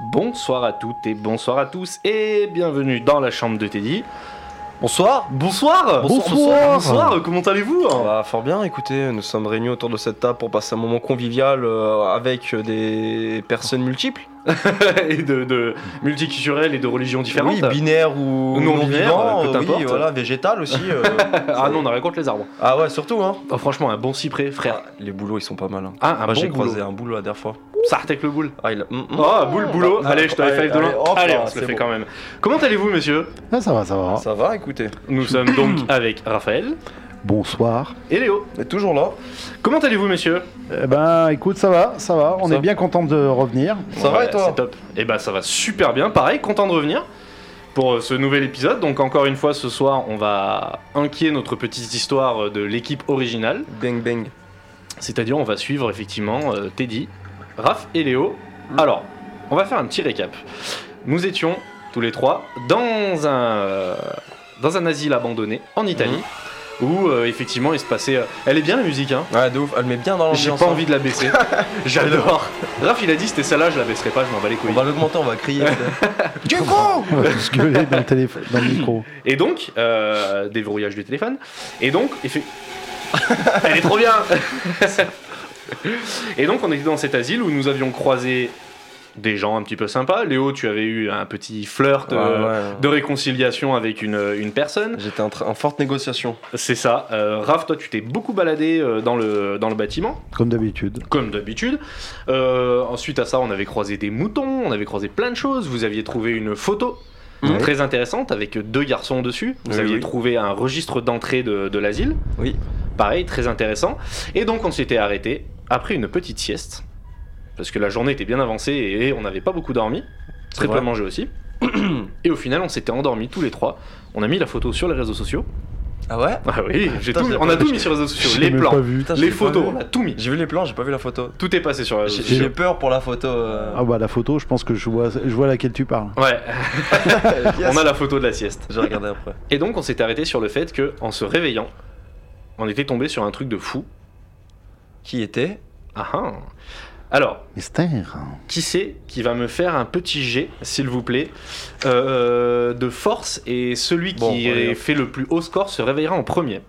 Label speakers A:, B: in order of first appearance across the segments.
A: Bonsoir à toutes et bonsoir à tous et bienvenue dans la chambre de Teddy. Bonsoir, bonsoir,
B: Bonsoir.
A: bonsoir, bonsoir, comment allez-vous
B: Bah, fort bien, écoutez, nous sommes réunis autour de cette table pour passer un moment convivial euh, avec euh, des personnes multiples.
A: Et de, de multiculturel et de religions différentes.
B: Oui, binaires ou
A: Non binaires,
B: vivants,
A: peu
B: euh, oui,
A: importe.
B: voilà, végétales aussi. euh,
A: ah non, on a rien contre les arbres.
B: ah ouais, surtout, hein.
A: Oh, franchement, un bon cyprès, frère.
B: Ah, les boulots, ils sont pas mal. Hein.
A: Ah, un
B: Moi,
A: bon
B: j'ai
A: boulot.
B: croisé un boulot la dernière fois.
A: Ça avec le boule.
B: Ah, il a... mm, mm.
A: Ah, boule, boulot.
B: Ah,
A: allez, je t'avais
B: allez,
A: fait de loin.
B: allez, hop,
A: Allez,
B: là,
A: on se
B: c'est
A: le fait
B: bon.
A: quand même. Comment allez-vous, monsieur
C: Ah, ça va, ça va.
B: Ça va, écoutez.
A: Nous sommes donc avec Raphaël
C: Bonsoir.
A: et Léo.
B: Mais toujours là.
A: Comment allez-vous, monsieur
C: Eh ben, écoute, ça va, ça va. On
B: Ça
C: est bien content de revenir.
B: Ça va et toi
A: C'est top. Et bah ça va super bien. Pareil, content de revenir pour euh, ce nouvel épisode. Donc encore une fois, ce soir, on va inquiéter notre petite histoire euh, de l'équipe originale.
B: Bang bang.
A: C'est-à-dire, on va suivre effectivement euh, Teddy, Raph et Léo.
B: Mm.
A: Alors, on va faire un petit récap. Nous étions tous les trois dans un, euh, dans un asile abandonné en Italie.
B: Mm.
A: Où euh, effectivement il se passait. euh, Elle est bien la musique, hein.
B: Ouais, de ouf, elle met bien dans l'ambiance.
A: J'ai pas
B: hein.
A: envie de la baisser. J'adore. Raph il a dit c'était celle-là, je la baisserai pas, je m'en bats les couilles.
B: On va l'augmenter, on va crier.
C: Du coup Se gueuler dans le téléphone, dans le micro.
A: Et donc, euh, déverrouillage du téléphone. Et donc, effe- elle est trop bien Et donc, on était dans cet asile où nous avions croisé des gens un petit peu sympas. Léo, tu avais eu un petit flirt
B: Ouais,
A: euh,
B: ouais.
A: de réconciliation avec une, une personne.
B: J'étais en, train- en forte négociation.
A: C'est ça. Euh, Raph, toi, tu t'es beaucoup baladé euh, dans, le, dans le bâtiment,
C: Comme d'habitude.
A: comme d'habitude. Euh, ensuite à ça, on avait croisé des moutons, on avait croisé plein de choses. Vous aviez trouvé une photo
B: Mhm.
A: très intéressante avec deux garçons dessus. Vous
B: Oui,
A: aviez
B: oui.
A: trouvé un registre d'entrée de, de l'asile.
B: Oui.
A: Pareil, très intéressant. Et donc on s'était arrêté après une petite sieste. Parce que la journée était bien avancée et on n'avait pas beaucoup dormi. Très peu
B: vrai.
A: mangé aussi. Et au final, on s'était endormis tous les trois. On a mis la photo sur les réseaux sociaux.
B: Ah ouais
A: Ah oui, j'ai
B: Putain,
A: tout mis-
B: j'ai
A: on a
B: pas
A: tout
B: vu.
A: mis sur les réseaux sociaux.
C: Je l'ai
A: Les
C: même
A: plans,
C: pas vu.
B: Putain, je
A: les
B: l'ai pas
A: photos, Ah,
B: vu.
A: on a tout mis.
B: J'ai vu les plans, j'ai pas vu la photo.
A: Tout est passé sur les réseaux
B: J'ai
A: sociaux.
B: j'ai peur pour la photo. euh.
C: Ah bah, la photo, je pense que je vois, je vois laquelle tu parles.
A: Ouais, Ah
B: Yes.
A: on a la photo de la sieste.
B: J'ai regardé après.
A: Et donc on s'est arrêté sur le fait que en se réveillant, on était tombé sur un truc de fou.
B: Qui était
A: Ah ah. Alors,
C: Mystère.
A: qui c'est qui va me faire un petit jet, s'il vous plaît, euh, de force et celui
B: Bon,
A: qui
B: on y va.
A: fait le plus haut score se réveillera en premier.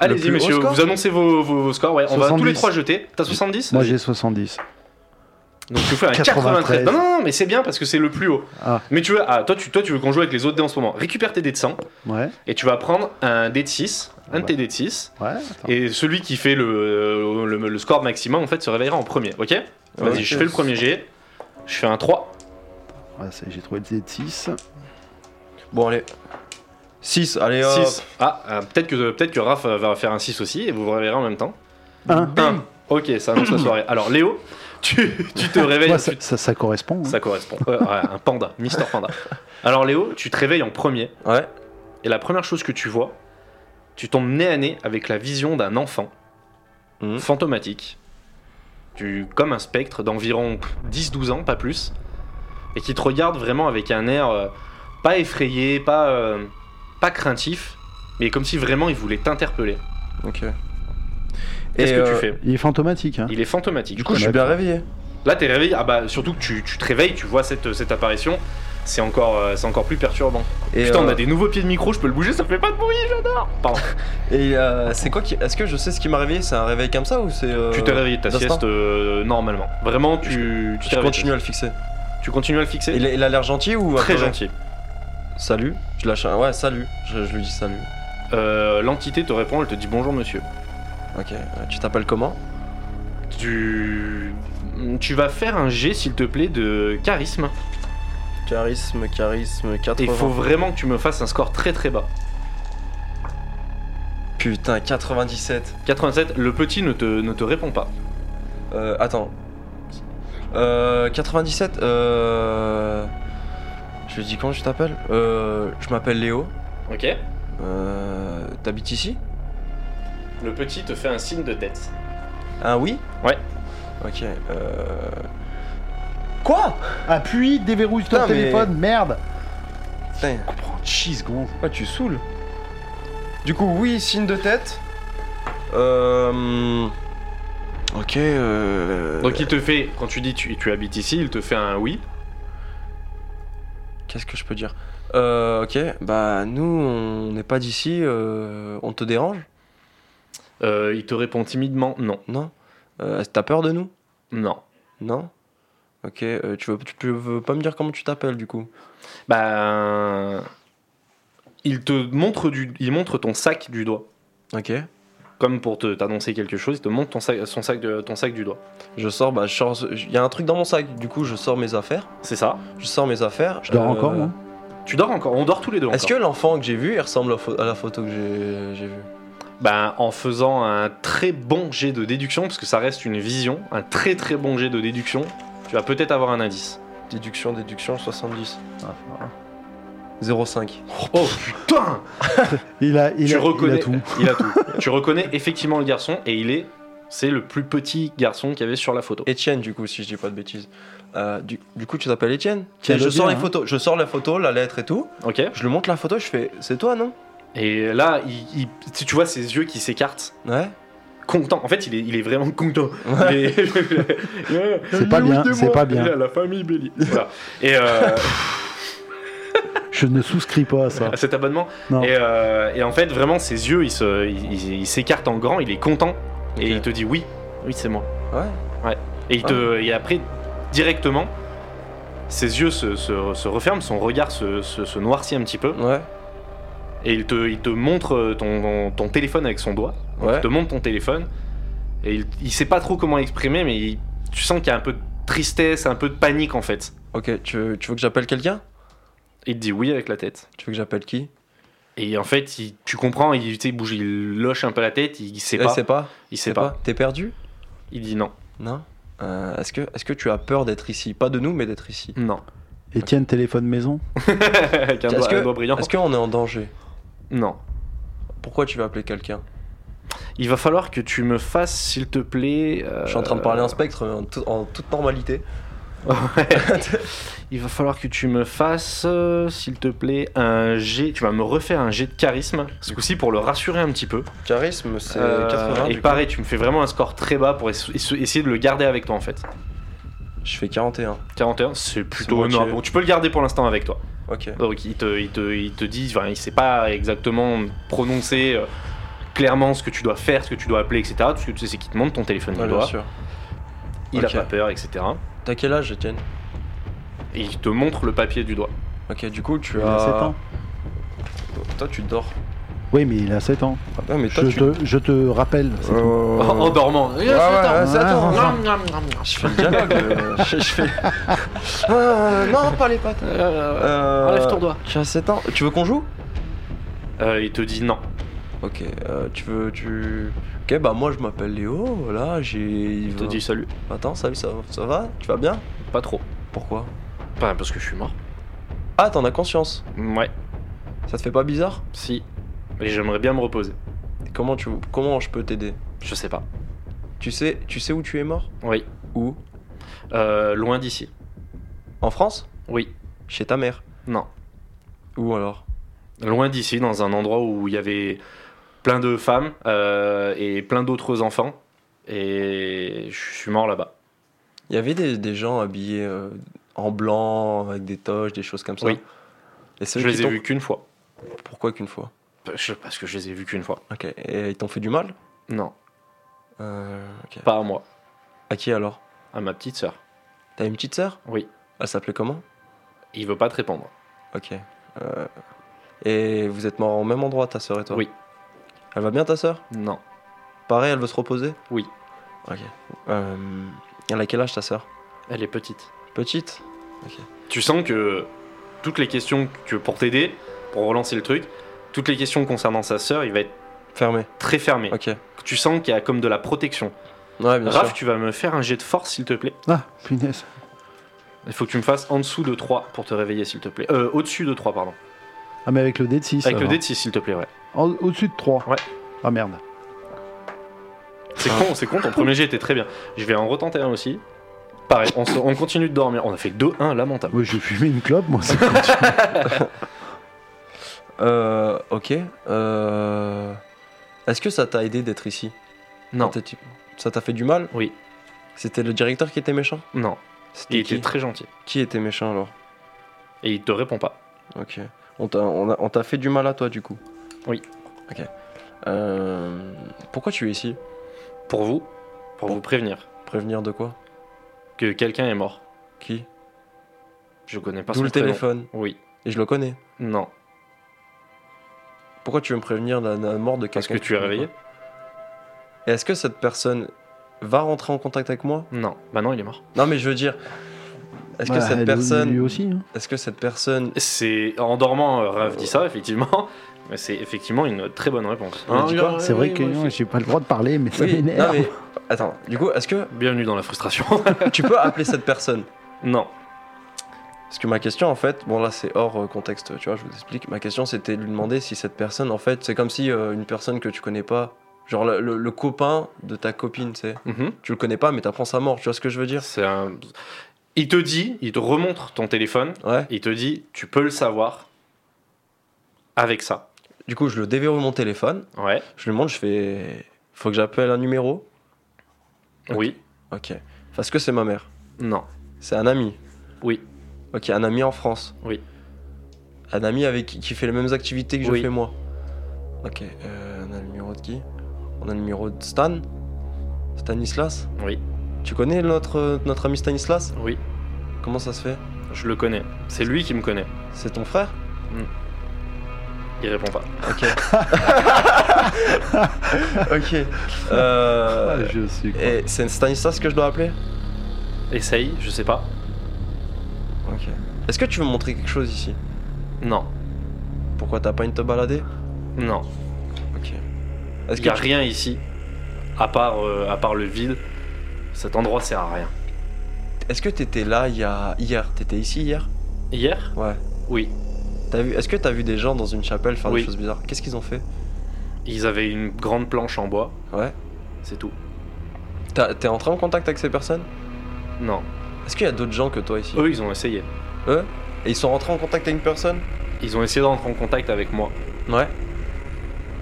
A: Allez-y
B: plus haut
A: messieurs,
B: score
A: vous annoncez vos, vos- vos scores, ouais, on va tous les
C: 70.
A: trois jeter. T'as 70
C: Moi, j'ai 70.
A: Donc tu fais un 93.
C: 93.
A: Non, non, non, mais c'est bien parce que c'est le plus haut.
C: Ah.
A: Mais tu veux, ah, toi, tu, toi, tu veux qu'on joue avec les autres dés en ce moment. Récupère tes dés de 100
C: Ouais,
A: et tu vas prendre un dé de 6, un de
C: Ouais.
A: tes dés de 6.
C: ouais. attends.
A: Et celui qui fait le, le, le score maximum, en fait, se réveillera en premier, ok Vas-y,
B: Ok.
A: je fais le premier jet. Je fais un 3.
C: Ouais, c'est- j'ai trouvé le Z6.
B: Bon, allez. 6, allez, hop.
A: 6. Ah, euh, peut-être que, peut que Raph euh, va faire un 6 aussi et vous vous réveillerez en même temps.
C: 1.
A: Un. Ok, ça annonce la soirée. Alors, Léo, tu, tu te réveilles.
C: ça,
A: tu-
C: ça- ça correspond. hein.
A: ça correspond. Euh, ouais, un panda, Mister Panda. Alors, Léo, tu te réveilles en premier.
B: Ouais.
A: Et la première chose que tu vois, tu tombes nez à nez avec la vision d'un enfant
B: Mhm.
A: fantomatique, tu, comme un spectre d'environ 10-12 ans, pas plus, et qui te regarde vraiment avec un air euh, pas effrayé, pas, euh, pas craintif, mais comme si vraiment il voulait t'interpeller.
B: Ok.
A: Qu'est-ce
B: Et,
A: que
B: euh,
A: tu fais
C: Il est fantomatique. Hein.
A: Il est fantomatique.
B: Du coup, je suis bien réveillé.
A: Là, t'es réveillé, ah bah surtout que tu, tu te réveilles, tu vois cette, cette apparition, c'est encore, euh, c'est encore plus perturbant.
B: Et,
A: Putain, on
B: euh,
A: a des nouveaux pieds de micro, je peux le bouger, ça fait pas de bruit, j'adore Pardon.
B: Et euh, c'est quoi qui... Est-ce que je sais ce qui m'a réveillé C'est un réveil comme ça ou c'est. euh,
A: Tu t'es réveillé de ta
B: d'instinct
A: sieste euh, normalement. Vraiment, tu, tu, t'es
B: Je
A: réveillé.
B: continue à le fixer.
A: tu continues à le fixer
B: Il a, il a l'air gentil ou.
A: Très
B: après-
A: gentil.
B: Salut. Je lâche un. Ouais, salut. Je, je lui dis salut.
A: Euh, L'entité te répond, elle te dit bonjour monsieur.
B: Ok. euh, Tu t'appelles comment
A: Tu... tu vas faire un jet s'il te plaît de charisme.
B: Charisme, charisme, 80.
A: Et il faut vraiment que tu me fasses un score très très bas.
B: Putain, 97.
A: 87, le petit ne te, ne te répond pas.
B: Euh, attends. Euh, 97. Euh. Je lui dis comment je t'appelle Euh. Je m'appelle Léo.
A: Ok
B: Euh. T'habites ici
A: Le petit te fait un signe de tête.
B: Ah oui
A: Ouais.
B: Ok. Euh... Quoi
C: Appuie, déverrouille ton
B: Putain, mais-
C: téléphone, merde.
B: Putain,
C: Comprends, 10 secondes.
B: ah, tu saoules. Du coup, oui, signe de tête. Euh... Ok. Euh...
A: Donc il te fait, quand tu dis tu, tu habites ici, il te fait un oui.
B: Qu'est-ce que je peux dire Euh, Ok, bah nous, on n'est pas d'ici, euh, on te dérange
A: Euh, il te répond timidement non.
B: Non Euh, T'as peur de nous
A: Non.
B: Non Ok, euh, tu, veux, tu peux- veux pas me dire comment tu t'appelles du coup
A: Bah. Il te montre, du, il montre ton sac du doigt.
B: Ok.
A: Comme pour te- t'annoncer quelque chose, il te montre ton sac, son sac de, ton sac du doigt.
B: Je sors, bah je sors, il y a un truc dans mon sac, du coup je sors mes affaires.
A: C'est ça.
B: Je sors mes affaires.
C: Je dors
B: euh,
C: encore, moi
A: Tu dors encore, on dort tous les deux.
B: Est-ce que
A: encore.
B: l'enfant que j'ai vu, il ressemble à, pho- à la photo que j'ai- j'ai vue
A: Ben, en faisant un très bon jet de déduction, parce que ça reste une vision, un très très bon jet de déduction, tu vas peut-être avoir un indice.
B: Déduction, déduction, 70.
C: Ah, voilà.
B: 0,5.
A: Oh putain
C: Il a, il
A: Tu
C: a, il a
A: reconnais
C: tout.
A: Il a tout. tu reconnais effectivement le garçon et il est, c'est le plus petit garçon qu'il y avait sur la photo.
B: Étienne, du coup, si je dis pas de bêtises. Euh, du, du coup, tu t'appelles Étienne
C: Ça
B: Et Je
C: le
B: sors
C: dit,
B: les
C: hein.
B: photos, je sors la photo, la lettre et tout.
A: Ok.
B: Je lui montre la photo, je fais, c'est toi, non
A: Et là, il- il- tu tu vois ses yeux qui s'écartent,
B: Ouais.
A: content. En fait, il est, il est vraiment content. Il est-
C: C'est pas
A: Oui,
C: bien,
A: de
C: c'est
A: moi.
C: pas bien.
A: Il a la famille Belli. Voilà. Et euh,
C: Je ne souscris pas à ça.
A: à cet abonnement.
C: Non.
A: Et, euh, et en fait, vraiment, ses yeux, ils se- ils- ils- ils s'écartent en grand, il est content, et il
B: Ok.
A: te dit oui, oui, c'est moi.
B: Ouais.
A: Et, il te, et après, directement, ses yeux se, se- se referment, son regard se, se- se noircit un petit peu,
B: Ouais.
A: et il te, il te montre euh, ton, ton- ton téléphone avec son doigt. Donc,
B: Ouais.
A: Il te montre ton téléphone, et il, il sait pas trop comment exprimer, mais il- tu sens qu'il y a un peu de tristesse, un peu de panique en fait.
B: Ok, tu veux, tu veux que j'appelle quelqu'un
A: Il te dit oui avec la tête.
B: Tu veux que j'appelle qui
A: Et en fait, il- tu comprends, il, tu sais, il bouge, il loche un peu la tête, il sait
B: Eh,
A: pas.
B: C'est pas.
A: Il sait
B: C'est
A: pas.
B: pas. T'es perdu
A: Il dit non.
B: Non. Euh, est-ce que, est-ce que tu as peur d'être ici Pas de nous, mais d'être ici.
A: Non.
C: Étienne, téléphone maison.
A: Avec un
B: Est-ce
A: doigt,
B: que-
A: un doigt brillant.
B: Est-ce qu'on est en danger
A: Non.
B: Pourquoi tu veux appeler quelqu'un
A: Il va falloir que tu me fasses, s'il te plaît. euh,
B: Je suis en train de parler un spectre mais en, tout- en toute normalité.
A: Il va falloir que tu me fasses, euh, s'il te plaît, un jet. Tu vas me refaire un jet de charisme. Ce coup-ci pour le rassurer un petit peu.
B: Charisme, c'est
A: Euh,
B: 80.
A: et
B: du coup.
A: pareil, tu me fais vraiment un score très bas pour es- es- essayer de le garder avec toi en fait.
B: Je fais 41.
A: 41, c'est plutôt
B: moitié.
A: énorme. Bon, tu peux le garder pour l'instant avec toi.
B: Ok.
A: Donc il te, il te, il te dit, enfin, il sait pas exactement prononcer euh, clairement ce que tu dois faire, ce que tu dois appeler, etc. Tout ce que tu sais, c'est qu'il te montre ton téléphone du
B: Ouais, bien
A: doigt,
B: sûr.
A: il
B: Ok.
A: a pas peur, etc.
B: T'as quel âge, Étienne
A: Et il te montre le papier du doigt.
B: Ok, du coup, tu
C: Il
B: as.
C: a 7 ans.
B: Toi, tu dors.
C: Oui, mais il a 7 ans.
B: Non, Ah, mais toi,
C: Je
B: tu.
C: te, je te rappelle. c'est tout.
A: En- en dormant.
B: Ouais, ouais, ouais,
C: c'est
B: Oh, c'est
C: à
B: attends.
C: toi.
B: Non, Je fais le dialogue. euh, je, je fais. Euh, non, pas les pattes. Euh,
A: Enlève ton doigt.
B: Tu as 7 ans. Tu veux qu'on joue
A: Euh, il te dit non.
B: Ok, euh, tu veux. Tu. Ok, bah moi, je m'appelle Léo. Voilà, j'ai.
A: Il te dit salut.
B: Attends, salut, ça, ça va Tu vas bien
A: Pas trop.
B: Pourquoi
A: Enfin, parce que je suis mort.
B: Ah, t'en as conscience.
A: Ouais,
B: Ça te fait pas bizarre
A: si. Et j'aimerais bien me reposer.
B: Comment tu comment je peux t'aider
A: Je sais pas.
B: Tu sais tu sais où tu es mort
A: Oui.
B: Où
A: Euh, loin d'ici.
B: En France
A: Oui.
B: Chez ta mère
A: Non.
B: Où alors
A: loin d'ici, dans un endroit où il y avait plein de femmes euh, et plein d'autres enfants. Et je suis mort là-bas.
B: Il y avait des, des gens habillés euh, en blanc avec des toches, des choses comme ça.
A: Oui.
B: Et ceux
A: Je les
B: qui
A: ai
B: t'ont-
A: vus qu'une fois.
B: Pourquoi qu'une fois
A: Bah, Je- Parce que je les ai vus qu'une fois.
B: Ok. Et ils t'ont fait du mal
A: Non,
B: Euh, ok.
A: pas à moi,
B: À qui alors
A: à ma petite sœur.
B: T'as une petite sœur
A: Oui.
B: Elle s'appelait comment
A: Il veut pas te répondre.
B: Ok. Euh, Et vous êtes morts au même endroit, ta sœur et toi
A: Oui.
B: Elle va bien ta sœur
A: Non.
B: Pareil, elle veut se reposer
A: Oui.
B: Ok. Euh, Elle a quel âge ta sœur
A: Elle est petite.
B: Petite
A: Tu sens que toutes les questions que pour t'aider, pour relancer le truc, toutes les questions concernant sa sœur, il va être
B: Fermée
A: très fermé.
B: Ok.
A: Tu sens qu'il y a comme de la protection.
B: Ouais, bien
A: Raph,
B: sûr.
A: tu vas me faire un jet de force, s'il te plaît.
C: Ah, punaise.
A: Il faut que tu me fasses en dessous de 3 pour te réveiller, s'il te plaît. Euh, au-dessus de 3, pardon.
C: Ah, mais avec le dé de 6.
A: Avec le dé de 6, s'il te plaît, ouais.
C: Au-dessus de 3.
A: Ouais.
C: Ah merde.
A: C'est
B: Ah.
A: con, c'est con, ton premier jet était très bien. Je vais en retenter un aussi. Pareil, on, se- on continue de dormir. On a fait 2-1, lamentable.
C: Oui, j'ai fumé une clope, moi. c'est-
B: Euh, ok. Euh... Est-ce que ça t'a aidé d'être ici
A: Non,
B: T'as- tu- Ça t'a fait du mal
A: Oui.
B: C'était le directeur qui était méchant
A: non.
B: C'était
A: Il
B: qui
A: était très gentil.
B: Qui était méchant alors
A: Et il te répond pas.
B: Ok. On t'a on a- on t'a fait du mal à toi du coup
A: Oui.
B: Ok. Euh, pourquoi tu es ici
A: Pour vous, pour
B: Bon.
A: vous prévenir
B: Prévenir de quoi
A: que quelqu'un est mort.
B: Qui
A: Je connais pas
B: D'où
A: son
B: le
A: prénom.
B: téléphone.
A: Oui.
B: Et je le connais.
A: Non.
B: Pourquoi tu veux me prévenir de la, de la mort de quelqu'un
A: Parce que tu es réveillé
B: Et Est-ce que cette personne va rentrer en contact avec moi
A: Non. Bah non, il est mort.
B: Non, mais je veux dire, est-ce que
C: Bah,
B: cette
C: elle- Lui
B: personne,
C: aussi. hein.
B: est-ce que cette personne,
A: C'est en dormant, euh, Raph dit ça effectivement, mais c'est effectivement une très bonne réponse.
B: On dit quoi
A: ouais,
C: C'est vrai
A: ouais,
C: que
A: ouais,
C: non, j'ai pas le droit de parler, mais ça
B: oui, non
C: m'énerve.
B: mais attends, du coup, est-ce que
A: Bienvenue dans la frustration.
B: tu peux appeler cette personne
A: non.
B: Parce que ma question, en fait, bon là c'est hors euh, contexte, tu vois, je vous explique. Ma question c'était de lui demander si cette personne, en fait, c'est comme si euh, une personne que tu connais pas, genre le, le- le copain de ta copine, tu sais,
A: Mhm.
B: tu le connais pas, mais t'apprends sa mort, tu vois ce que je veux dire
A: C'est un... Il te dit, il te remontre ton téléphone,
B: Ouais.
A: il te dit, tu peux le savoir avec ça.
B: Du coup, je le déverrouille mon téléphone,
A: Ouais.
B: je lui montre, je fais, faut que j'appelle un numéro.
A: Oui.
B: Ok. Parce que c'est ma mère.
A: Non.
B: C'est un ami.
A: Oui.
B: Ok, un ami en France.
A: Oui.
B: Un ami avec qui, qui fait les mêmes activités que
A: Oui.
B: je fais moi. Ok, euh, on a le numéro de qui On a le numéro de Stan Stanislas
A: Oui.
B: Tu connais notre, euh, notre ami Stanislas
A: Oui.
B: Comment ça se fait
A: Je le connais. C'est lui qui me connaît.
B: C'est ton frère
A: Il répond pas.
B: Ok. ok. Euh,
C: Ah, je suis con.
B: et c'est Stanislas que je dois appeler
A: Essaye, je sais pas.
B: Ok. Est-ce que tu veux me montrer quelque chose ici
A: Non.
B: Pourquoi t'as pas une te balader
A: Non.
B: Ok. Est-ce
A: Il
B: que
A: n'y a
B: tu-
A: rien ici, à part, euh, à part le vide. Cet endroit sert à rien.
B: Est-ce que t'étais là il y a... hier T'étais ici hier
A: Hier
B: Ouais.
A: Oui.
B: T'as vu... Est-ce que t'as vu des gens dans une chapelle faire
A: Oui.
B: des choses bizarres Qu'est-ce qu'ils ont fait
A: Ils avaient une grande planche en bois,
B: Ouais.
A: c'est tout.
B: T'as- T'es entré en contact avec ces personnes
A: Non.
B: Est-ce qu'il y a d'autres gens que toi ici
A: Eux, ils ont essayé.
B: Eux Et ils sont rentrés en contact avec une personne
A: Ils ont essayé d'entrer en contact avec moi.
B: Ouais.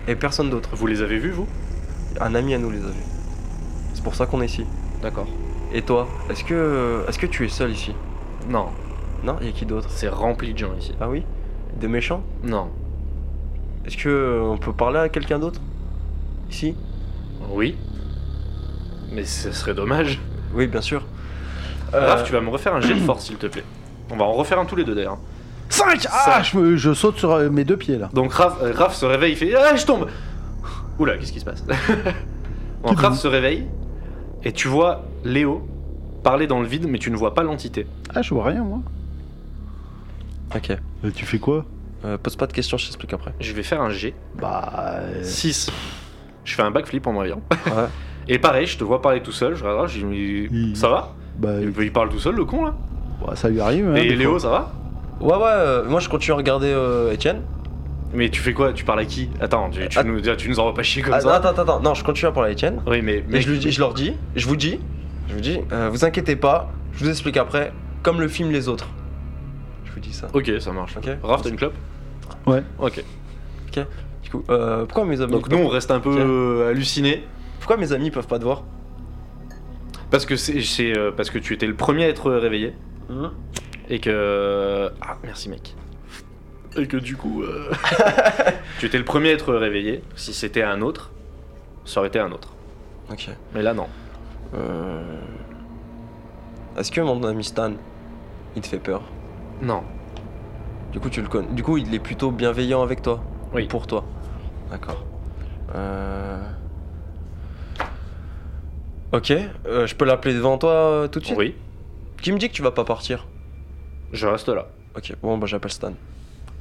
B: Et personne d'autre.
A: Vous les avez vus, vous
B: Un ami à nous les a vus. C'est pour ça qu'on est ici.
A: D'accord.
B: Et toi Est-ce que... Est-ce que tu es seul ici
A: Non,
B: Non Il y a qui d'autre
A: c'est rempli de gens ici.
B: Ah oui Des méchants
A: Non.
B: Est-ce que euh, on peut parler à quelqu'un d'autre Ici
A: Oui. Mais ce serait dommage.
B: Oui, bien sûr.
A: Raph,
B: Euh,
A: tu vas me refaire un jet de force, s'il te plaît. On va en refaire un tous les deux, d'ailleurs.
C: 5 Ah,
A: Cinq.
C: je, me- je saute sur euh, mes deux pieds là.
A: Donc Raph, euh, Raph se réveille, il fait Ah, je tombe Oula, qu'est-ce qui se passe Donc Raph se réveille, et tu vois Léo parler dans le vide, mais tu ne vois pas l'entité.
C: Ah, je vois rien moi.
B: Ok.
C: Euh, tu fais quoi
B: Euh, pose pas de questions, je t'explique après.
A: Je vais faire un G.
C: Bah. euh,
A: 6. Je fais un backflip en me réveillant.
B: Ouais.
A: Et pareil, je te vois parler tout seul, je regarde, je dis
C: Il-
A: Ça va
C: bah,
A: Il il parle tout seul, le con là
C: bah, ça lui arrive. hein,
A: Et
C: des
A: Léo,
C: fois.
A: ça va
B: Ouais, ouais, euh, moi je continue à regarder euh, Etienne.
A: Mais tu fais quoi Tu parles à qui Attends, tu, tu
B: Ah.
A: nous, tu nous envoies pas chier comme
B: Ah,
A: ça
B: attends, attends, attends, non, je continue à parler à Etienne.
A: Oui, mais.
B: Et
A: mais-
B: je, lui dis, je leur dis, je vous dis, je vous dis, euh, vous inquiétez pas, je vous explique après, comme le film Les Autres. Je vous dis ça.
A: Ok, ça marche.
B: Ok
A: Raph, t'as une clope
C: Ouais.
A: Ok.
B: Du coup, euh, pourquoi, mes amis,
A: Donc nous, on reste un peu
B: Ok.
A: euh, hallucinés.
B: pourquoi mes amis peuvent pas te voir
A: Parce que c'est, c'est, euh, parce que tu étais le premier à être réveillé Hum. et que ah merci mec et que du coup euh, tu étais le premier à être réveillé. Si c'était un autre, ça aurait été un autre.
B: Ok.
A: Mais là non.
B: Euh, Est-ce que mon ami Stan, il te fait peur
A: Non.
B: Du coup, tu le connais. Du coup, il est plutôt bienveillant avec toi.
A: Oui.
B: Pour toi. D'accord. Euh... Ok. euh, je peux l'appeler devant toi euh, tout de suite.
A: Oui,
B: Qui me dit que tu vas pas partir
A: je reste là.
B: Ok. Bon, bah j'appelle Stan.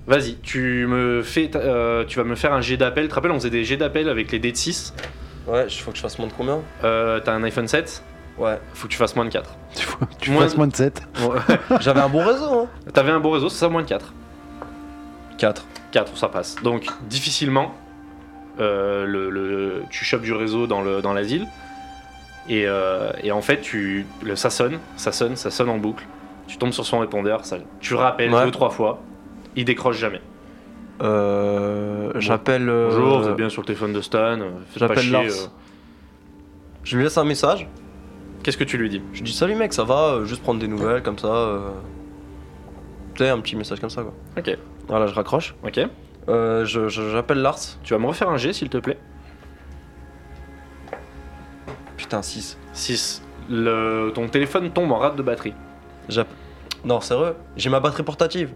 A: Vas-y, tu me fais, ta- euh, tu vas me faire un jet d'appel. Tu te rappelles, on faisait des jets d'appel avec les dés de 6.
B: Ouais, je faut que je fasse moins de combien
A: Euh, T'as un iPhone 7
B: Ouais.
A: Faut que tu fasses moins de 4.
C: Tu, vois, tu
A: Moins-
C: fasses moins de 7.
B: J'avais un bon réseau. Hein.
A: T'avais un beau réseau, c'est ça moins de 4.
B: 4.
A: 4, ça passe. Donc, difficilement, euh, le, le- tu chopes du réseau dans le- dans l'asile. et, euh, et en fait, tu, le, ça sonne, ça sonne, ça sonne en boucle. Tu tombes sur son répondeur, ça, tu rappelles
B: Ouais.
A: deux, trois fois. Il décroche jamais.
B: Euh, J'appelle. euh,
A: Bonjour, vous êtes bien sur le téléphone de Stan. euh, Faites pas
B: j'appelle
A: chier.
B: Lars.
A: euh.
B: Je lui laisse un message.
A: Qu'est-ce que tu lui dis
B: Je dis salut mec, ça va euh, Juste prendre des nouvelles comme ça. euh. Tu sais, un petit message comme ça, quoi.
A: Ok.
B: Voilà, je raccroche.
A: Ok.
B: Euh, je- je- J'appelle Lars.
A: Tu vas me refaire un G, s'il te plaît.
B: Putain, 6.
A: 6. Le... Ton téléphone tombe en rate de batterie.
B: Non, sérieux J'ai ma batterie portative.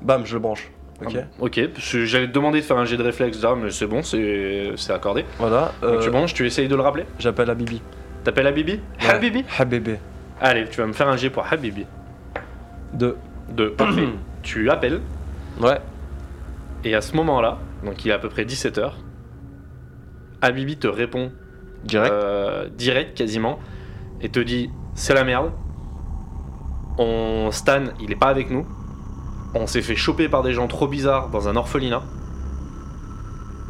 B: Bam, je le branche. Ok.
A: Ah Ok, parce que j'allais te demander de faire un jet de réflexe là, mais c'est bon, c'est c'est accordé.
B: Voilà.
A: Donc
B: euh,
A: tu branches, tu essayes de le rappeler
B: J'appelle Habibi.
A: T'appelles Habibi Habibi
B: Habibi.
A: Allez, tu vas me faire un G pour Habibi.
B: 2.
A: De parfait. tu appelles,
B: Ouais.
A: et à ce moment-là, donc il est à peu près 17h, Habibi te répond
B: Direct.
A: euh, direct quasiment et te dit c'est la merde. On Stan, il est pas avec nous. On s'est fait choper par des gens trop bizarres dans un orphelinat.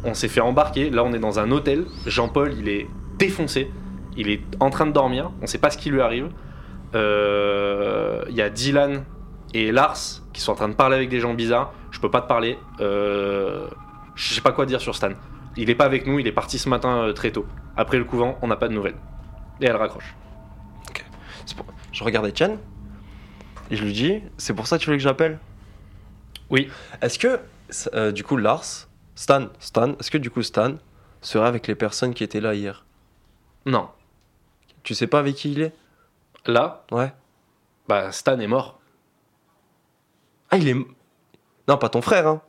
A: On s'est fait embarquer. Là, on est dans un hôtel. Jean-Paul, il est défoncé. Il est en train de dormir. On sait pas ce qui lui arrive. Euh, Il y a Dylan et Lars qui sont en train de parler avec des gens bizarres. Je peux pas te parler. Euh, je sais pas quoi dire sur Stan. Il est pas avec nous. Il est parti ce matin euh, très tôt. Après le couvent, on n'a pas de nouvelles. Et elle raccroche.
B: C'est pour- Je regarde Etienne. Et je lui dis C'est pour ça que tu voulais que j'appelle
A: Oui.
B: Est-ce que, euh, du coup, Lars, Stan, Stan, est-ce que, du coup, Stan serait avec les personnes qui étaient là hier
A: Non.
B: Tu sais pas avec qui il est
A: Là,
B: Ouais.
A: bah Stan est mort.
B: Ah, il est. m- Non, pas ton frère, hein.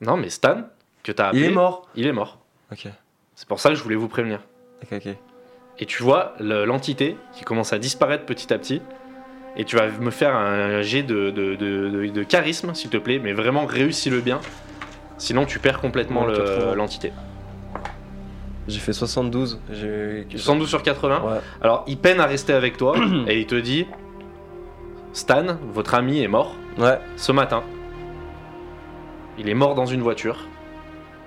A: Non, mais Stan, que t'as appelé.
B: Il est mort.
A: Il est mort.
B: Ok,
A: C'est pour ça que je voulais vous prévenir.
B: ok, ok.
A: Et tu vois le- l'entité qui commence à disparaître petit à petit. Et tu vas me faire un jet de, de- de- de- de charisme, s'il te plaît, mais vraiment réussis-le bien. Sinon, tu perds complètement
B: Ouais,
A: le-
B: 80.
A: l'entité.
B: J'ai fait 72. J'ai.
A: 112 sur 80.
B: Ouais.
A: Alors, il peine à rester avec toi et il te dit Stan, votre ami est mort.
B: Ouais.
A: ce matin. Il est mort dans une voiture.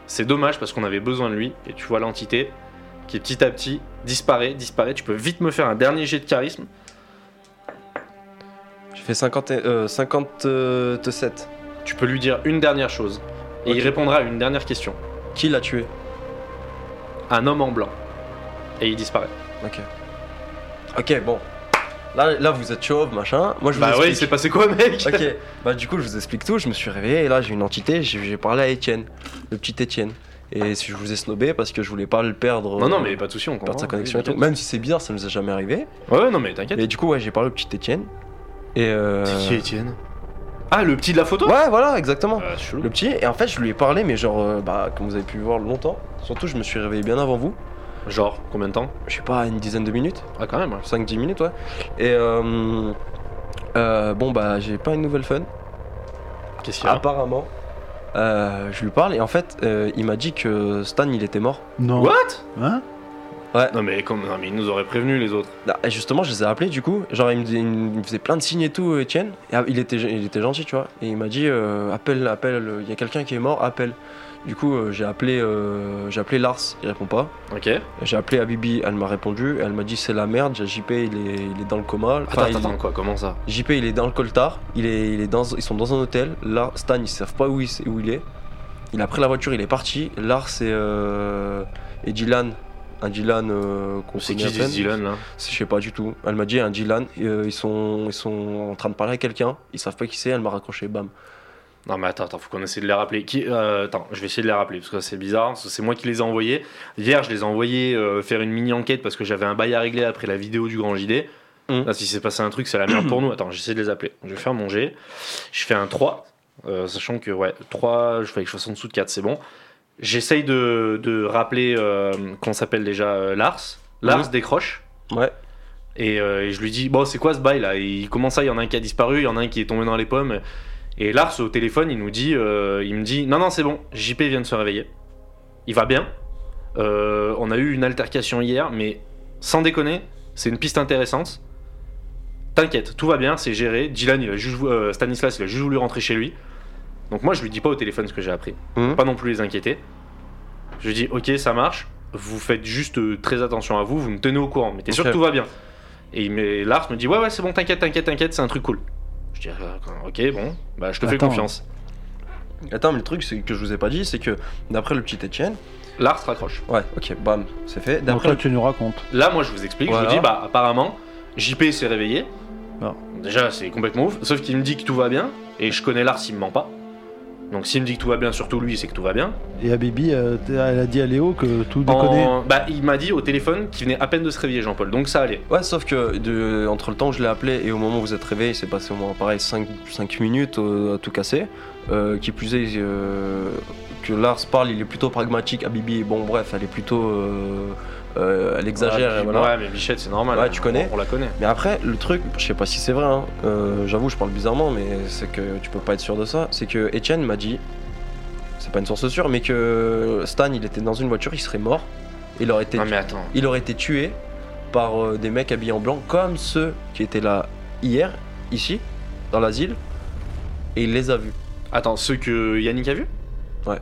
A: C'est dommage parce qu'on avait besoin de lui. Et tu vois l'entité qui petit à petit disparaît, disparaît. Tu peux vite me faire un dernier jet de charisme.
B: J'ai fait 50 et- euh, 57.
A: Tu peux lui dire une dernière chose. Et
B: Ok.
A: il répondra à une dernière question.
B: Qui l'a tué
A: Un homme en blanc. Et il disparaît.
B: Ok. Ok, bon. Là, là, vous êtes chauve, machin. Moi, je vous
A: bah ouais, il s'est
B: explique.
A: passé quoi, mec
B: Ok, bah du coup je vous explique tout, je me suis réveillé et là j'ai une entité, j'ai j'ai parlé à Étienne, le petit Étienne. Et si je vous ai snobé parce que je voulais pas le perdre,
A: Non, non,
B: euh,
A: mais pas de soucis, on comprend.
B: perdre sa connexion et tout.
A: t'inquiète.
B: Même si c'est bizarre, ça nous est jamais arrivé.
A: Ouais, ouais, non, mais t'inquiète.
B: Mais du coup ouais j'ai parlé au petit Étienne. Et euh...
A: Étienne Ah, le petit de la photo
B: Ouais voilà exactement.
A: Euh, chelou.
B: Le petit, et en fait je lui ai parlé mais genre, euh, bah comme vous avez pu le voir longtemps, surtout je me suis réveillé bien avant vous,
A: Genre, combien de temps
B: je sais pas une dizaine de minutes.
A: Ah, quand même. ouais.
B: 5-10 minutes, ouais. Et euh, euh, bon, bah, j'ai pas une nouvelle fun,
A: Qu'est-ce
B: Ah,
A: qu'il y a
B: apparemment. Euh, je lui parle et en fait, euh, il m'a dit que Stan il était mort.
C: Non.
A: What
C: Hein
A: Non, mais comme. Non, mais ils nous auraient prévenu, les autres.
B: Ah, Et justement, je les ai appelés du coup. Genre, il me, dis- il me faisait plein de signes et tout, Etienne. Et, ah, il, était, il était gentil, tu vois. Et il m'a dit euh, appelle, appelle, euh, il y a quelqu'un qui est mort, appelle. Du coup, euh, j'ai appelé, euh, j'ai appelé Lars, il répond pas.
A: Ok.
B: J'ai appelé Abibi, elle m'a répondu. Elle m'a dit c'est la merde, j'ai JP, il est, il est dans le coma.
A: Attends,
B: Enfin, il-
A: attends, attends, quoi Comment ça
B: JP il est dans le coltard, il est, il est dans, ils sont dans un hôtel, là Stan ils savent pas où il, où il est, il a pris la voiture, il est parti, Lars et, euh, et Dylan, un Dylan euh, qu'on
A: C'est
B: connaît
A: qui
B: à
A: ce
B: peine.
A: Dylan là
B: C'est- Je sais pas du tout, elle m'a dit un Dylan, et, euh, ils, sont, ils sont en train de parler à quelqu'un, ils savent pas qui c'est, elle m'a raccroché, bam.
A: Non mais attends, attends, faut qu'on essaie de les rappeler. Qui, euh, attends, je vais essayer de les rappeler parce que c'est bizarre, parce que c'est moi qui les ai envoyés. Hier, je les ai envoyés euh, faire une mini-enquête parce que j'avais un bail à régler après la vidéo du Grand JD.
B: Mm.
A: Là, si s'est passé un truc, c'est la merde pour nous. Attends, j'essaie de les appeler. Je vais faire mon G. Je fais un 3, euh, sachant que, ouais, 3, je fais que je sois en dessous de 4, c'est bon. J'essaye de, de rappeler euh, qu'on s'appelle déjà euh, Lars. Lars décroche.
B: Ouais,
A: Et, euh, et je lui dis, bon, c'est quoi ce bail là Il commence ça, il y en a un qui a disparu, il y en a un qui est tombé dans les pommes. Et Lars, au téléphone, il nous dit, euh, il me dit, non, non, c'est bon, JP vient de se réveiller. Il va bien. Euh, on a eu une altercation hier, mais sans déconner, c'est une piste intéressante. T'inquiète, tout va bien, c'est géré. Dylan, il a juste, vou- euh, Stanislas, il a juste voulu rentrer chez lui. Donc moi, je lui dis pas au téléphone ce que j'ai appris.
B: Mhm.
A: Pas non plus les inquiéter. Je lui dis, ok, ça marche. Vous faites juste euh, très attention à vous, vous me tenez au courant. Mais t'es sûr
B: Ok.
A: que tout va bien. Et il me- Lars me dit, ouais, ouais, c'est bon, t'inquiète, t'inquiète, t'inquiète, c'est un truc cool. Je dis, Ah, ok, bon, bah je te fais
C: Attends.
A: confiance.
B: attends mais le truc c'est que je vous ai pas dit, c'est que d'après le petit Etienne,
A: Lars raccroche.
B: ouais ok bam, c'est fait,
C: Donc
B: d'après
C: toi,
B: le...
C: tu nous racontes.
A: Là, moi, je vous explique, je
B: Voilà.
A: vous dis, bah apparemment, JP s'est réveillé.
B: Non.
A: Déjà, c'est complètement ouf. Sauf qu'il me dit que tout va bien, et je connais Lars, il me ment pas. Donc s'il me dit que tout va bien, surtout lui, c'est que tout va bien.
C: Et à Baby, euh, t- elle a dit à Léo que tout
A: En-
C: déconnait.
A: Bah, il m'a dit au téléphone qu'il venait à peine de se réveiller, Jean-Paul. Donc ça allait.
B: Ouais, sauf que de- entre le temps où je l'ai appelé et au moment où vous êtes réveillé, il s'est passé au moins pareil 5, minutes euh, à tout casser. Euh, qui plus est, euh, que Lars parle, il est plutôt pragmatique. Abibi, bon, bref, elle est plutôt. euh, euh, elle exagère.
A: Ouais,
B: et
A: puis-
B: voilà.
A: Ouais, mais Bichette, c'est normal.
B: Ouais, tu connais.
A: On, on la connaît.
B: Mais après, le truc, je sais pas si c'est vrai, hein, euh, j'avoue, je parle bizarrement, mais c'est que tu peux pas être sûr de ça. C'est que Etienne m'a dit, c'est pas une source sûre, mais que Stan, il était dans une voiture, il serait mort, et il aurait été,
A: Non, Ah, mais attends.
B: il aurait été tué par euh, des mecs habillés en blanc, comme ceux qui étaient là hier, ici, dans l'asile, et il les a vus.
A: Attends, ceux que Yannick a vu
B: Ouais.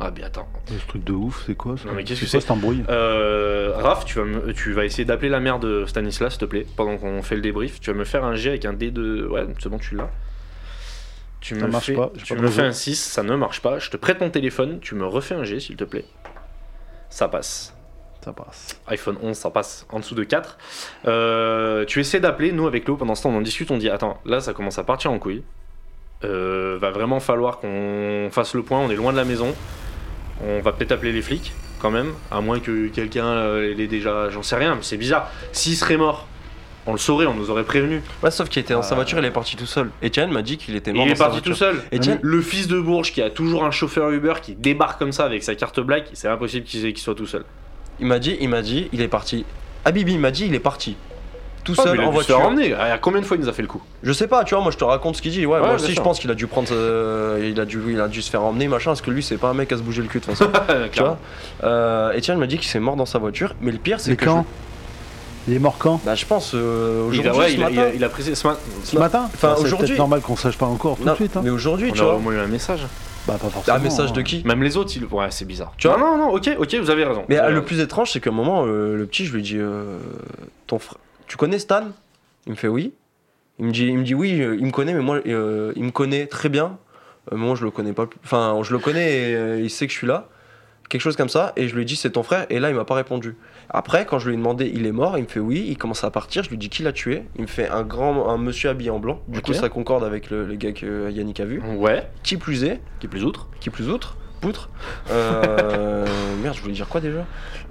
A: Ah, mais attends.
C: Ce truc de ouf, c'est quoi ça
A: Non, mais qu'est-ce que
C: quoi cet embrouille
A: Euh, Raph, tu vas, me- tu vas essayer d'appeler la mère de Stanislas, s'il te plaît, pendant qu'on fait le débrief. Tu vas me faire un G avec un D de. Ouais, c'est bon, tu l'as. Tu
C: Ça
A: me
C: marche
A: fais,
C: pas, j'ai
A: tu
C: pas
A: me
C: de
A: fais
C: réseau.
A: un 6, ça ne marche pas. Je te prête mon téléphone, tu me refais un G, s'il te plaît. Ça passe.
C: Ça passe.
A: iPhone 11, ça passe en dessous de 4. Euh, tu essaies d'appeler, nous avec l'eau, pendant ce temps, on en discute, on dit Attends, là, ça commence à partir en couille. Euh, va vraiment falloir qu'on fasse le point, on est loin de la maison. On va peut-être appeler les flics, quand même, à moins que quelqu'un euh, l'ait déjà. J'en sais rien, mais c'est bizarre. S'il serait mort, on le saurait, on nous aurait prévenu.
B: Ouais, sauf qu'il était dans sa
C: Ah.
B: voiture, il est parti tout seul. Etienne m'a dit qu'il était
A: Et
B: mort
A: il est
B: dans sa
A: parti tout
B: voiture.
A: seul.
B: Etienne,
A: Le fils de Bourges qui a toujours un chauffeur Uber qui débarque comme ça avec sa carte black, c'est impossible qu'il qu'il soit tout seul.
B: il m'a dit, il m'a dit, il est parti. Abibi m'a dit, il est parti. Tout
A: Ah, mais
B: seul
A: il a
B: en
A: dû se faire
B: voiture.
A: emmener. Ah, Combien de fois il nous a fait le coup
B: Je sais pas, tu vois, moi je te raconte ce qu'il dit. Ouais,
A: Ouais,
B: moi
A: bien
B: aussi
A: sûr.
B: je pense qu'il a dû prendre. euh, il, a dû, il a dû se faire emmener, machin, parce que lui c'est pas un mec à se bouger le cul de toute façon. tu vois euh, Etienne m'a dit qu'il s'est mort dans sa voiture, mais le pire c'est
C: C'est
B: que.
C: quand Il est mort quand
B: je- Bah je pense euh,
A: Il
B: aujourd'hui.
A: a, ouais,
B: ce
A: il, a,
B: matin.
A: il, a, il a pris ce matin.
C: Ce matin
B: Enfin,
C: Bah, c'est
B: aujourd'hui.
C: peut-être normal qu'on sache pas encore tout
B: Non,
C: de suite. hein.
B: Mais aujourd'hui,
A: On
B: tu
A: a hein.
B: vois.
A: au moins eu un message.
C: Bah,
A: Ah,
C: pas forcément.
B: Un message de qui
A: Même les autres, ils... ouais, c'est bizarre.
B: Tu vois
A: non, non, ok, ok, vous avez raison.
B: Mais
A: Vous
B: euh,
A: avez
B: le
A: raison.
B: plus étrange, c'est qu'à un moment, euh, le petit, je lui dis euh, Ton frère, tu connais Stan Il me fait oui. Il me dit, il me dit oui, euh, il me connaît, mais moi, euh, il me connaît très bien. Euh, mais moi, je le connais pas. plus- Enfin, je le connais et euh, il sait que je suis là. Quelque chose comme ça. Et je lui ai dit C'est ton frère. Et là, il m'a pas répondu. Après, quand je lui ai demandé Il est mort, il me fait oui. Il commence à partir. Je lui dis Qui l'a tué Il me fait un grand, un monsieur habillé en blanc. Du
A: Ok. Mmh.
B: coup, ça concorde avec le, les gars que euh, Yannick a vu.
A: Ouais,
B: Qui plus est,
A: qui plus outre.
B: qui plus outre, poutre. Euh, merde, je voulais dire quoi déjà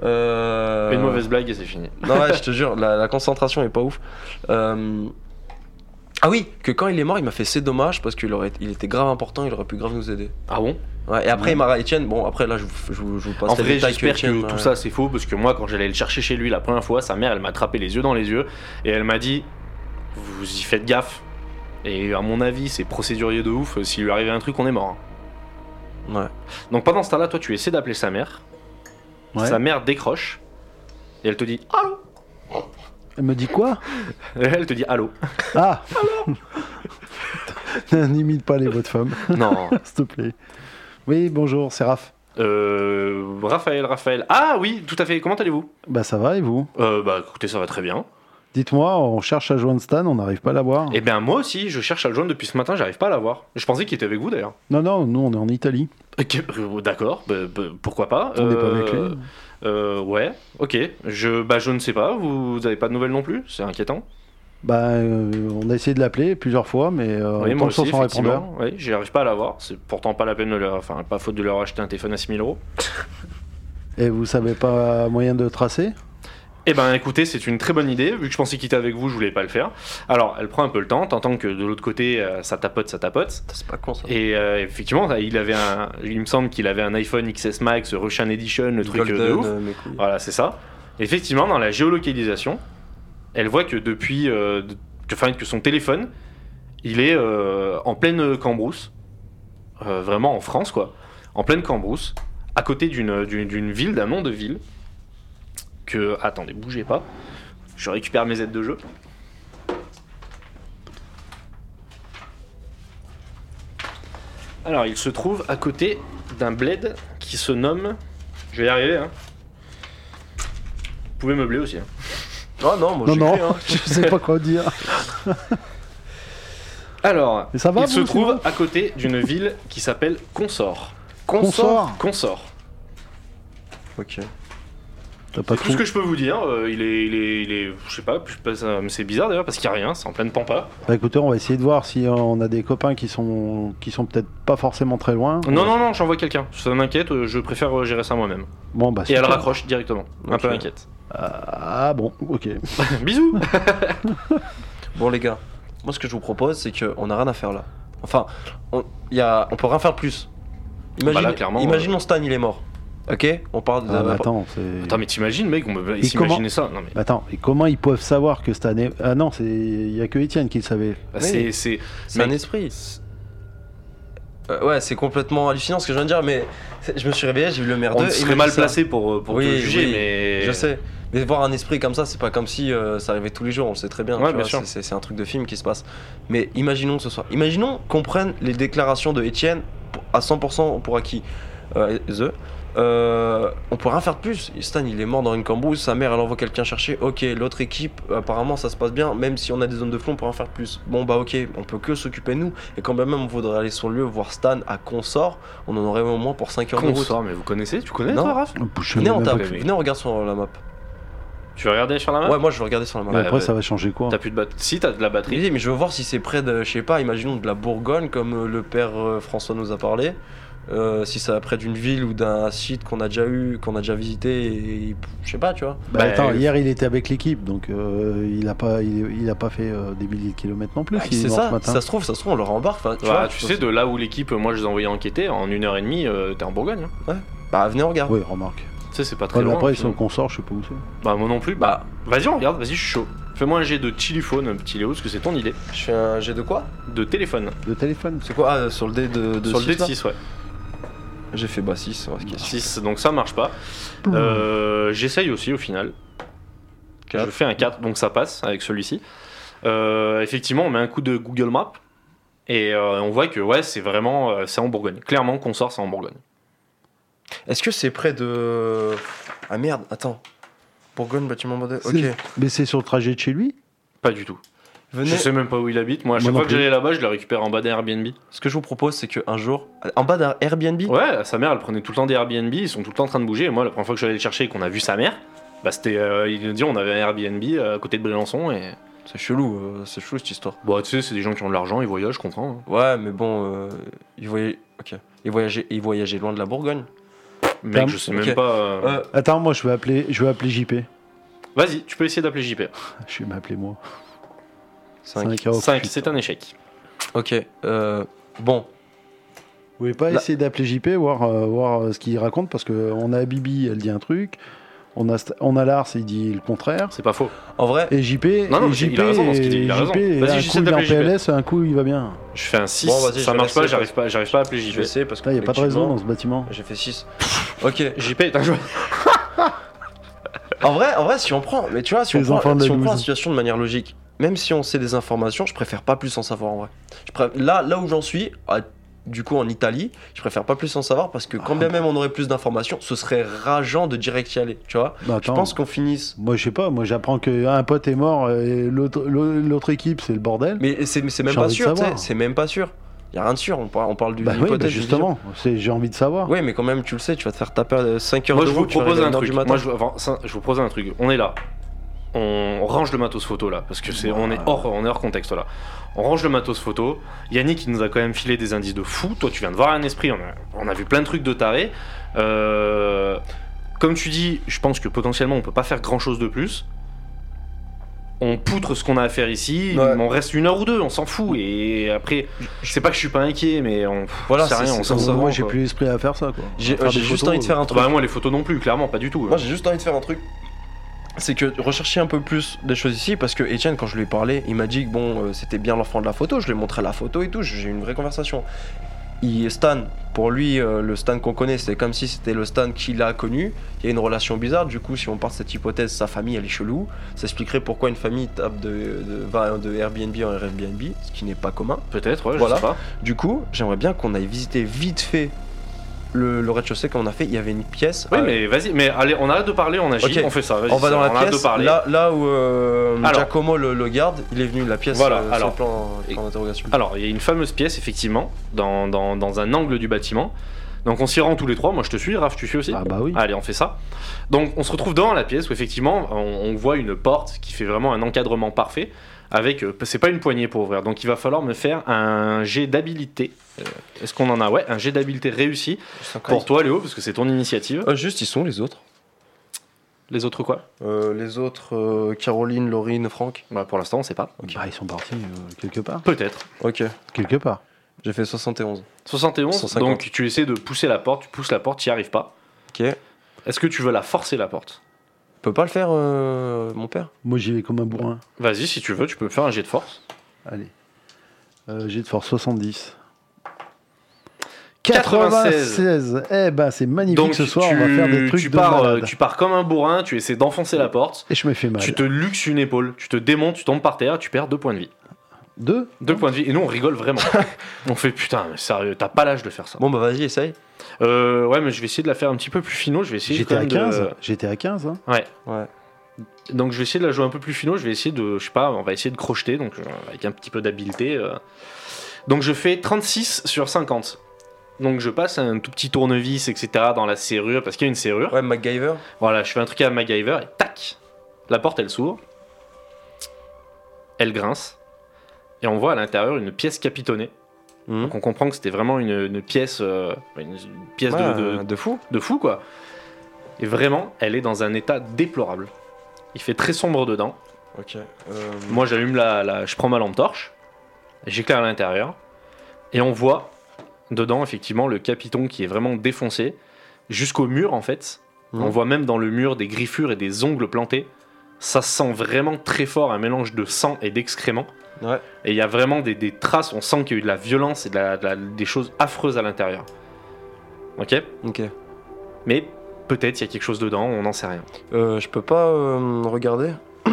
B: Euh,
A: Une mauvaise blague et c'est fini.
B: Non, ouais, je te jure, la, la concentration est pas ouf. Euh, Ah oui, que quand il est mort, il m'a fait c'est dommage parce qu'il aurait, il était grave important, il aurait pu grave nous aider.
A: Ah bon
B: Ouais, et après, il m'a Etienne. Bon, après là, je vous, je vous, je vous passe
A: En
B: les
A: vrai,
B: détails que euh,
A: j'espère
B: Étienne
A: que tout
B: m'a-
A: ça c'est faux parce que moi, quand j'allais le chercher chez lui la première fois, sa mère elle m'a attrapé les yeux dans les yeux et elle m'a dit Vous y faites gaffe. Et à mon avis, c'est procédurier de ouf. S'il lui arrivait un truc, on est mort. hein.
B: Ouais.
A: Donc pendant ce temps-là, toi, tu essaies d'appeler sa mère.
C: Ouais.
A: Sa mère décroche et elle te dit Allô
C: Elle me dit quoi
A: Elle te dit Allô.
C: Ah N'imite pas les voix de femmes,
A: Non.
C: s'il te plaît. Oui, bonjour, c'est Raph.
A: Euh, Raphaël, Raphaël. Ah oui, tout à fait. Comment allez-vous
C: Bah ça va et vous
A: euh, Bah écoutez, ça va très bien.
C: Dites-moi, on cherche à joindre Stan, on n'arrive pas à l'avoir.
A: Eh bien moi aussi, je cherche à le joindre depuis ce matin, j'arrive pas à l'avoir. Je pensais qu'il était avec vous d'ailleurs.
C: Non, non, nous on est en Italie.
A: Ok, euh, D'accord, bah, bah, pourquoi pas
C: On n'est pas
A: Euh,
C: avec lui.
A: euh, Ouais, ok. Je, bah, je ne sais pas, vous n'avez pas de nouvelles non plus C'est inquiétant.
C: Bah euh, on a essayé de l'appeler plusieurs fois, mais euh,
A: Oui, moi
C: on tombe
A: aussi,
C: sur son répondeur.
A: effectivement. Oui, j'arrive pas à l'avoir. C'est pourtant pas la peine de leur... Enfin, pas faute de leur acheter un téléphone à 6000 euros.
C: Et vous savez pas moyen de tracer
A: Eh ben écoutez, c'est une très bonne idée, vu que je pensais quitter avec vous, je voulais pas le faire. Alors, elle prend un peu le temps, t'entends que de l'autre côté, euh, ça tapote, ça tapote.
B: C'est pas con ça.
A: Et euh, effectivement, là, il avait un, il me semble qu'il avait un iPhone XS Max, Russian Edition, le truc euh,
B: Golden,
A: de ouf.
B: euh, mes couilles.
A: Voilà, c'est ça. Effectivement, dans la géolocalisation, elle voit que depuis, euh, de- que, enfin, que son téléphone, il est euh, en pleine cambrousse, Euh, vraiment en France quoi, en pleine cambrousse, à côté d'une d'une- d'une ville, d'un nom de ville. Que attendez, bougez pas. Je récupère mes aides de jeu. Alors, il se trouve à côté d'un bled qui se nomme. Je vais y arriver, hein. Vous pouvez meubler aussi. hein.
B: Ah non,
A: Oh,
B: moi
C: Non,
B: j'ai
C: non,
B: cru, hein.
C: je sais pas quoi dire.
A: Alors,
C: Mais ça va,
A: il se
C: vous,
A: trouve
C: sinon
A: à côté d'une ville qui s'appelle Consort.
C: Consort
A: Consort.
B: Ok.
C: T'as pas
A: C'est tout
C: trop.
A: ce que je peux vous dire. euh, il, est, il, est, il est- je sais pas, je sais pas, ça- mais c'est bizarre d'ailleurs parce qu'il y a rien, c'est en pleine pampa.
C: Bah, écoutez, on va essayer de voir si euh, on a des copains qui sont qui sont peut-être pas forcément très loin.
A: Non, non, non, j'envoie quelqu'un. Ça m'inquiète, euh, je préfère euh, gérer ça moi-même.
C: Bon bah.
A: Et
C: super.
A: elle raccroche directement. Un
B: Ok.
A: peu inquiète.
C: Ah bon, ok.
A: Bisous
B: Bon les gars, moi ce que je vous propose c'est qu'on a rien à faire là. Enfin, on, y a, on peut rien faire de plus. Imagine,
A: Bah là, clairement,
B: imagine mon Stan il est mort. Ok On parle de...
C: Ah, bah, attends, c'est.
A: Attends, mais t'imagines, mec, on peut
C: Et
A: s'imaginer ça. Non, mais
C: Bah, attends, et comment ils peuvent savoir que cette année. Ah non, c'est il y a que Étienne qui le savait.
A: bah,
B: Oui.
A: c'est. c'est-
B: c'est
A: mais-
B: un esprit. Euh, ouais, c'est complètement hallucinant ce que je viens de dire, mais c'est- je me suis réveillé, j'ai vu le maire
A: On
B: d'eux, il
A: serait
B: m'a
A: mal
B: dit ça.
A: placé pour, euh, pour
B: Oui,
A: te juger,
B: oui,
A: mais.
B: Je sais. Mais voir un esprit comme ça, c'est pas comme si euh, ça arrivait tous les jours, on le sait très bien.
A: Ouais,
B: tu
A: bien
B: vois,
A: sûr.
B: c'est- C'est c'est un truc de film qui se passe. Mais imaginons ce soir. Imaginons qu'on prenne les déclarations de Étienne pour- à 100% pour acquis. Euh, the. Euh, on peut rien faire de plus. Stan, il est mort dans une cambrousse, sa mère, elle envoie quelqu'un chercher. Ok, l'autre équipe, apparemment, ça se passe bien. Même si on a des zones de flou, on peut rien faire de plus. Bon, bah ok, on peut que s'occuper de nous. Et quand bien même on voudrait aller sur le lieu voir Stan à consort, on en aurait au moins pour 5 heures de route.
A: Consort, mais vous connaissez Tu connais,
B: Non.
A: toi, Raph
C: Oh, Je
B: Venez,
C: savais
B: on
C: même
B: tape.
C: pas que-
A: mais-
B: Venez, on regarde sur la map.
A: Tu veux regarder sur la map
B: Ouais, moi je vais regarder sur la map.
C: Mais après,
A: bah,
C: ça va changer quoi
A: T'as plus de batterie. Si, t'as de la
B: Il
A: batterie.
B: dit, mais je veux voir si c'est près de, je sais pas, imaginons de la Bourgogne comme euh, le père euh, François nous a parlé. Euh, si c'est près d'une ville ou d'un site qu'on a déjà eu, qu'on a déjà visité, et, je sais pas, tu vois.
C: Bah,
A: Bah,
C: attends,
A: euh,
C: hier il était avec l'équipe, donc euh, il a pas, il, il a pas fait euh, des milliers de kilomètres non plus.
A: Ah,
B: Bah,
C: il est
B: c'est
C: mort
B: ça,
C: ce matin.
B: si ça se trouve, ça se trouve, on leur embarque. enfin,
A: Voilà,
B: vois,
A: tu
B: faut-
A: sais, de là où l'équipe, moi je les ai envoyés enquêter, en une heure et demie, euh, t'es en Bourgogne. hein.
B: Bah, venez, on regarde.
C: Oui, remarque.
A: Tu sais, c'est pas très
C: Ouais, mais
A: loin.
C: après, ils sont
A: finalement.
C: au consort, je sais pas où c'est.
A: Bah, moi non plus. Bah,
B: Bah,
A: vas-y, on regarde, vas-y, je suis chaud. Fais-moi un jet de téléphone, un petit Léo, parce que c'est ton idée.
B: je fais un jet de quoi
A: De téléphone.
C: Le téléphone.
B: C'est quoi Ah, euh, sur le dé de, de
A: Sur le
B: six, là
A: D6, ouais.
B: J'ai fait bah 6. Ouais, qu'est-ce que-
A: 6, donc ça marche pas.
C: Mmh.
A: Euh, J'essaye aussi au final.
B: Quatre.
A: Je fais un 4, donc ça passe avec celui-ci. Euh, effectivement, on met un coup de Google Maps et euh, on voit que ouais, c'est vraiment euh, c'est en Bourgogne. Clairement, qu'on sort, c'est en Bourgogne.
B: Est-ce que c'est près de. Ah merde, attends. Bourgogne, bâtiment modèle. Ok.
C: C'est- Mais c'est sur le trajet de chez lui
A: Pas du tout. Je
B: Venez.
A: sais même pas où il habite. Moi, à
C: Moi
A: chaque
C: non
A: fois que
C: plus.
A: j'allais là-bas, je le récupère en bas d'un Airbnb.
B: Ce que je vous propose, c'est qu'un jour, en bas d'un Airbnb,
A: Ouais, sa mère, elle prenait tout le temps des Airbnb. Ils sont tout le temps en train de bouger. Et moi, la première fois que j'allais le chercher et qu'on a vu sa mère, bah c'était. euh, il nous dit, on avait un Airbnb euh, à côté de Briançon. Et.
B: c'est chelou, euh, c'est chelou cette histoire.
A: Bon, tu sais, c'est des gens qui ont de l'argent, ils voyagent, je comprends. hein.
B: Ouais, mais bon, euh, il voyageait. Ok. Il voyageait, il voyageait loin de la Bourgogne.
A: Mec,
C: Tam-
A: je sais
B: ok.
A: même pas. euh,
B: Euh,
C: Attends, moi je vais appeler, je vais appeler JP.
A: Vas-y, tu peux essayer d'appeler JP.
C: Je vais m'appeler moi.
B: cinq.
C: Cinq, oh,
A: 5,
C: putain.
A: c'est un échec.
B: Ok. euh, bon.
C: Vous pouvez pas
B: Là-
C: essayer d'appeler JP, voir, euh, voir euh, ce qu'il raconte, parce que on a Bibi, elle dit un truc. On a, St- on a Lars, il dit le contraire.
A: C'est pas faux.
B: En vrai,
C: Et JP,
A: Non, non,
C: et
A: mais
C: JP,
A: il a raison dans ce qu'il dit, il a raison.
C: JP,
A: Vas-y,
C: un
A: j'essaie
C: coup il est en
A: d'appeler JP.
C: PLS, un coup il va bien.
A: Je fais un 6,
B: Bon, vas-y, je
A: ça
B: vais
A: marche pas,
B: laisser,
A: j'arrive pas, j'arrive pas à appeler
B: je
A: JP.
B: sais parce que.
C: Là, il n'y a pas de raison dans
B: collectivement,
C: ce bâtiment.
B: J'ai fait 6. Ok.
A: JP est un joueur.
B: En vrai, en vrai, si on prend, mais tu vois, si, on
C: Les
B: prend,
C: enfants de la
B: si on prend la
C: Louise.
B: situation de manière logique, même si on sait des informations, je préfère pas plus en savoir en vrai. Je préf- Là, là où j'en suis, à- du coup en Italie, je préfère pas plus en savoir parce que quand
C: Ah.
B: bien même on aurait plus d'informations, ce serait rageant de direct y aller, tu vois. Je
C: Bah, attends.
B: pense qu'on finisse.
C: Moi, je sais pas, moi j'apprends qu'un pote est mort euh, et l'autre- l'autre l'autre équipe, c'est le bordel.
B: Mais c'est mais c'est même
C: J'ai
B: pas
C: envie de
B: sûr, tu sais,
C: savoir.
B: c'est même pas sûr. Y a rien de sûr, on parle, on parle d'une
C: bah oui,
B: hypothèse.
C: bah
B: d'une
C: justement, c'est- j'ai envie de
B: vision.
C: savoir.
B: Oui, mais quand même, tu le sais, tu vas te faire taper 5 heures
A: Moi,
B: de
A: je vous
B: route, tu vas
A: propose
B: arriver à
A: un
B: une heure
A: truc.
B: du matin.
A: Moi, je, enfin, ça, je vous propose un truc. On est là. On on range le matos photo là, parce que c'est, on est hors, on est hors contexte là. On range le matos photo. Yannick, il nous a quand même filé des indices de fou. Toi, tu viens de voir un esprit. On a, on a vu plein de trucs de taré. Euh, comme tu dis, je pense que potentiellement, on peut pas faire grand chose de plus. On poutre ce qu'on a à faire ici.
B: Ouais.
A: On reste une heure ou deux. On s'en fout. Et après, je sais pas que je suis pas inquiet, mais on.
B: Voilà,
A: c'est
B: c'est-
A: rien.
B: c'est-
A: On
B: sans
A: s'en
C: Moi,
A: fout.
B: savoir,
C: j'ai
B: quoi.
C: plus l'esprit à faire ça. quoi.
B: J'ai euh,
C: Faire
B: j'ai
C: des
B: juste
C: photos, euh.
B: envie de faire un truc.
A: Bah, moi, les photos non plus. Clairement, pas du tout.
B: Moi j'ai juste envie de faire un truc. C'est que rechercher un peu plus des choses ici parce que Étienne quand je lui ai parlé, il m'a dit que bon euh, c'était bien l'enfant de la photo, je lui ai montré la photo et tout, j'ai eu une vraie conversation. Il Stan, pour lui euh, le Stan qu'on connaît, c'est comme si c'était le Stan qu'il a connu, il y a une relation bizarre, du coup si on part de cette hypothèse, sa famille elle est chelou, ça expliquerait pourquoi une famille tape de, de, va de Airbnb en Airbnb, ce qui n'est pas commun.
A: Peut-être, ouais,
B: Voilà.
A: je sais pas.
B: Du coup, j'aimerais bien qu'on aille visiter vite fait le, le rez-de-chaussée comme on a fait, il y avait une pièce
A: Oui,
B: euh,
A: mais vas-y, mais allez, on arrête de parler, on agit,
B: Ok.
A: on fait ça. vas-y,
B: On va
A: ça,
B: dans la
A: arrête de
B: pièce,
A: parler.
B: là, là où euh,
A: Alors.
B: Giacomo le, le garde, il est venu, la pièce,
A: Voilà,
B: euh,
A: alors.
B: sur le plan, plan d'interrogation.
A: Alors, il y a une fameuse pièce, effectivement, dans, dans- dans un angle du bâtiment, Donc on s'y rend tous les trois. Moi je te suis, Raph, tu suis aussi.
C: Ah bah oui.
A: Allez, on fait ça. Donc on se retrouve dans la pièce où effectivement on, on voit une porte qui fait vraiment un encadrement parfait. Avec, euh, c'est pas une poignée pour ouvrir, donc il va falloir me faire un jet d'habilité. Euh, Est-ce qu'on en a Ouais, un jet d'habilité réussi pour toi, Léo, parce que c'est ton initiative.
B: Euh, juste, ils sont les autres.
A: Les autres quoi
B: Euh, les autres, euh, Caroline, Laurine, Franck.
A: Bah, Pour l'instant, on sait pas.
C: Bah, ils sont partis euh, quelque part.
A: Peut-être.
B: Ok,
C: Quelque part.
B: j'ai fait 71.
A: 71,
B: 150.
A: donc tu essaies de pousser la porte, tu pousses la porte, tu n'y arrives pas.
B: Ok. On
A: Est-ce que tu veux la forcer la porte
B: peut pas le faire, euh, mon père
C: Moi, j'y vais comme un bourrin.
A: Vas-y, si tu veux, tu peux me faire un jet de force.
C: Allez. Euh, J'ai de force 70.
A: 96.
C: 96. Eh ben, c'est magnifique
A: Donc
C: ce soir.
A: tu,
C: on va faire des trucs
A: tu
C: de
A: pars, euh,
C: malade.
A: tu pars comme un bourrin, tu essaies d'enfoncer la porte,
C: Et je me fais mal.
A: tu te luxes une épaule, tu te démontes, tu tombes par terre, tu perds deux points de vie.
C: Deux
A: Deux points de vie, et nous on rigole vraiment. on fait putain, mais sérieux, t'as pas l'âge de faire ça.
B: Bon, bah vas-y, essaye.
A: Euh, ouais, mais je vais essayer de la faire un petit peu plus fino, je vais essayer
C: J'étais
A: quand
C: à
A: même euh, de-
C: 15. J'étais à 15. hein.
A: Ouais,
B: Ouais.
A: donc je vais essayer de la jouer un peu plus fino, je vais essayer de, je sais pas, on va essayer de crocheter, donc euh, avec un petit peu d'habileté. euh. Donc je fais 36 sur 50. Donc je passe un tout petit tournevis, etc. dans la serrure, parce qu'il y a une serrure.
B: Ouais, MacGyver.
A: Voilà, je fais un truc à MacGyver et tac La porte elle s'ouvre, elle grince, et on voit à l'intérieur une pièce capitonnée.
B: Mhm.
A: Donc on comprend que c'était vraiment une, une pièce, euh, une, une pièce de-
B: Ouais,
A: de,
B: de fou.
A: de fou quoi. Et vraiment, elle est dans un état déplorable. Il fait très sombre dedans.
B: Ok. euh,
A: Moi, j'allume la, la- je prends ma lampe torche, j'éclaire à l'intérieur, et on voit dedans effectivement le capiton qui est vraiment défoncé jusqu'au mur en fait.
B: Mhm.
A: On voit même dans le mur des griffures et des ongles plantés. Ça sent vraiment très fort un mélange de sang et d'excréments.
B: Ouais.
A: Et il y a vraiment des, des traces. On sent qu'il y a eu de la violence et de la- de la- des choses affreuses à l'intérieur. Ok.
B: Ok.
A: Mais peut-être il y a quelque chose dedans, on n'en sait rien.
B: Euh, je peux pas euh, regarder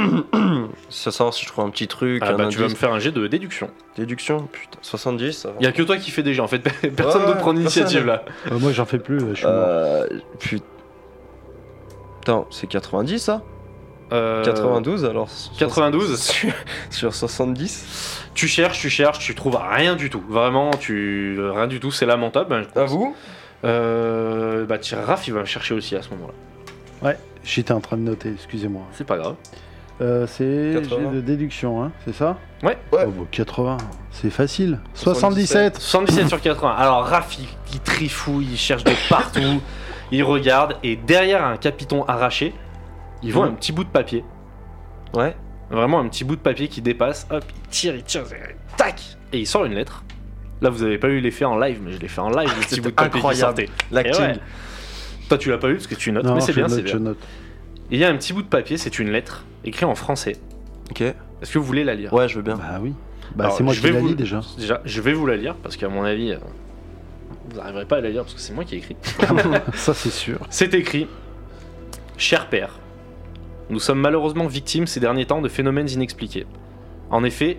B: Ça savoir si je trouve un petit truc,
A: Ah
B: un
A: bah,
B: indice.
A: tu vas me faire un jet de déduction.
B: Déduction, putain, 70, ça va.
A: Il y a que toi qui fais des jets en fait, personne
B: Ouais,
A: d'autre prend
B: personne.
A: l'initiative là.
C: Euh, moi, j'en fais plus. Je suis mort.
B: Euh, put- Putain, c'est 90 ça
A: Euh,
B: 92 alors sur-
A: 92
B: sur, sur 70
A: Tu cherches, tu cherches, tu trouves rien du tout. Vraiment, tu rien du tout, c'est lamentable. hein,
B: À Ah, vous
A: Euh, bah tiens, Raph il va me chercher aussi à ce moment-là.
C: J'étais en train de noter, excusez-moi.
A: C'est pas grave.
C: Euh, c'est
B: 80.
C: j'ai de déduction, hein, c'est ça
A: Ouais.
B: Ouais.
C: Oh, bah, 80, c'est facile. 77.
A: 77 sur 80. Alors Raph il, il trifouille, il cherche de partout, il regarde et derrière un capiton arraché, il voit
B: Mhm.
A: un petit bout de papier.
B: Ouais.
A: Vraiment un petit bout de papier qui dépasse, hop, il tire, il tire, il- tac, et il sort une lettre. Là, vous avez pas eu l'effet en live, mais je l'ai fait en live, le petit
B: Ah, C'était
A: bout de papier qui
B: incroyable.
A: sortait. Et
B: L'acting.
A: ouais. Toi, tu l'as pas eu parce que tu notes,
C: Non,
A: mais c'est
C: je
A: bien,
C: note,
A: c'est
C: Je
A: bien.
C: note.
A: Il y a un petit bout de papier, c'est une lettre écrite en français.
B: Ok.
A: Est-ce que vous voulez la lire
B: Ouais, je veux bien.
C: Bah oui. Bah,
A: Alors,
C: c'est moi
A: je
C: qui
A: vais
C: la
A: vous-
C: lis déjà.
A: Déjà, je vais vous la lire parce qu'à mon avis, euh, vous n'arriverez pas à la lire parce que c'est moi qui ai écrit.
C: ça, c'est sûr.
A: C'est écrit Cher père, nous sommes malheureusement victimes ces derniers temps de phénomènes inexpliqués. En effet,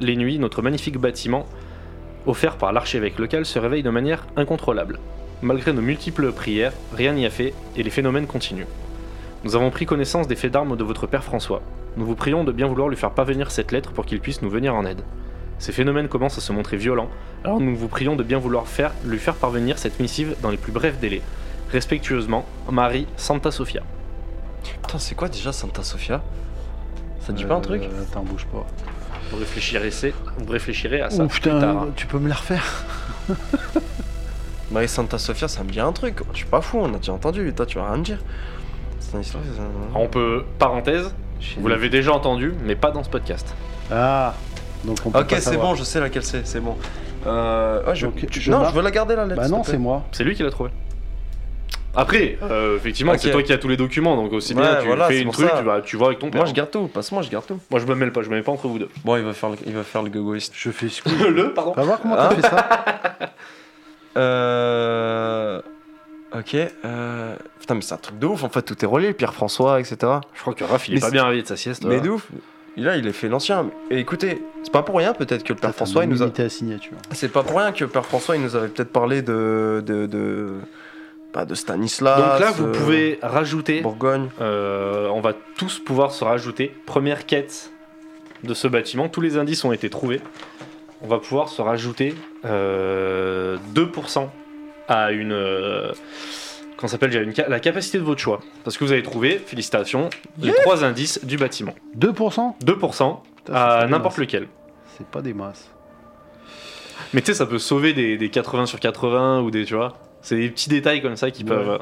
A: les nuits, notre magnifique bâtiment, offert par l'archevêque local, se réveille de manière incontrôlable. Malgré nos multiples prières, rien n'y a fait et les phénomènes continuent. Nous avons pris connaissance des faits d'armes de votre père François. Nous vous prions de bien vouloir lui faire parvenir cette lettre pour qu'il puisse nous venir en aide. Ces phénomènes commencent à se montrer violents, alors nous vous prions de bien vouloir faire, lui faire parvenir cette missive dans les plus brefs délais. Respectueusement, Marie Santa Sofia.
B: Putain, c'est quoi déjà Santa Sofia Ça te dit pas un truc
C: Euh, Attends, bouge pas.
A: Vous réfléchirez, c'est- vous réfléchirez à ça
C: Oh
A: plus tard. hein.
C: putain,
B: hein.
C: tu peux me la refaire
B: Marie bah, Santa Sofia, ça me dit un truc. Je suis pas fou, on a déjà entendu. Toi, tu vas rien me dire. C'est une histoire. c'est un-
A: On peut, parenthèse,
C: Chez
A: vous
C: lui.
A: l'avez déjà entendu, mais pas dans ce podcast.
C: Ah Donc on peut
B: Ok,
C: pas
B: c'est
C: savoir.
B: bon, je sais laquelle c'est, c'est bon. Euh, ouais, je,
C: Donc,
B: tu-
C: je
B: non,
C: marque.
B: je veux la garder la lettre.
C: Bah
B: s'il
C: non,
B: te
C: c'est
B: plaît.
C: moi.
A: C'est lui qui l'a trouvé. Après, euh, effectivement,
B: Ok.
A: c'est toi qui as tous les documents, donc aussi
B: Ouais,
A: bien tu
B: voilà,
A: fais
B: c'est
A: une
B: pour
A: truc,
B: ça.
A: tu, vas, tu vois avec ton père.
B: Moi je garde tout, passe moi je garde tout.
A: Moi, je me mêle pas, je me mets pas entre vous deux.
B: Bon, il va faire le, il va faire le gogoïste.
C: Je fais squeeze.
A: Le, pardon.
C: Va voir comment
B: Hein
C: t'as fait ça.
B: Euh. Ok. Euh... Putain, mais c'est un truc de ouf en fait, tout est relié, Pierre-François, etc.
A: Je crois que Raph, il est
B: Mais
A: pas
B: c'est-
A: bien réveillé de sa sieste.
B: Mais
A: là.
B: de ouf. Là, il est fait l'ancien. Et écoutez, c'est pas pour rien peut-être que le
C: T'as
B: Père-François, il nous a.
C: limité à signature.
B: C'est pas pour rien que le Père-François, il nous avait peut-être parlé de. de. de. Bah, de Stanislas.
A: Donc là, vous
B: euh,
A: pouvez rajouter.
B: Bourgogne.
A: euh, on va tous pouvoir se rajouter. Première quête de ce bâtiment. Tous les indices ont été trouvés. On va pouvoir se rajouter euh, 2% à une. euh, qu'on s'appelle déjà une ca- la capacité de votre choix. Parce que vous avez trouvé, félicitations, les trois indices du bâtiment.
C: 2%
A: 2%
C: Putain, c'est pas
A: à
C: des
A: n'importe
C: masses.
A: lequel.
C: C'est pas des masses.
A: Mais tu sais, ça peut sauver des, des 80 sur 80 ou des, tu vois. C'est des petits détails comme ça qui
C: Ouais.
A: peuvent.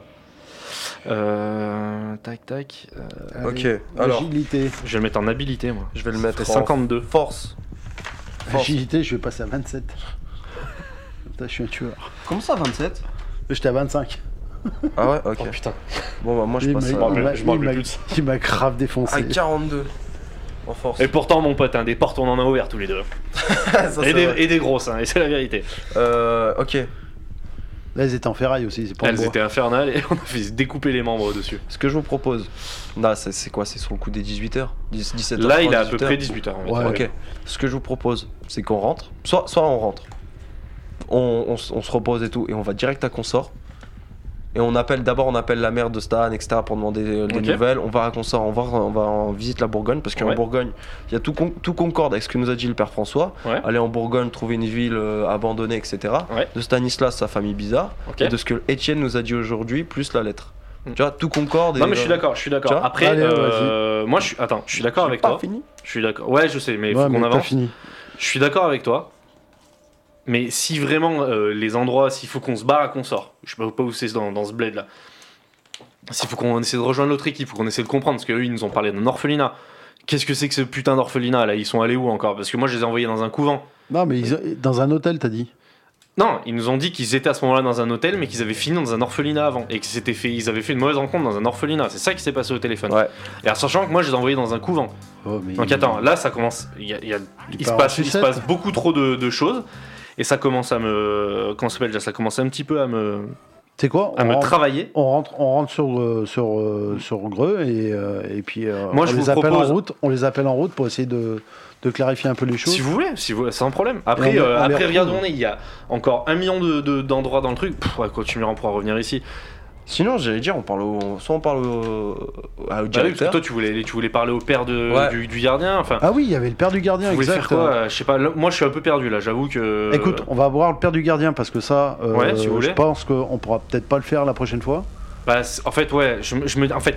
A: Euh, tac, tac. euh,
B: Ok,
C: Allez,
B: alors.
C: Agilité.
A: je vais le mettre en habilité, moi.
B: Je vais le
A: Ça
B: mettre
A: fait
B: en
A: 52.
B: force. Force.
C: Agilité, je vais passer à 27. Putain, je suis un tueur.
D: Comment ça, 27
C: J'étais à 25.
B: Ah ouais, ok.
A: Oh putain,
B: Bon bah moi je
C: Il
B: passe
C: m'a-
A: m'en
B: à,
A: rappelle-
C: il m'a-
A: je m'en
C: il
A: rappelle
C: m'a-
A: plus de ça.
C: Il m'a grave
B: à
C: défoncé.
B: 42 en force.
A: Et pourtant, mon pote, hein, des portes, on en a ouvert tous les deux.
B: Ça, c'est
A: et, des,
B: vrai.
A: et des grosses, hein, et c'est la vérité.
B: Euh, ok.
C: Là, ils étaient en ferraille aussi, c'est pas en
A: Elles
C: bois.
A: étaient infernales et on a fait se découper les membres dessus.
B: Ce que je vous propose. Là, c'est c'est quoi C'est sur le coup des 18h 17h
A: Là, il a à peu près 18 heures. on va
C: Ouais.
A: dire.
B: Ok. Ce que je vous propose, c'est qu'on rentre. Soit, soit on rentre. On, on s- on se repose et tout, et on va direct à Consort. Et on appelle d'abord, on appelle la mère de Stan, etc. pour demander euh, des
A: Ok.
B: nouvelles. On va à Consort, on va, on va en visite la Bourgogne parce qu'en
A: Ouais.
B: Bourgogne, il y a tout, con- tout concorde avec ce que nous a dit le père François.
A: Ouais.
B: Aller en Bourgogne, trouver une ville euh, abandonnée, etc.
A: Ouais.
B: De Stanislas, sa famille bizarre,
A: Ok.
B: et de ce que Étienne nous a dit aujourd'hui, plus la lettre.
A: Mm.
B: Tu vois, tout concorde. et- euh,
A: Non mais je suis d'accord, je suis
B: Tu
A: d'accord.
B: vois
A: Après,
C: Allez,
A: euh, moi je suis, attends, je suis d'accord
B: J'ai
A: avec
B: pas
A: toi.
B: fini.
A: Je suis d'accord. Ouais, je sais, mais faut
C: Ouais,
A: qu'on
C: mais t'as
A: avance.
C: fini.
A: Je suis d'accord avec toi. Mais si vraiment euh, les endroits, s'il faut qu'on se barre à qu'on sort, je sais pas- pas où c'est dans, dans ce bled là. S'il faut qu'on essaie de rejoindre l'autre équipe, faut qu'on essaie de comprendre parce qu'eux ils nous ont parlé d'un orphelinat. Qu'est-ce que c'est que ce putain d'orphelinat là Ils sont allés où encore Parce que moi je les ai envoyés dans un couvent.
C: Non, mais ils- dans un hôtel, t'as dit.
A: Non, ils nous ont dit qu'ils étaient à ce moment-là dans un hôtel, mais qu'ils avaient fini dans un orphelinat avant et que c'était fait, ils avaient fait une mauvaise rencontre dans un orphelinat. C'est ça qui s'est passé au téléphone.
B: Ouais.
A: Et en sachant que moi je les ai envoyés dans un couvent.
C: Oh, mais
A: Donc attends, là ça commence. il y a- il y a- il, se
C: part en
A: passe, il se
C: sucette.
A: passe beaucoup trop de, de choses. Et ça commence à me. Comment ça s'appelle déjà Ça commence un petit peu à me,
C: C'est quoi
A: à
C: on
A: me
C: rentre,
A: travailler.
C: on rentre, on rentre sur, euh, sur, euh, sur Greux et, euh, et puis euh,
A: Moi,
C: on
A: je
C: les
A: vous
C: appelle
A: propose-
C: en route. On les appelle en route pour essayer de, de clarifier un peu les choses.
A: Si vous voulez, si vous, sans problème. Après,
C: Et on-
A: euh,
C: on les
A: après
C: retrouve.
A: regarde, on est. Il y a encore un million d'endroits de, d'endroits dans le truc. Pff, ouais, quand tu m'y rends, on pourra revenir ici. Bah
B: Sinon, j'allais dire, on parle au, soit on parle au, à- au
A: Bah oui, parce
B: directeur.
A: que toi, tu voulais, tu voulais parler au père de,
B: Ouais.
A: du, du gardien. Enfin,
C: Ah oui, il y avait le père du
A: tu
C: gardien,
A: voulais
C: exact.
A: faire quoi euh, Je sais pas. là, moi, je suis un peu perdu là. J'avoue que.
C: Écoute, on va voir le père du gardien parce que ça, euh,
A: Ouais, si vous
C: je
A: voulez.
C: pense qu'on pourra peut-être pas le faire la prochaine fois.
A: Bah, c'est- en fait, ouais, je, me- je me, en fait,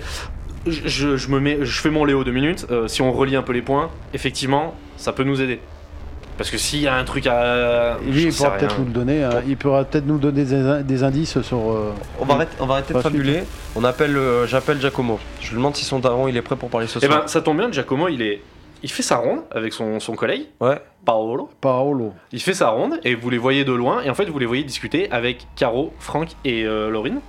A: je, je- je me mets, je fais mon Léo deux minutes. euh, si on relie un peu les points, effectivement, ça peut nous aider. Parce que s'il y a un truc à,
C: Et lui,
A: je
C: il
A: sais
C: pourra
A: rien.
C: peut-être nous le donner. hein. Il pourra peut-être nous donner des, in- des indices sur. euh,
B: On va arrêter, on va arrêter de
C: Pas
B: fabuler. On appelle, euh, j'appelle Giacomo. Je lui demande si son daron il est prêt pour parler ce
A: Eh
B: soir.
A: ben, ça tombe bien. Giacomo, il est, il fait sa ronde avec son, son collègue
B: Ouais.
A: Paolo.
C: Paolo.
A: Il fait sa ronde et vous les voyez de loin. Et en fait, vous les voyez discuter avec Caro, Franck et euh, Laurine.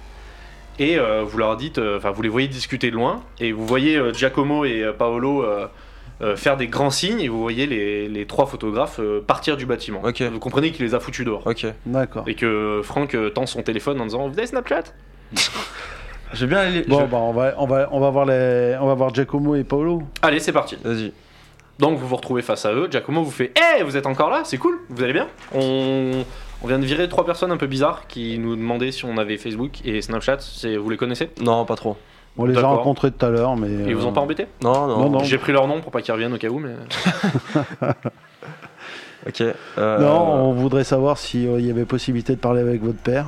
A: Et euh, vous leur dites, euh, enfin, vous les voyez discuter de loin. Et vous voyez euh, Giacomo et euh, Paolo euh, euh, faire des grands signes. Et vous voyez les, les trois photographes euh, partir du bâtiment.
B: Ok.
A: Vous comprenez qu'il les a foutus dehors.
B: Ok.
C: D'accord.
A: Et que Franck euh, tend son téléphone en disant Vous avez Snapchat
B: J'ai bien allé.
C: Bon,
B: je-
C: bah, on va, on va, on va voir les, on va voir Giacomo et Paolo.
A: Allez, c'est parti.
B: Vas-y.
A: Donc vous vous retrouvez face à eux. Giacomo vous fait Eh, vous êtes encore là C'est cool, vous allez bien on... on vient de virer trois personnes un peu bizarres qui nous demandaient si on avait Facebook et Snapchat. C'est- Vous les connaissez
B: Non, pas trop.
C: On les a
A: D'accord.
C: rencontrés tout à l'heure, mais.
A: Ils vous ont
C: euh,
A: pas embêté
B: Non, non.
C: Non, non.
A: J'ai pris leur nom pour pas qu'ils reviennent au cas où, mais. euh,
B: Ok. euh,
C: Non, on voudrait savoir s'il y avait possibilité de parler avec votre père.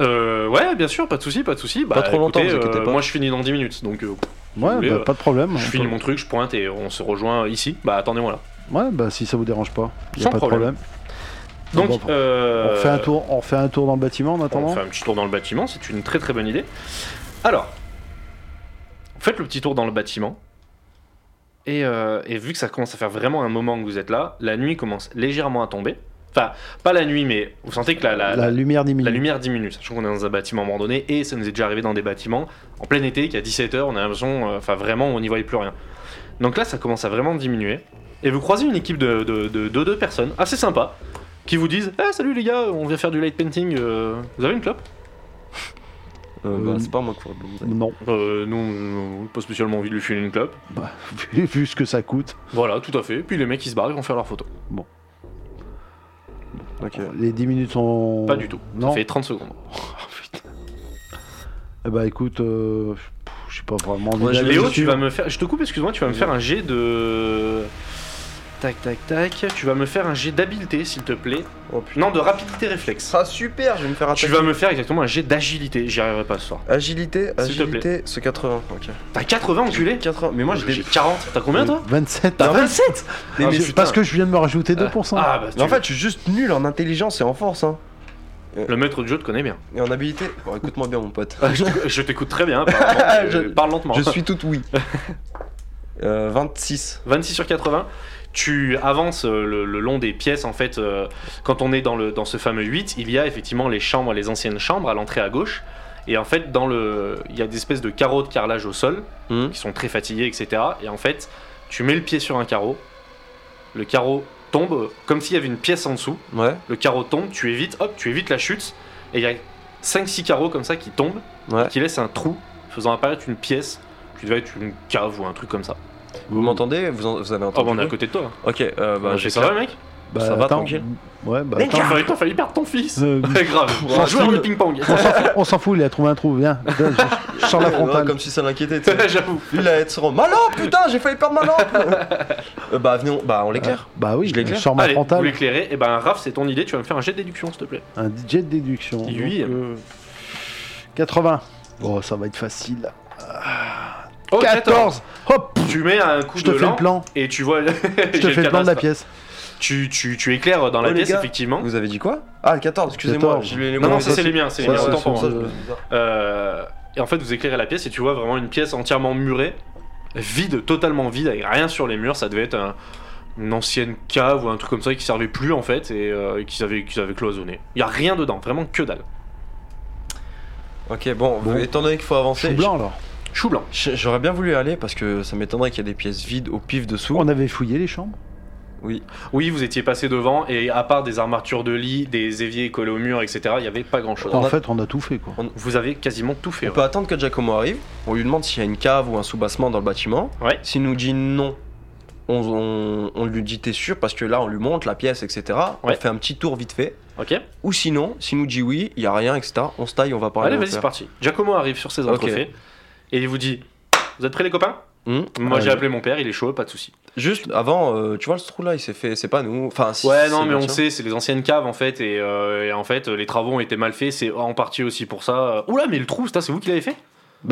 A: Euh, ouais, bien sûr, pas de souci, pas de souci. Bah,
B: Pas trop longtemps,
A: écoutez,
B: vous inquiétez
A: euh,
B: pas.
A: Moi, je finis dans 10 minutes, donc euh,
C: Ouais,
A: voulez,
C: bah,
A: euh,
C: pas de problème.
A: je
C: On
A: finis
C: peut-
A: mon truc, je pointe et on se rejoint ici. Bah, attendez-moi là.
C: Ouais, bah si ça vous dérange pas, y a
A: Sans
C: pas
A: problème.
C: de
A: Donc,
C: Bon, bah,
A: euh,
C: On fait un tour, on fait un tour dans le bâtiment en
A: On
C: attendant.
A: fait un petit tour dans le bâtiment, c'est une très très bonne idée. Alors, faites le petit tour dans le bâtiment. Et, euh, et vu que ça commence à faire vraiment un moment que vous êtes là, la nuit commence légèrement à tomber. Enfin, pas la nuit, mais vous sentez que la, la-
C: La
A: la-
C: lumière diminue.
A: la lumière diminue. Sachant qu'on est dans un bâtiment abandonné et ça nous est déjà arrivé dans des bâtiments en plein été, qu'à 17h, on a l'impression, euh, enfin vraiment, on n'y voyait plus rien. Donc là, ça commence à vraiment diminuer. Et vous croisez une équipe de de- de- de deux personnes, assez sympa, qui vous disent Eh, salut les gars, on vient faire du light painting, euh, vous avez une clope
B: euh, bah,
C: Euh,
B: c'est pas moi qui vais
C: Non,
A: Euh, nous, on n'a pas spécialement envie de lui filer une clope.
C: vu vu ce que ça coûte,
A: Voilà, tout à fait. Puis les mecs, ils se barrent, ils vont faire leurs photos.
B: Ok.
C: les 10 minutes sont.
A: Pas du tout.
C: Oh, Non.
A: Ça fait 30 secondes.
C: Eh bah écoute, euh, pff, je sais pas vraiment.
B: Moi,
C: envie
B: je-
C: d'aller
A: Léo,
C: dessus.
A: tu vas me faire. Je te coupe, excuse-moi, tu vas me faire un jet de. tac, tac, tac. Tu vas me faire un jet d'habileté, s'il te plaît.
B: Oh putain.
A: Non, de rapidité réflexe.
B: Ah super, je vais me faire attaquer.
A: Tu vas me faire exactement un jet d'agilité. J'y arriverai pas ce soir.
B: Agilité,
A: S'il te
B: agilité, ce 80. Ok.
A: T'as 80 enculé
B: 80. Mais moi j'ai
A: J'ai
B: des.
A: 40. T'as combien toi
C: 27.
A: T'as
C: Ah,
A: 27
B: Mais, mais Euh,
C: parce-
B: putain.
C: parce que je viens de me rajouter 2%.
A: Ah bah tu-
B: Mais en fait, je suis juste nul en intelligence et en force. Hein.
A: le maître du jeu te connaît bien.
B: Et en habilité. Bon, écoute-moi bien, mon pote.
A: Je t'éc- je t'écoute très bien, apparemment.
B: Ah, Je-
A: Euh, parle lentement.
B: je suis tout oui. Euh, 26.
A: 26 sur 80. Tu avances euh, le, le long des pièces en fait. euh, quand on est dans, le, dans ce fameux 8, il y a effectivement les chambres, les anciennes chambres à l'entrée à gauche. Et en fait, dans le, il y a des espèces de carreaux de carrelage au sol
B: Hmm.
A: qui sont très fatigués, etc. Et en fait, tu mets le pied sur un carreau, le carreau tombe euh, comme s'il y avait une pièce en dessous.
B: Ouais,
A: Le carreau tombe, tu évites, hop, tu évites la chute. Et il y a 5-6 carreaux comme ça qui tombent,
B: ouais.
A: qui laissent un trou faisant apparaître une pièce. Tu devais être une cave ou un truc comme ça.
B: Vous m'entendez vous, en- vous avez
A: Oh,
B: entendu
A: bah, on est à
B: le bruit
A: côté de toi.
B: Ok, euh, bah,
A: Bah,
B: j'ai
A: ça va,
B: clair.
A: mec
C: Bah,
B: ça va,
C: attends.
B: tranquille.
C: Ouais, bah,
A: Mec,
C: attends.
A: t'as t'as failli perdre ton fils
C: Euh,
A: Ouais, grave,
C: On
A: un
C: s'en
A: joueur
C: fout.
A: de ping-pong
C: on s'en fout, il a trouvé un trou. Viens, je, je sors la
B: Ouais,
C: frontale.
B: Ah, comme si ça l'inquiétait. tu sais.
A: J'avoue
B: Lui, il a être sur ma lampe, putain, j'ai failli perdre ma lampe. Euh, bah, venez, on- bah, on l'éclaire.
C: Bah oui,
B: Je
C: je,
B: l'éclaire.
C: sors ma
A: Allez, vous
C: frontale.
A: l'éclairez, et ben Raph, c'est ton idée, tu vas me faire un jet de déduction, s'il te plaît.
C: Un DJ de déduction.
A: Lui,
C: Donc, euh, 80. Oh, ça va être facile.
A: Oh,
C: 14 Hop
A: Tu mets un coup
C: Je te
A: de
C: fais le
A: lampe,
C: plan.
A: et tu vois...
C: Je te fais le plan de la pièce.
A: Tu, tu, tu éclaires dans la
B: Oh, les
A: pièce,
B: gars.
A: effectivement.
B: Vous avez dit quoi Ah, 14, excusez-moi.
C: 14.
B: j'ai lu les
A: Non,
B: mots.
A: non, ça c'est les miens, c'est les
C: Ça,
A: miens,
C: c'est
A: autant
C: son
A: pour moi.
C: jeu.
A: Euh, et en fait, vous éclairez la pièce et tu vois vraiment une pièce entièrement murée, vide, totalement vide, avec rien sur les murs. Ça devait être un- une ancienne cave ou un truc comme ça qui servait plus en fait et euh, qu'ils avaient, qu'ils avaient cloisonné. Il y a rien dedans, vraiment que dalle.
B: Ok, bon,
C: Bon.
B: étant donné qu'il faut
C: Je
B: avancer,
C: suis blanc alors.
A: Chou blanc.
B: j- j'aurais bien voulu aller parce que ça m'étonnerait qu'il y ait des pièces vides au pif dessous.
A: Oh,
C: On avait fouillé les chambres.
B: Oui.
A: Oui, vous étiez passé devant et à part des armatures de lit, des éviers collés au mur, etc., il n'y avait pas grand chose.
B: On
C: en
B: a-
C: fait, on a tout fait quoi.
A: Vous avez quasiment tout fait. hein.
B: On peut attendre que Giacomo arrive. On lui demande s'il y a une cave ou un sous-bassement dans le bâtiment.
A: Ouais.
B: S'il nous dit non, on, on- on lui dit t'es sûr parce que là on lui montre la pièce, etc.
A: Ouais.
B: On fait un petit tour vite fait.
A: Ok.
B: Ou sinon, s'il nous dit oui, il y a rien, etc. On se taille, on va parler.
A: Allez,
B: au
A: vas-y, c'est
B: fer.
A: parti. Giacomo arrive sur ses entrefaits et il vous dit Vous êtes prêts, les copains
B: Hum
A: Moi, j'ai
B: Euh,
A: appelé mon père, il est chaud, pas de souci.
B: Juste avant, euh, tu vois le trou là, il s'est fait, c'est pas nous. Enfin, si,
A: Ouais,
B: c'est
A: non, mais
B: le
A: on
B: tien.
A: sait, c'est les anciennes caves en fait, et, euh, et en fait, les travaux ont été mal faits, c'est en partie aussi pour ça. Oula, mais le trou, ça, c'est vous qui l'avez fait
C: il a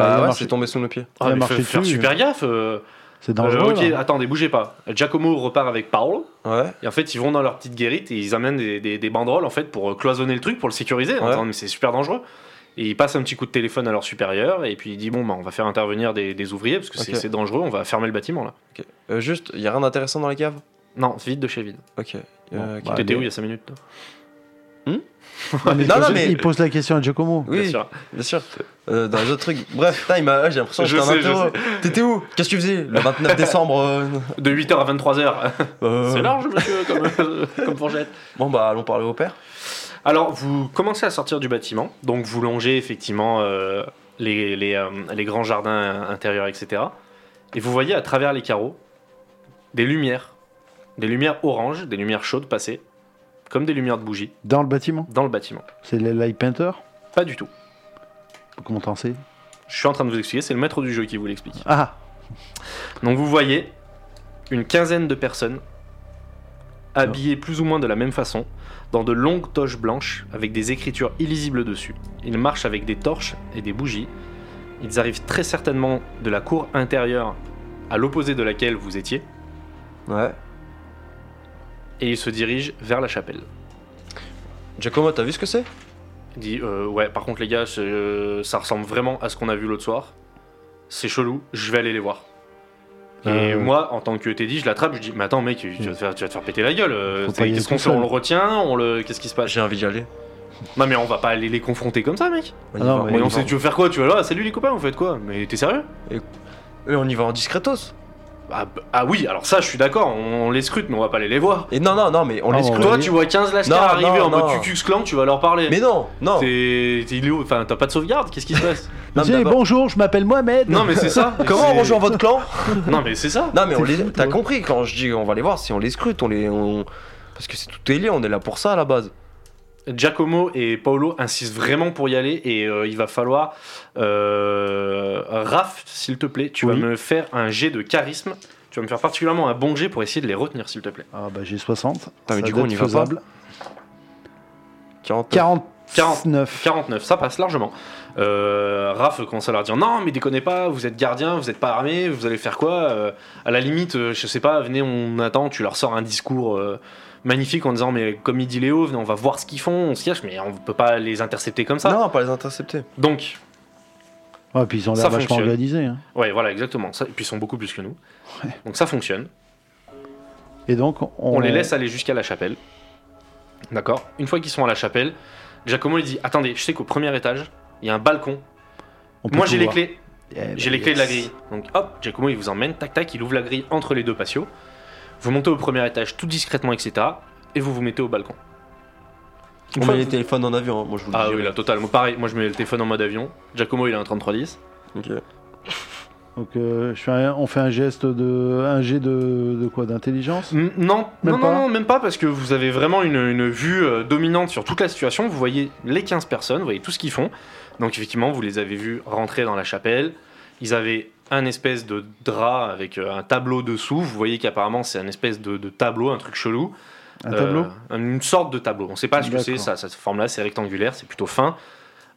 B: Bah ouais,
C: marché-
B: c'est tombé sous nos pieds.
C: Il a
A: Ah, mais
C: marché
A: faut faire
C: dessus,
A: super gaffe. euh.
C: C'est
A: Euh,
C: dangereux.
A: ok,
C: là.
A: attendez, bougez pas. Giacomo repart avec Paolo,
B: Ouais.
A: et en fait, ils vont dans leur petite guérite et ils amènent des, des- des banderoles en fait pour euh, cloisonner le truc, pour le sécuriser. en
B: Ouais.
A: disant, mais c'est super dangereux. Et ils passent un petit coup de téléphone à leur supérieur, et puis ils disent Bon, bah, on va faire intervenir des, des ouvriers parce que c'est
B: Ok.
A: c'est dangereux, on va fermer le bâtiment là.
B: Euh, juste, il y a rien d'intéressant dans la cave.
A: Non, vide de chez vide.
B: Ok. Euh,
C: Bon,
B: ok.
C: bah,
A: T'étais
C: mais-
A: où il y a 5 minutes toi
C: Non, mais
B: Non, non,
C: il-
B: mais-
C: Il pose la question à Giacomo.
B: Oui,
A: Bien sûr.
B: Bien sûr. Euh, dans les autres trucs. Bref, putain, il m'a- j'ai l'impression que
A: Je
B: j'étais un
A: sais, je
B: interro. T'étais où Qu'est-ce que tu faisais Le 29 décembre. euh,
A: De 8h à 23h.
B: euh,
A: C'est large, monsieur, comme, euh, comme fourchette.
B: Bon, bah, allons parler au père.
A: Alors, vous commencez à sortir du bâtiment, donc vous longez effectivement euh, les, les, euh, les grands jardins intérieurs, etc. Et vous voyez à travers les carreaux des lumières, des lumières oranges, des lumières chaudes passer, comme des lumières de bougies,
C: Dans le bâtiment
A: dans le bâtiment.
C: C'est les light painters
A: Pas du tout.
C: Comment t'en sais
A: Je suis en train de vous expliquer, c'est le maître du jeu qui vous l'explique.
C: Ah
A: Donc vous voyez une quinzaine de personnes habillées plus ou moins de la même façon, dans de longues toches blanches avec des écritures illisibles dessus. Ils marchent avec des torches et des bougies. Ils arrivent très certainement de la cour intérieure à l'opposé de laquelle vous étiez
B: Ouais.
A: et ils se dirigent vers la chapelle.
B: Giacomo, t'as vu ce que c'est
A: Il dit euh, ouais par contre les gars c'est, euh, ça ressemble vraiment à ce qu'on a vu l'autre soir. C'est chelou, je vais aller les voir. Et
C: Euh,
A: moi, en tant que Teddy, je l'attrape, je dis Mais attends, mec, tu vas te faire, tu vas te faire péter la gueule. euh,
C: Faut
A: c'est-
C: pas y aller
A: Qu'est-ce qu'on
C: tout
A: fait On
C: seul.
A: le retient on le... Qu'est-ce qui se passe
B: J'ai envie d'y aller.
A: Non, mais on va pas aller les confronter comme ça, mec.
B: On
C: Ah non, mais
A: mais
B: y
A: on
B: va.
A: sait, tu veux faire quoi Tu vas là, salut les copains, vous faites quoi Mais t'es sérieux
B: Et on y va en discretos.
A: ah, bah, ah oui, alors ça, je suis d'accord, on, on les scrute, mais on va pas aller les voir.
B: Et non, non, non, mais on
C: Ah,
B: les
C: on
B: scrute.
C: va-
A: Toi,
C: oui.
A: tu vois 15
B: Non,
A: lascars arriver
B: non,
A: en
B: non.
A: mode QQX clan, tu vas leur parler.
B: Mais non, non.
A: T'es- t'es- il est où Enfin, t'as pas de sauvegarde Qu'est-ce qui se passe
B: Non, mais
C: Monsieur,
B: d'abord-
C: bonjour, je m'appelle Mohamed.
A: Non, mais c'est ça.
B: Comment
A: C'est-
B: on rejoint votre clan
A: Non, mais c'est ça.
B: Non, mais on
C: C'est
B: les.
C: fou,
B: T'as
C: toi.
B: compris quand je dis on va les voir, si on les scrute, on les. on- Parce que c'est tout est lié, on est là pour ça à la base.
A: Giacomo et Paolo insistent vraiment pour y aller et euh, il va falloir. Euh, Raph, s'il te plaît, tu
C: Oui.
A: vas me faire un jet de charisme Tu vas me faire particulièrement un bon jet pour essayer de les retenir, s'il te plaît.
C: Ah bah j'ai 60.
B: Putain, mais
C: Ça
B: du coup,
C: doit
B: on
C: être
B: y va pas.
C: faisable.
B: 40.
C: 49.
A: 49, ça passe largement. Euh, Raph commence à leur dire Non, mais déconnez pas, vous êtes gardien, vous êtes pas armé, vous allez faire quoi Euh, À la limite, euh, je sais pas, venez, on attend, tu leur sors un discours euh, magnifique en disant Mais comme il dit Léo, venez, on va voir ce qu'ils font, on se cache, mais on peut pas les intercepter comme ça.
B: Non, pas les intercepter.
A: Donc,
C: Ouais, puis ils ont l'air
A: Ça
C: vachement
A: fonctionne.
C: organisés. hein.
A: ouais, voilà, exactement. Ça, et puis ils sont beaucoup plus que nous.
C: Ouais.
A: Donc ça fonctionne.
C: Et donc, on,
A: On les laisse aller jusqu'à la chapelle. D'accord Une fois qu'ils sont à la chapelle, Giacomo il dit Attendez, je sais qu'au premier étage, il y a un balcon.
C: on peut
A: Moi
C: tout
A: j'ai les
C: voir.
A: clés.
C: Eh ben,
A: J'ai les clés de la
C: yes.
A: grille. Donc hop, Giacomo il vous emmène, tac tac, il ouvre la grille entre les deux patios. Vous montez au premier étage tout discrètement, etc. Et vous vous mettez au balcon.
B: On
A: Une fois
B: met les
A: que vous-
B: téléphones en avion, hein, moi je vous le
A: Ah
B: dis.
A: oui, là, totalement. Pareil, moi je mets le téléphone en mode avion. Giacomo il a un 3310.
B: Ok.
C: Donc, euh, je fais un- on fait un geste de. Un jet de, de quoi D'intelligence
A: Mm, Non,
C: Même
A: non,
C: pas
A: non, non, même pas, parce que vous avez vraiment une, une vue euh, dominante sur toute la situation. Vous voyez les 15 personnes, vous voyez tout ce qu'ils font. Donc, effectivement, vous les avez vus rentrer dans la chapelle. Ils avaient un espèce de drap avec euh, un tableau dessous. Vous voyez qu'apparemment, c'est un espèce de, de tableau, un truc chelou.
C: Un
A: Euh,
C: tableau
A: Une sorte de tableau. On ne sait pas ce que c'est,
C: D'accord.
A: ça, cette forme-là, c'est rectangulaire, c'est plutôt fin.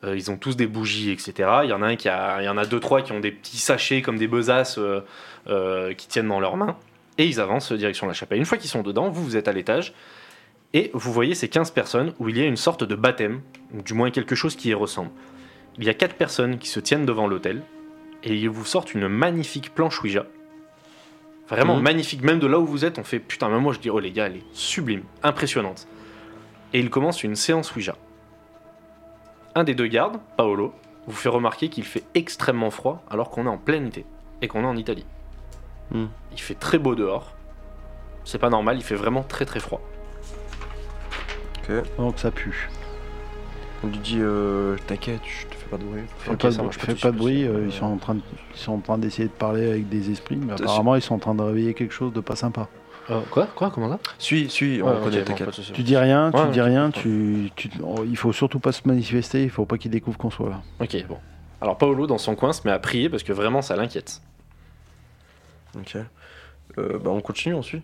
A: Euh, ils ont tous des bougies, etc. Il y en a un qui a, il y en a deux trois qui ont des petits sachets comme des besaces euh, euh, qui tiennent dans leurs mains. Et ils avancent direction la chapelle. Une fois qu'ils sont dedans, vous vous êtes à l'étage et vous voyez ces 15 personnes où il y a une sorte de baptême, ou du moins quelque chose qui y ressemble. Il y a quatre personnes qui se tiennent devant l'autel et ils vous sortent une magnifique planche Ouija. Vraiment
B: Mhm.
A: magnifique, même de là où vous êtes, on fait putain, même moi je dis oh les gars, elle est sublime, impressionnante. Et ils commencent une séance Ouija. Un des deux gardes, Paolo, vous fait remarquer qu'il fait extrêmement froid alors qu'on est en plein été et qu'on est en Italie.
B: Mhm.
A: Il fait très beau dehors. C'est pas normal, il fait vraiment très très froid.
C: Donc, ça pue.
B: On lui dit euh, T'inquiète, je te fais pas de bruit.
C: Fais
A: Ok,
C: pas
A: ça
C: de,
A: marche pas
C: fais
A: tout
C: pas
A: de
C: de
A: suite,
C: bruit,
A: euh,
C: euh, ils sont en train de- ils sont en train d'essayer de parler avec des esprits, mais
B: T'as-
C: apparemment ils sont en train de réveiller quelque chose, de pas sympa.
A: Euh, quoi Quoi Comment ça
B: Suis, suis, on
A: Ouais,
B: le connaît,
A: ok, bon, pas
B: t'inquiète.
A: de souci.
C: Tu dis rien,
A: Ouais,
C: tu
A: ouais,
C: dis rien, tu, tu- oh, il faut surtout pas se manifester, il faut pas qu'ils découvrent qu'on soit là.
A: Ok, bon. Alors Paolo, dans son coin, se met à prier parce que vraiment, ça l'inquiète.
B: Ok. Euh, bah, on continue, on suit.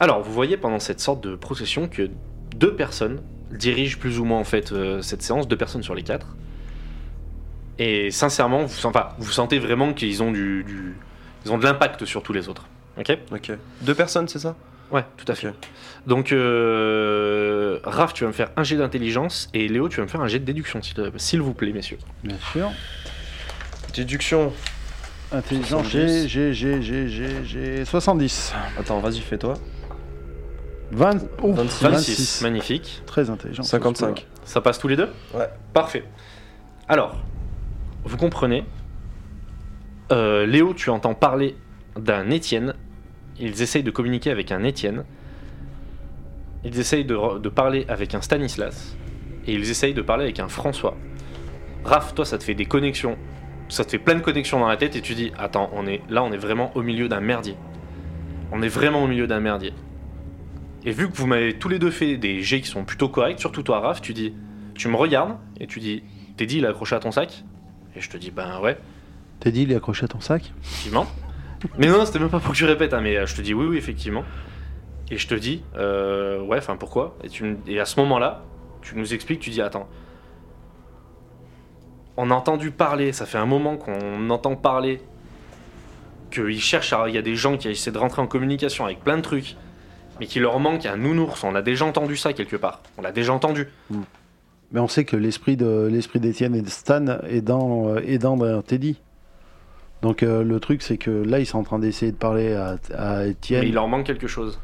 A: Alors, vous voyez pendant cette sorte de procession que deux personnes dirigent plus ou moins en fait euh, cette séance, deux personnes sur les quatre. Et sincèrement, vous, sent- enfin, vous sentez vraiment qu'ils ont du, du- ils ont de l'impact sur tous les autres. Ok
B: Ok. Deux personnes, c'est ça
A: Ouais, tout à fait.
B: Ok.
A: Donc, euh, Raph, tu vas me faire un jet d'intelligence et Léo, tu vas me faire un jet de déduction, s'il te- s'il vous plaît, messieurs.
C: Bien sûr.
B: Déduction.
C: Intelligent,
B: 70.
C: j'ai, j'ai, j'ai, j'ai, j'ai, j'ai 70.
B: Attends, vas-y, fais-toi.
C: 20, ouf,
B: 26.
A: 26.
C: 26.
A: Magnifique.
C: Très intelligent.
B: 55.
A: Ça passe tous les deux
B: Ouais.
A: Parfait. Alors, vous comprenez. euh, Léo, tu entends parler d'un Étienne. Ils essayent de communiquer avec un Étienne. Ils essayent de, re- de parler avec un Stanislas. Et ils essayent de parler avec un François. Raph, toi, ça te fait des connexions. Ça te fait plein de connexions dans la tête et tu dis Attends, on est là, on est vraiment au milieu d'un merdier. On est vraiment au milieu d'un merdier. Et vu que vous m'avez tous les deux fait des jets qui sont plutôt corrects, surtout toi, Raph, tu dis tu me regardes et tu dis Teddy il est accroché à ton sac Et je te dis ben ouais,
C: T'es dit, il est accroché à ton sac
A: effectivement. mais non, c'était même pas pour que je répète, hein, mais euh, je te dis oui, oui, effectivement. Et je te dis euh, ouais, enfin pourquoi et, tu, me- et à ce moment-là, tu nous expliques, tu dis attends. On a entendu parler, ça fait un moment qu'on entend parler qu'ils cherchent à. Il y a des gens qui essaient de rentrer en communication avec plein de trucs, mais qu'il leur manque un nounours. On a déjà entendu ça quelque part. On l'a déjà entendu.
C: Mais on sait que l'esprit de l'esprit d'Étienne et de Stan est dans, euh, est dans derrière Teddy. Donc euh, le truc c'est que là ils sont en train d'essayer de parler à, à Étienne.
A: Mais il leur manque quelque chose.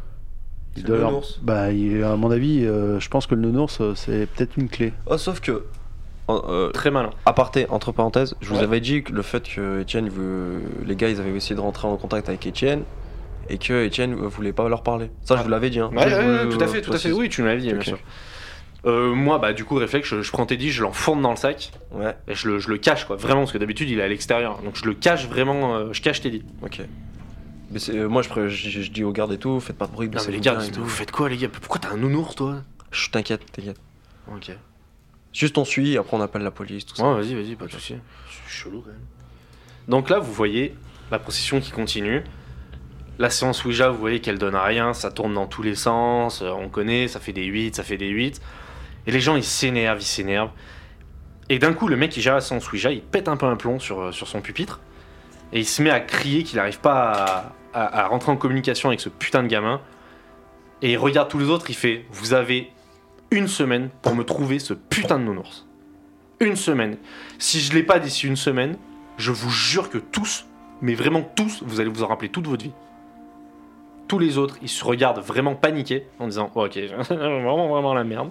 C: Il
B: C'est
C: doit
B: le
C: leur-
B: nounours.
C: Bah, il- à mon avis, euh, je pense que le nounours, euh, c'est peut-être une clé.
B: Oh, sauf que. en- euh,
A: Très malin.
B: aparté, entre parenthèses, je vous
A: Ouais.
B: avais dit que le fait que Etienne, vous- les gars, ils avaient essayé de rentrer en contact avec Etienne et que Etienne euh, voulait pas leur parler. Ça, je vous l'avais dit. Hein.
A: Ouais,
B: Je
A: ouais,
B: vous-
A: ouais, tout à fait, tout à fait.
B: précise.
A: Oui, tu me l'avais dit, bien
B: Ok.
A: sûr. Euh, moi, bah, du coup, réflexe, je, je prends Teddy, je l'enfourne dans le sac
B: Ouais,
A: et je le, je le cache, quoi. Vraiment, parce que d'habitude, il est à l'extérieur. Donc, je le cache vraiment, euh, je cache Teddy.
B: ok. Mais c'est- euh, moi, je, pré- je- je- je dis aux gardes et tout, faites pas de bruit.
A: Non, mais
B: baissez-vous
A: les gars,
B: bien et
A: vous
B: tout.
A: vous faites quoi, les gars Pourquoi t'as un nounours, toi
B: Chut, t'inquiète, t'inquiète.
A: Ok.
B: Juste on suit, et après on appelle la police, tout ça.
A: Ouais, vas-y, vas-y, pas de soucis. C'est chelou, quand même. Donc là, vous voyez la procession qui continue. La séance Ouija, vous voyez qu'elle donne à rien, ça tourne dans tous les sens, euh, on connaît, ça fait des 8, ça fait des 8. Et les gens, ils s'énervent, ils s'énervent. Et d'un coup, le mec qui gère la séance Ouija, il pète un peu un plomb sur, euh, sur son pupitre. Et il se met à crier qu'il n'arrive pas à, à- à rentrer en communication avec ce putain de gamin. Et il regarde tous les autres, il fait Vous avez une semaine pour me trouver ce putain de nounours. Une semaine. Si je l'ai pas d'ici une semaine, je vous jure que tous, mais vraiment tous, vous allez vous en rappeler toute votre vie. Tous les autres, ils se regardent vraiment paniqués en disant Oh, Ok, vraiment, vraiment la merde.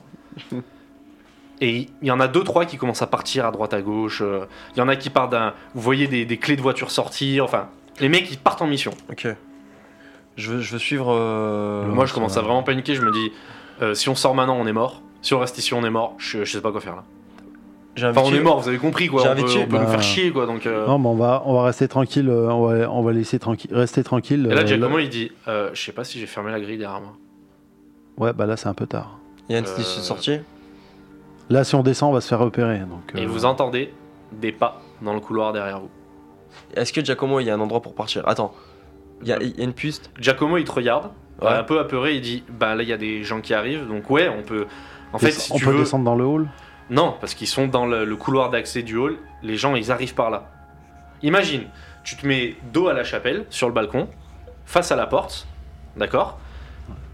A: Et il y en a deux, trois qui commencent à partir à droite, à gauche. euh, Il y en a qui partent d'un. Vous voyez des, des clés de voiture sortir. Enfin, les mecs, ils partent en mission.
B: Ok. Je veux, je veux suivre. euh,
A: Moi, je commence à vraiment paniquer. Je me dis euh, Si on sort maintenant, on est mort. Si on reste ici, on est mort. Je, je sais pas quoi faire là.
B: J'ai
A: Enfin, on
B: invité-
A: est mort, vous avez compris quoi.
B: J'ai
A: On peut,
B: invité-
A: on peut nous
C: bah,
A: faire chier quoi. Donc, euh,
C: Non, mais on va, on va rester tranquille. euh, On va, on va laisser tranquille, rester tranquille.
A: Et là,
C: euh,
A: Giacomo, il dit euh, Je sais pas si j'ai fermé la grille derrière moi.
C: Ouais, bah là, c'est un peu tard.
B: Il y a une
A: Euh,
B: petite sortie.
C: Là, si on descend, on va se faire repérer. Donc,
A: Et
C: euh,
A: vous entendez des pas dans le couloir derrière vous.
B: Est-ce que Giacomo, il y a un endroit pour partir Attends. Il y, a il y a une piste
A: Giacomo, il te regarde,
B: Ouais.
A: un peu apeuré, il dit Bah là, il y a des gens qui arrivent, donc ouais, on peut. En fait,
C: descend-
A: si
C: on
A: tu
C: peut
A: veux.
C: descendre dans le hall.
A: Non, parce qu'ils sont dans le, le couloir d'accès du hall, les gens, ils arrivent par là. Imagine, tu te mets dos à la chapelle, sur le balcon, face à la porte, d'accord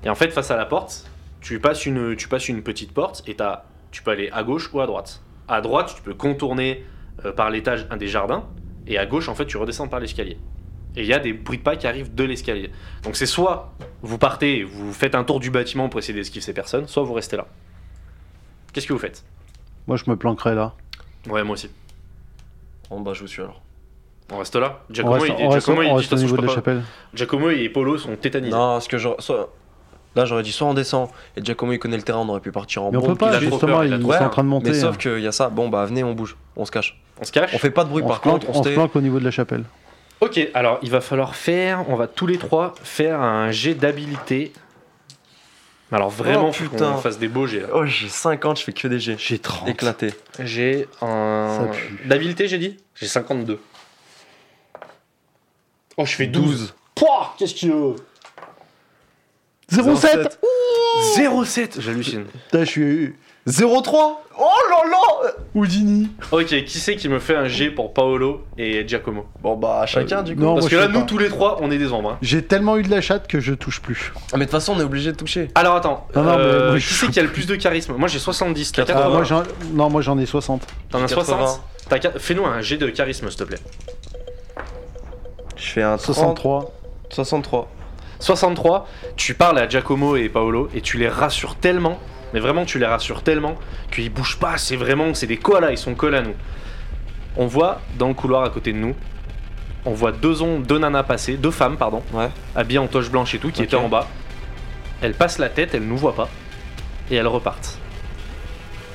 A: Et en fait, face à la porte, tu passes une, tu passes une petite porte et t'as- tu peux aller à gauche ou à droite. À droite, tu peux contourner euh, par l'étage un des jardins, et à gauche, en fait, tu redescends par l'escalier. Et il y a des bruits de pas qui arrivent de l'escalier. Donc c'est soit vous partez, et vous faites un tour du bâtiment pour essayer d'esquiver ces personnes, soit vous restez là. Qu'est-ce que vous faites
C: Moi, je me planquerai là.
A: Ouais, moi aussi.
B: Bon, bah, je vous suis alors.
A: On reste là.
C: On
A: Giacomo,
C: reste,
A: il dit,
C: on reste-
A: Giacomo, il
C: on
A: dit,
C: reste
A: de
C: au
A: toute façon,
C: niveau
A: je
C: de la
A: peux pas-
C: chapelle.
A: Giacomo et Polo sont tétanisés.
B: Non, ce que je. soit- Là, j'aurais dit soit on descend et Giacomo, il connaît le terrain, on aurait pu partir en
C: Mais on
B: bombe,
C: peut
A: il
C: pas,
A: a trop
C: justement,
A: peur, il a
C: ils
A: trop
C: sont
B: peur.
C: en train de monter. hein.
B: Mais sauf qu'il y a ça, bon bah venez, on bouge, on se cache.
A: On se cache
B: On fait pas de bruit
C: on
B: par
C: se planque-
B: contre, on
C: on
B: se
C: se
B: tait.
C: planque au niveau de la chapelle.
A: Ok, alors il va falloir faire, on va tous les trois faire un jet d'habilité. Alors vraiment,
B: Oh,
A: faut
B: putain.
A: qu'on fasse des beaux jets. là.
B: Oh, j'ai 50, je fais que des jets.
C: J'ai 30.
B: Éclaté.
A: J'ai
C: Ça
A: un...
C: pue.
A: D'habilité, j'ai dit J'ai 52. Oh, je fais 12. Pouah, qu'est-ce qu'il veut
C: 07
A: 0,7 J'hallucine.
C: Putain, je suis
B: 03 Oh là là
C: Houdini.
A: ok, qui c'est qui me fait un jet pour Paolo et Giacomo
B: Bon bah chacun
C: Euh,
B: du coup.
C: non.
A: Parce
C: moi,
A: que
C: je
A: là,
C: sais
A: nous
C: pas.
A: tous les trois, on est des ombres. hein.
C: J'ai tellement eu de la chatte que je touche plus.
B: Ah, mais de toute façon on est obligé de toucher.
A: Alors attends,
C: Non, non, mais
A: euh,
C: moi, je
A: qui
C: suis
A: c'est qui a le plus de charisme Moi j'ai 70, t'as
B: Ah,
C: Ah,
A: 80.
C: moi, j'en- non, moi j'en ai 60.
A: T'en as 60
B: 80.
A: T'as quat- Fais-nous un jet de charisme, s'il te plaît.
B: Je fais un 30,
C: 63.
B: 63.
A: 63, tu parles à Giacomo et Paolo et tu les rassures tellement, mais vraiment tu les rassures tellement qu'ils bougent pas, c'est vraiment, c'est des koalas, ils sont collés à nous. On voit dans le couloir à côté de nous, on voit deux, on- deux nanas passer, deux femmes, pardon,
B: Ouais.
A: habillées en toche blanche et tout, qui
B: Ok.
A: étaient en bas. Elles passent la tête, elles nous voient pas, et elles repartent.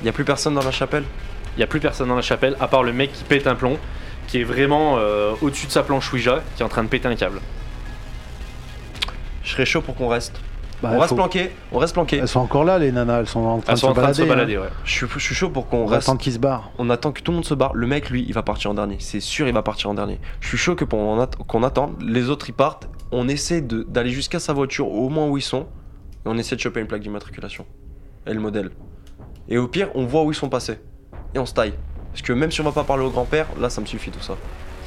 B: Y a plus personne dans la chapelle
A: Il n'y a plus personne dans la chapelle, à part le mec qui pète un plomb, qui est vraiment euh, au-dessus de sa planche Ouija, qui est en train de péter un câble.
B: Je serais chaud pour qu'on reste.
C: Bah,
B: on reste
C: faut-
B: planqué, on reste planqué.
C: Elles sont encore là, les nanas. Elles sont en train,
A: Elles sont en train de se
C: hein.
A: balader, ouais.
B: Je suis, je suis chaud pour qu'on
C: On
B: reste.
C: attend qu'ils se barrent.
B: On attend que tout le monde se barre. Le mec, lui, il va partir en dernier. C'est sûr, il va partir en dernier. Je suis chaud que pour- on att- qu'on attende. Les autres, ils partent. On essaie de- d'aller jusqu'à sa voiture, au moins où ils sont. Et on essaie de choper une plaque d'immatriculation. Et le modèle. Et au pire, on voit où ils sont passés. Et on se taille. Parce que même si on va pas parler au grand-père, là, ça me suffit tout ça.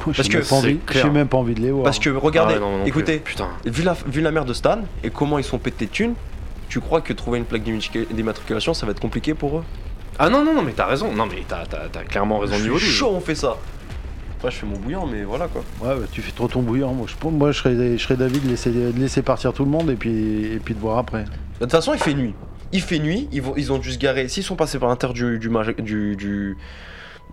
C: Moi,
B: Parce
C: j'ai
B: que
C: même pas
A: c'est
C: envie-
A: clair.
C: j'ai même pas envie de les voir.
B: Parce que, regardez,
A: Ah ouais, non, non plus.
B: écoutez,
A: Putain.
B: vu la, vu la mère de Stan et comment ils sont pétés de thunes, tu crois que trouver une plaque d'immatricu- d'immatriculation, ça va être compliqué pour eux
A: Ah non, non, non, mais t'as raison. Non, mais t'as, t'as- t'as clairement raison
B: Je
A: niveau
B: suis
A: du
B: chaud, on fait ça. Après, je fais mon bouillant, mais voilà quoi.
C: Ouais, bah, tu fais trop ton bouillant. Moi, je, moi, je serais, je serais d'avis de laisser, de laisser partir tout le monde et puis, et puis de voir après.
B: Bah, De toute façon, il fait nuit. Il fait nuit, ils, vont, ils ont dû se garer. S'ils sont passés par l'intérieur du, du, maj- du, du,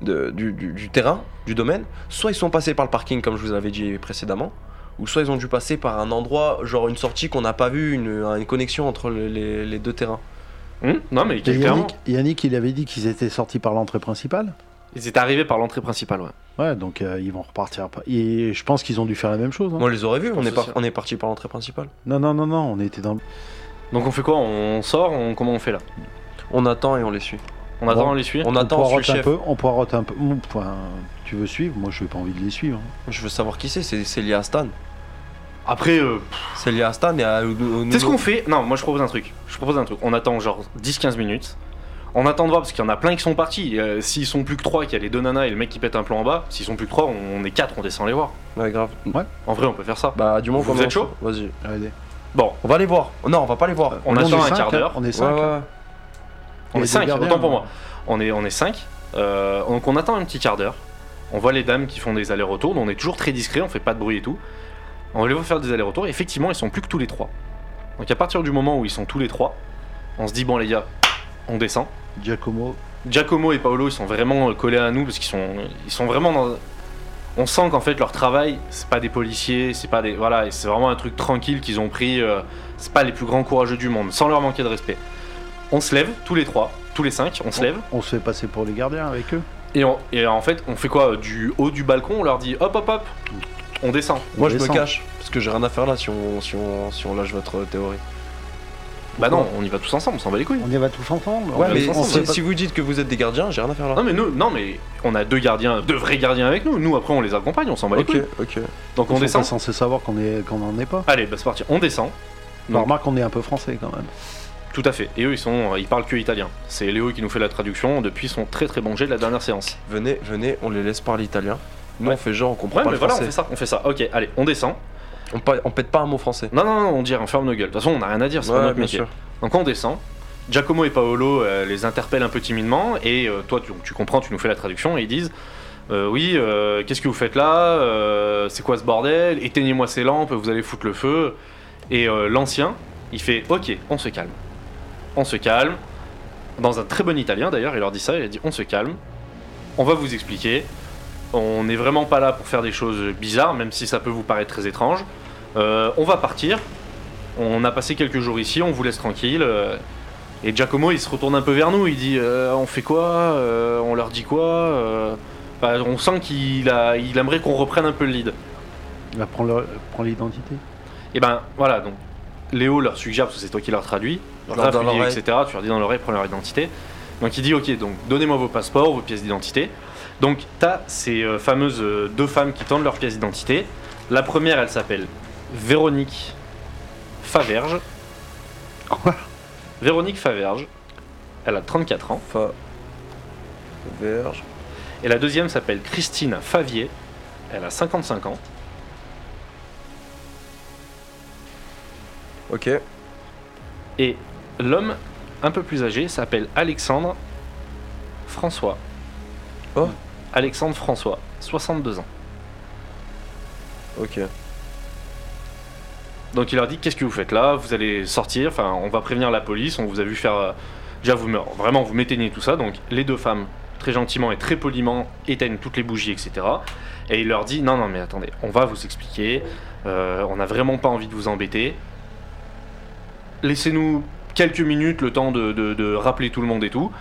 B: de- du- du- du terrain, du domaine, soit ils sont passés par le parking, comme je vous avais dit précédemment, ou soit ils ont dû passer par un endroit, genre une sortie qu'on n'a pas vue, une, une connexion entre le- les, les deux terrains.
A: Hum, non, mais
C: Et
A: clairement.
C: Yannick, Yannick, il avait dit qu'ils étaient sortis par l'entrée principale.
A: Ils étaient arrivés par l'entrée principale, ouais.
C: Ouais, donc euh, ils vont repartir. par- Et je pense qu'ils ont dû faire la même chose. hein.
B: Moi, on les aurait vus, on
A: pense
B: est, par-
A: aussi.
B: on est parti par l'entrée principale.
C: Non, non, non, non, on était dans.
A: Donc on fait quoi On sort on... Comment on fait là
B: On attend et on les suit.
A: On attend,
C: Bon.
A: on les suit
B: On
C: on
B: attend, on suit le
C: poireaute un
B: chef.
C: peu. On poireaute un peu. Bon, enfin, tu veux suivre hein. Moi, je n'ai pas envie de les suivre.
B: Je veux savoir qui c'est, c'est c'est lié à Stan.
A: Après, euh,
B: C'est lié à Stan et à, au, au
A: c'est ce
B: nouveau-
A: qu'on fait. Non, moi je propose un truc. Je propose un truc. On attend genre 10-15 minutes. On attend de voir parce qu'il y en a plein qui sont partis. Euh, S'ils sont plus que 3, qu'il y a les deux nanas et le mec qui pète un plan en bas, s'ils sont plus que 3, on est 4, on descend les voir.
B: Ouais, grave.
A: En vrai, on peut faire ça.
B: Bah, du moment
A: Vous
B: qu'on
A: êtes chaud
B: Vas-y.
C: Allez.
A: Bon,
B: On va aller voir. Non, on va pas les voir.
A: On
C: Nous,
A: attend
C: est
A: un
C: cinq,
A: quart
C: hein.
A: d'heure.
C: On est
B: Ouais,
C: 5.
B: ouais.
A: on
C: Et
A: est
C: les
A: 5,
C: gardiens,
A: autant pour
C: ouais.
A: moi. On est, on est 5. donc on attend un petit quart d'heure. On voit les dames qui font des allers-retours. On est toujours très discret, on fait pas de bruit et tout. On va les voir faire des allers-retours. Et effectivement, ils sont plus que tous les trois. Donc à partir du moment où ils sont tous les trois, on se dit bon les gars, on descend.
C: Giacomo.
A: Giacomo et Paolo, ils sont vraiment euh, collés à nous parce qu'ils sont, ils sont vraiment dans. On sent qu'en fait leur travail, c'est pas des policiers, c'est pas des, voilà, et c'est vraiment un truc tranquille qu'ils ont pris. euh, c'est pas les plus grands courageux du monde, sans leur manquer de respect. On se lève tous les trois, tous les cinq, on se lève
C: On se fait passer pour les gardiens avec eux.
A: et, on- et en fait on fait quoi euh, Du haut du balcon, on leur dit hop hop hop, on descend.
C: On
B: Moi, je me
C: descend.
B: cache. Parce que j'ai rien à faire là si on, si on, si on lâche votre théorie.
A: Bah non, on y va tous ensemble, on s'en bat les couilles.
C: On y va tous ensemble.
B: Ouais,
A: va
B: mais
A: tous ensemble,
B: si,
A: ouais.
B: si vous dites que vous êtes des gardiens, j'ai rien à faire là.
A: Non mais nous, non mais on a deux gardiens, deux vrais gardiens avec nous. Nous après on les accompagne, on s'en bat les
B: ok,
A: couilles.
B: ok.
A: Donc on
C: on est pas
A: descend.
C: censé savoir qu'on est qu'on en est pas.
A: Allez, bah c'est parti, on descend.
C: On
A: Non.
C: remarque qu'on est un peu français quand même.
A: Tout à fait. Et eux, ils sont, euh, ils parlent que italien. C'est Léo qui nous fait la traduction depuis son très très bon jet de la dernière séance.
B: Venez, venez, on les laisse parler italien. Nous,
A: Ouais.
B: on fait genre, on comprend
A: Ouais,
B: pas
A: mais
B: le
A: voilà, on
B: français.
A: fait ça, on fait ça. Ok, allez, on descend.
B: On, pa- on pète pas un mot français.
A: Non, non, non, on dirait, on ferme nos gueules. De toute façon, on n'a rien à dire, c'est pas
B: Ouais,
A: notre
B: bien
A: métier.
B: sûr.
A: Donc on descend. Giacomo et Paolo euh, les interpellent un peu timidement et euh, toi, tu, tu comprends, tu nous fais la traduction et ils disent. euh, oui, euh, qu'est-ce que vous faites là Euh, C'est quoi ce bordel Éteignez-moi ces lampes, vous allez foutre le feu. Et euh, l'ancien, il fait Ok, on se calme. On se calme. Dans un très bon italien d'ailleurs, il leur dit ça, il a dit On se calme. On va vous expliquer. On n'est vraiment pas là pour faire des choses bizarres, même si ça peut vous paraître très étrange. Euh, on va partir. On a passé quelques jours ici, on vous laisse tranquille. euh. et Giacomo, il se retourne un peu vers nous. Il dit Euh, On fait quoi Euh, On leur dit quoi Euh, bah, On sent qu'il a- il aimerait qu'on reprenne un peu le lead.
C: Il va prendre leur- prendre l'identité.
A: Et ben voilà, donc Léo leur suggère, parce que c'est toi qui leur traduis,
B: Dans-
A: Raph
B: dans
A: lui dit,
B: l'oreille.
A: etc. Tu leur dis dans l'oreille, prends leur identité. Donc il dit ok, donc donnez-moi vos passeports, vos pièces d'identité. Donc t'as ces euh, fameuses euh, deux femmes qui tendent leurs pièces d'identité. La première, elle s'appelle Véronique Faverge. Véronique Faverge, elle a 34 ans.
B: Fa. Verge.
A: Et la deuxième s'appelle Christine Favier, elle a 55 ans.
B: Ok.
A: Et l'homme un peu plus âgé s'appelle Alexandre François.
B: Oh.
A: Alexandre François, 62 ans.
B: Ok.
A: Donc il leur dit qu'est-ce que vous faites là Vous allez sortir, enfin on va prévenir la police, on vous a vu faire... euh, déjà vous me- vraiment vous m'éteignez tout ça, donc les deux femmes très gentiment et très poliment éteignent toutes les bougies, etc. Et il leur dit non non mais attendez, on va vous expliquer, euh, on n'a vraiment pas envie de vous embêter. Laissez-nous quelques minutes le temps de, de- de rappeler tout le monde et tout.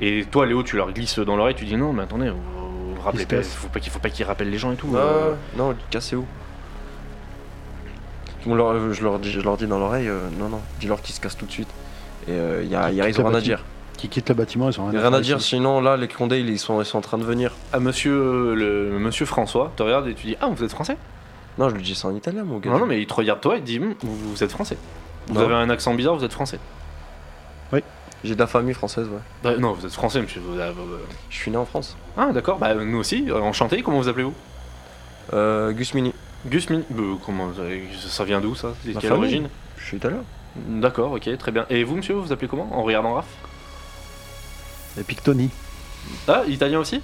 A: Et toi Léo tu leur glisses dans l'oreille, tu dis non mais attendez, vous, vous rappelez
C: se
A: pas,
C: casse.
A: faut pas qu'il faut pas qu'ils rappellent les gens et tout. euh.
B: Non, Ah, non, cassez-vous. On leur- euh, je, leur dis, je leur dis dans l'oreille, euh, non, non, dis-leur qu'ils se cassent tout de suite. Et euh, y a, y a, ils ont rien à dire.
C: Qui quitte le bâtiment, ils ont
B: Y a
C: rien,
B: rien à
C: faire
B: dire,
C: ici.
B: sinon là, les Condés, ils sont, ils sont en train de venir.
A: à monsieur, euh, le, monsieur François, te regarde et tu dis Ah, vous êtes français
B: Non, je lui dis ça en italien, mon gars.
A: Non, non, mais il te regarde toi et te dit Hum, vous, vous êtes français. Vous
B: Non.
A: avez un accent bizarre, vous êtes français.
B: J'ai de la famille française, ouais.
A: Bah, non, vous êtes français, monsieur. vous avez- euh,
B: Je suis né en France.
A: Ah, d'accord, bah nous aussi, euh, enchanté, comment vous appelez-vous
B: Euh, Gusmini.
A: Gusmin. Bah, comment, euh, ça vient d'où ça C'est
B: Ma
A: quelle
B: famille.
A: origine
B: Je suis italien.
A: D'accord, ok, très bien. Et vous, monsieur, vous vous appelez comment En regardant Raph
C: Et Pictoni.
A: Ah, italien aussi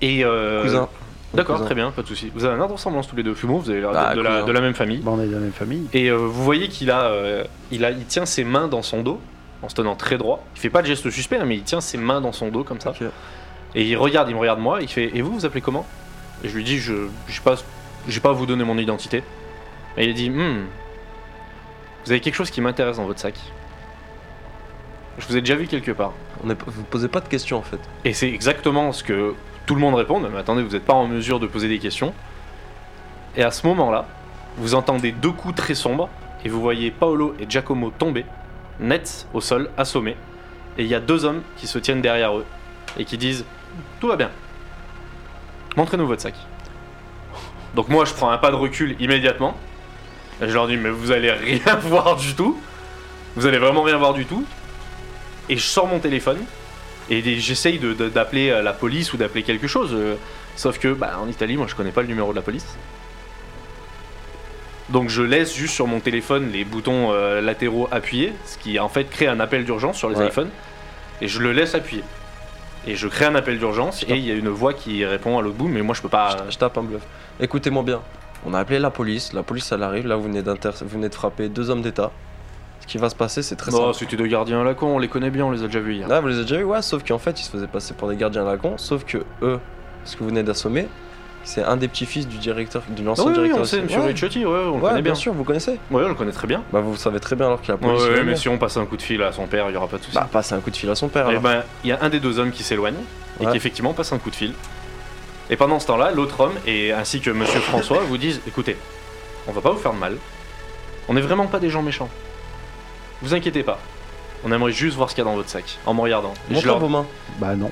A: Et. euh,
B: Cousin.
A: D'accord,
B: Cousin.
A: très bien, pas de souci. Vous avez un air de ressemblance tous les deux. Fumeau, vous avez l'air
B: Ah,
A: de- de la-
B: cousin.
A: de la même famille.
C: Bah, on est de la même famille.
A: Et euh, vous voyez qu'il a, euh, il a, il tient ses mains dans son dos en se tenant très droit. Il fait pas de geste suspect, hein, mais il tient ses mains dans son dos comme ça.
B: Ok.
A: Et il regarde, il me regarde moi. Il fait et vous vous appelez comment Et je lui dis je, je sais pas, j'ai pas à vous donner mon identité. Et il dit Hmm, vous avez quelque chose qui m'intéresse dans votre sac. Je vous ai déjà vu quelque part.
B: On est, vous posez pas de questions en fait.
A: Et c'est exactement ce que tout le monde répond. Mais attendez, vous n'êtes pas en mesure de poser des questions. Et à ce moment-là, vous entendez deux coups très sombres et vous voyez Paolo et Giacomo tomber, nets au sol, assommés. Et il y a deux hommes qui se tiennent derrière eux et qui disent Tout va bien. Montrez-nous votre sac. Donc moi, je prends un pas de recul immédiatement. Et je leur dis, mais vous allez rien voir du tout. Vous allez vraiment rien voir du tout. Et je sors mon téléphone. Et des- j'essaye de- de- d'appeler euh, la police ou d'appeler quelque chose. euh, Sauf que, bah, en Italie, moi, je connais pas le numéro de la police. Donc je laisse juste sur mon téléphone les boutons euh, latéraux appuyés, ce qui en fait crée un appel d'urgence sur les
B: Ouais.
A: iPhones. Et je le laisse appuyer. Et je crée un appel d'urgence et il y a une voix qui répond à l'autre bout, mais moi je peux pas.
B: Je, je tape un bluff. Écoutez-moi bien. On a appelé la police. La police, elle arrive. Là, vous venez, d'inter- vous venez de frapper deux hommes d'État. Ce qui va se passer, c'est très
A: Non,
B: simple. Ah,
A: c'était deux gardiens à la con, on les connaît bien, on les a déjà vus hier.
B: Là, vous les avez déjà eu, ouais, sauf qu'en fait, ils se faisaient passer pour des gardiens à la con. Sauf que eux, ce que vous venez d'assommer, c'est un des petits-fils du directeur, de
A: Ah
B: l'ancien
A: oui, oui,
B: directeur.
A: on sait,
B: aussi.
A: monsieur
B: Ouais.
A: Ricciotti, ouais, on le
B: Ouais,
A: connaît bien.
B: bien sûr, vous connaissez.
A: Ouais, on le connaît très bien.
B: Bah, vous savez très bien alors que la
A: Ouais,
B: police.
A: ouais,
B: vient
A: mais
B: bien.
A: si on passe un coup de fil à son père, il y aura pas de soucis.
B: Bah, passez un coup de fil à son père.
A: Eh
B: alors.
A: ben, il y a un des deux hommes qui s'éloigne et
B: Ouais.
A: qui effectivement passe un coup de fil. Et pendant ce temps-là, l'autre homme et ainsi que Monsieur François vous disent "Écoutez, on va pas vous faire de mal. On n'est vraiment pas des gens méchants. Vous inquiétez pas. On aimerait juste voir ce qu'il y a dans votre sac en me regardant." Et je
B: Montre-moi
A: leur-
B: vos mains.
C: Bah non.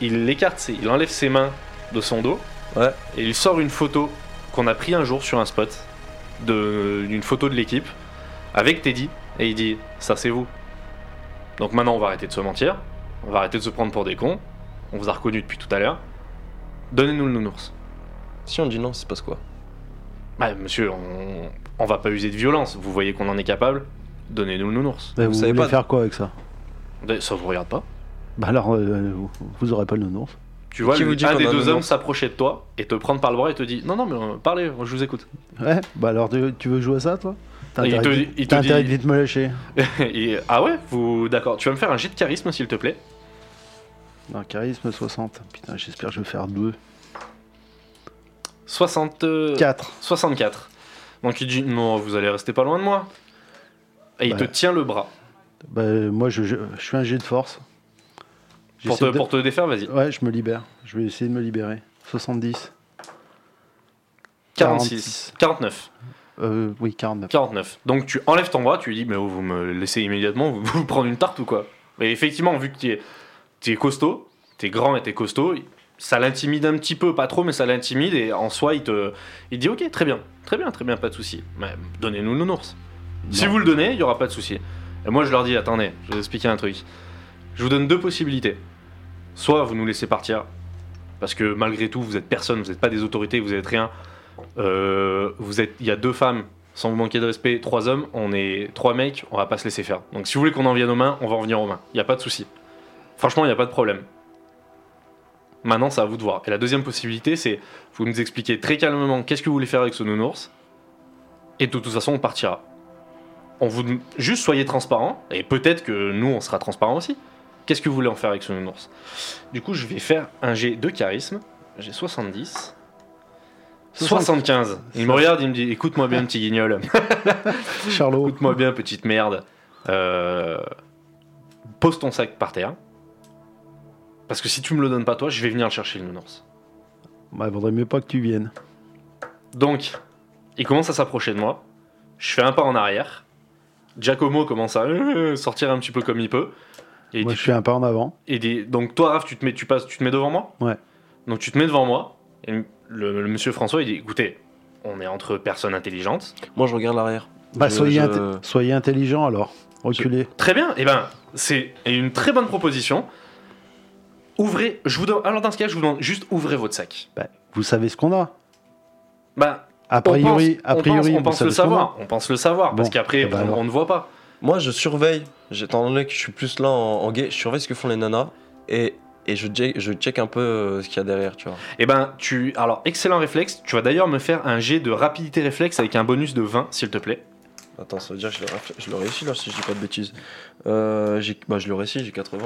A: Il écarte, ses- il enlève ses mains de son dos.
B: Ouais.
A: Et il sort une photo qu'on a pris un jour sur un spot de- d'une photo de l'équipe avec Teddy et il dit ça c'est vous. Donc maintenant on va arrêter de se mentir, on va arrêter de se prendre pour des cons. On vous a reconnu depuis tout à l'heure. Donnez-nous le nounours.
B: Si on dit non, c'est parce quoi
A: Bah, monsieur, on, on va pas user de violence. Vous voyez qu'on en est capable. Donnez-nous le nounours.
C: Bah,
B: Vous
C: vous
B: savez
C: voulez
B: pas-
C: faire quoi avec ça
A: Ça vous regarde pas.
C: Bah alors, euh, vous, vous aurez pas le nounours.
A: Tu vois,
B: qui
A: le-
B: vous dit
A: un
B: qu'on
A: des
B: a un
A: deux hommes
B: nounours
A: s'approcher de toi et te prendre par le bras et te dit non non mais euh, parlez, je vous écoute.
C: Ouais, bah alors tu tu veux jouer à ça toi T'as
A: Et il
C: intérêt,
A: te-
C: de-
A: il te
C: t'as
A: dit-
C: intérêt de vite me lâcher.
A: Et- ah ouais, vous d'accord. Tu vas me faire un jet de charisme s'il te plaît.
C: Non, charisme 60. Putain, j'espère que je vais faire 2.
A: 60, euh,
C: 4.
A: 64. Donc il dit non, vous allez rester pas loin de moi. Et il
C: Bah.
A: te tient le bras
C: Bah, moi, je, je, je fais un jet de force.
A: pour
C: J'essaie
A: te,
C: de-
A: pour te défaire. Vas-y.
C: Ouais, je me libère. Je vais essayer de me libérer. 70.
A: 46, 49,
C: Euh, oui, 49.
A: 49. Donc tu enlèves ton bras, tu lui dis mais oh, vous me laissez immédiatement, vous, vous prendre une tarte ou quoi. Et effectivement, vu que tu es, tu es costaud, t'es grand et t'es costaud, ça l'intimide un petit peu, pas trop, mais ça l'intimide et en soi il te, il dit ok très bien, très bien, très bien, pas de souci. Mais donnez-nous le nounours. Si
C: Non.
A: vous le donnez, il n'y aura pas de souci. Et moi, je leur dis, attendez, je vais vous expliquer un truc. Je vous donne deux possibilités. Soit vous nous laissez partir, parce que malgré tout, vous êtes personne, vous n'êtes pas des autorités, vous n'êtes rien. Euh, vous êtes, il y a deux femmes, sans vous manquer de respect, trois hommes, on est trois mecs, on va pas se laisser faire. Donc si vous voulez qu'on en vienne aux mains, on va en venir aux mains. Il n'y a pas de souci. Franchement, il n'y a pas de problème. Maintenant, c'est à vous de voir. Et la deuxième possibilité, c'est vous nous expliquez très calmement qu'est-ce que vous voulez faire avec ce nounours, et de toute façon, on partira on vous juste soyez transparent et peut-être que nous on sera transparent aussi. Qu'est-ce que vous voulez en faire avec ce nounours Du coup, je vais faire un jet de charisme. J'ai 70. 75. Il me regarde, il me dit "Écoute-moi bien petit guignol.
C: Charlot.
A: Écoute-moi bien petite merde. Euh, pose ton sac par terre. Parce que si tu me le donnes pas toi, je vais venir le chercher le nounours."
C: Bah, vaudrait mieux pas que tu viennes.
A: Donc, il commence à s'approcher de moi. Je fais un pas en arrière. Giacomo commence à euh, sortir un petit peu comme il peut. Et il
C: Moi,
A: dit-
C: je fais un pas en avant.
A: et des- donc toi, Raph, tu te mets, tu passes, tu te mets devant moi.
C: Ouais.
A: Donc tu te mets devant moi. Et le, le monsieur François, il dit, écoutez, on est entre personnes intelligentes.
B: Moi, je regarde l'arrière.
C: Bah,
B: Je- je-
C: soyez, inté- soyez intelligent alors. Reculez.
A: Très bien. Et ben, c'est une très bonne proposition. Ouvrez. Je vous donne. Alors dans ce cas, je vous demande juste ouvrez votre sac.
C: Bah, vous savez ce qu'on a.
A: Bah,
C: A
A: on
C: priori,
A: pense-
C: a
A: on
C: priori,
A: pense, on
C: vous
A: pense
C: savez
A: le
C: ce qu'on a.
A: savoir. On pense le savoir parce
C: Bon.
A: qu'après,
C: Eh ben
A: on-
C: alors.
A: on ne voit pas.
B: Moi, je surveille, j'ai- étant donné que je suis plus là en, en gay, je surveille ce que font les nanas et, et je, check, je check un peu euh, ce qu'il y a derrière, tu vois.
A: Eh ben, tu. Alors, excellent réflexe. Tu vas d'ailleurs me faire un jet de rapidité réflexe avec un bonus de 20, s'il te plaît.
B: Attends, ça veut dire que je le, raf- je le réussis là, si je dis pas de bêtises. Euh, j'ai- bah, je le réussis, j'ai 80.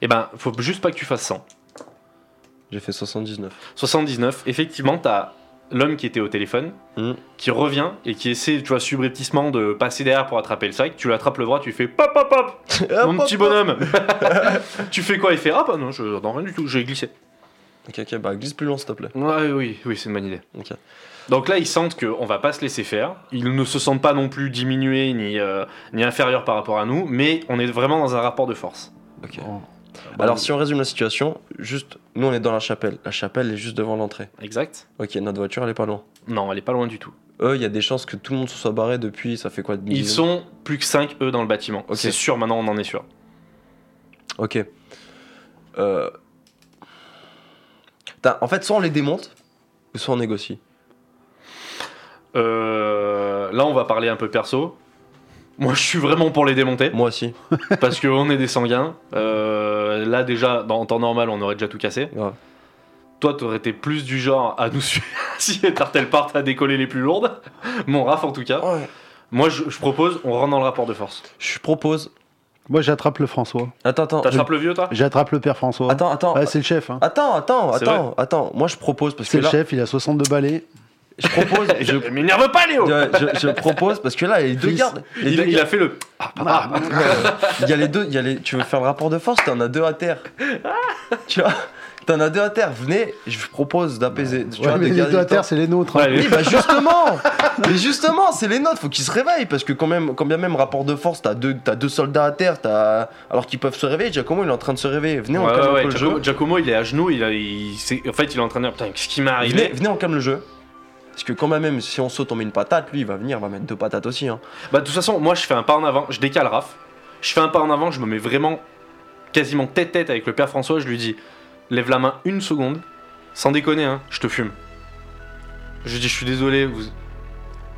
A: Eh ben, faut juste pas que tu fasses 100.
B: J'ai fait 79.
A: 79, effectivement, t'as l'homme qui était au téléphone,
B: Hmm.
A: qui revient et qui essaie, tu vois, subrepticement de passer derrière pour attraper le sac. Tu l'attrapes le bras, tu fais pop, pop, pop, mon petit bonhomme. tu fais quoi Il fait ah bah non, je non, rien du tout, j'ai glissé.
B: Ok, ok, bah glisse plus long s'il te plaît.
A: Ouais, oui, oui, c'est une bonne idée.
B: Ok.
A: Donc là, ils sentent qu'on va pas se laisser faire. Ils ne se sentent pas non plus diminués ni, euh, ni inférieurs par rapport à nous, mais on est vraiment dans un rapport de force.
B: Ok.
C: On,
A: Bah,
B: Alors, si on résume la situation, juste, nous, on est dans la chapelle. La chapelle est juste devant l'entrée.
A: Exact.
B: Ok, notre voiture, elle est pas loin.
A: Non, elle est pas loin du tout.
B: Eux, il y a des chances que tout le monde se soit barré depuis, ça fait quoi de
A: Ils sont plus que 5 eux dans le bâtiment.
B: Ok.
A: C'est sûr, maintenant on en est sûr.
B: Ok. Euh... Putain, En fait, soit on les démonte, ou soit on négocie.
A: Euh, là, on va parler un peu perso. Moi, je suis vraiment pour les démonter
B: Moi aussi,
A: parce qu'on est des sanguins. Euh, là, déjà, dans- en temps normal, on aurait déjà tout cassé.
B: grave.
A: Toi, t'aurais été plus du genre à nous suivre si les tartelles partent à décoller les plus lourdes. Mon raf, en tout cas.
B: Ouais.
A: Moi, je, je propose, on rentre dans le rapport de force.
B: Je propose.
C: Moi, j'attrape le François.
B: Attends, attends.
A: T'attrapes le vieux, toi
C: J'attrape le père François.
B: Attends, attends.
C: Ah, c'est le chef. hein.
B: Attends, attends,
A: C'est
B: attends, attends. Moi, je propose parce que
C: C'est le
B: là,
C: chef, il a 62 balais.
B: je propose, je,
A: Je- M'énerve pas, Léo
B: Ouais, je- je propose parce que là, les deux
C: Fils.
B: gardes, les
A: il,
B: deux
A: il
B: gardes-
A: a fait le. Ah, papa.
B: il y a les deux, il y a les, tu veux faire le rapport de force, t'en as deux à terre. tu vois, t'en as deux à terre. Venez, je vous propose d'apaiser. tu
C: Ouais,
B: vois, de
C: mais les
B: garder
C: deux à
B: le
C: terre,
B: temps.
C: c'est les nôtres.
A: Ouais,
C: hein.
A: les-
B: Oui, bah justement, mais justement, c'est les nôtres. Faut qu'ils se réveillent parce que quand même, quand bien même rapport de force, t'as deux, t'as deux soldats à terre, t'as, alors qu'ils peuvent se réveiller. Giacomo, il est en train de se réveiller. Venez, on
A: Ouais,
B: calme un
A: ouais,
B: peu le
A: Giacomo,
B: jeu.
A: Giacomo, il est à genoux, il a, il, s'est- en fait, il est en train de dire, Putain, qu'est-ce qui m'est
B: Venez,
A: arrivé
B: venez, on calme le jeu. Parce que quand même, si on saute, on met une patate. Lui, il va venir, il va mettre deux patates aussi. Hein.
A: Bah, de toute façon, moi, je fais un pas en avant, je décale Raph. Je fais un pas en avant, je me mets vraiment quasiment tête-tête avec le père François. Je lui dis Lève la main une seconde, sans déconner, hein, je te fume. Je lui dis Je suis désolé, vous,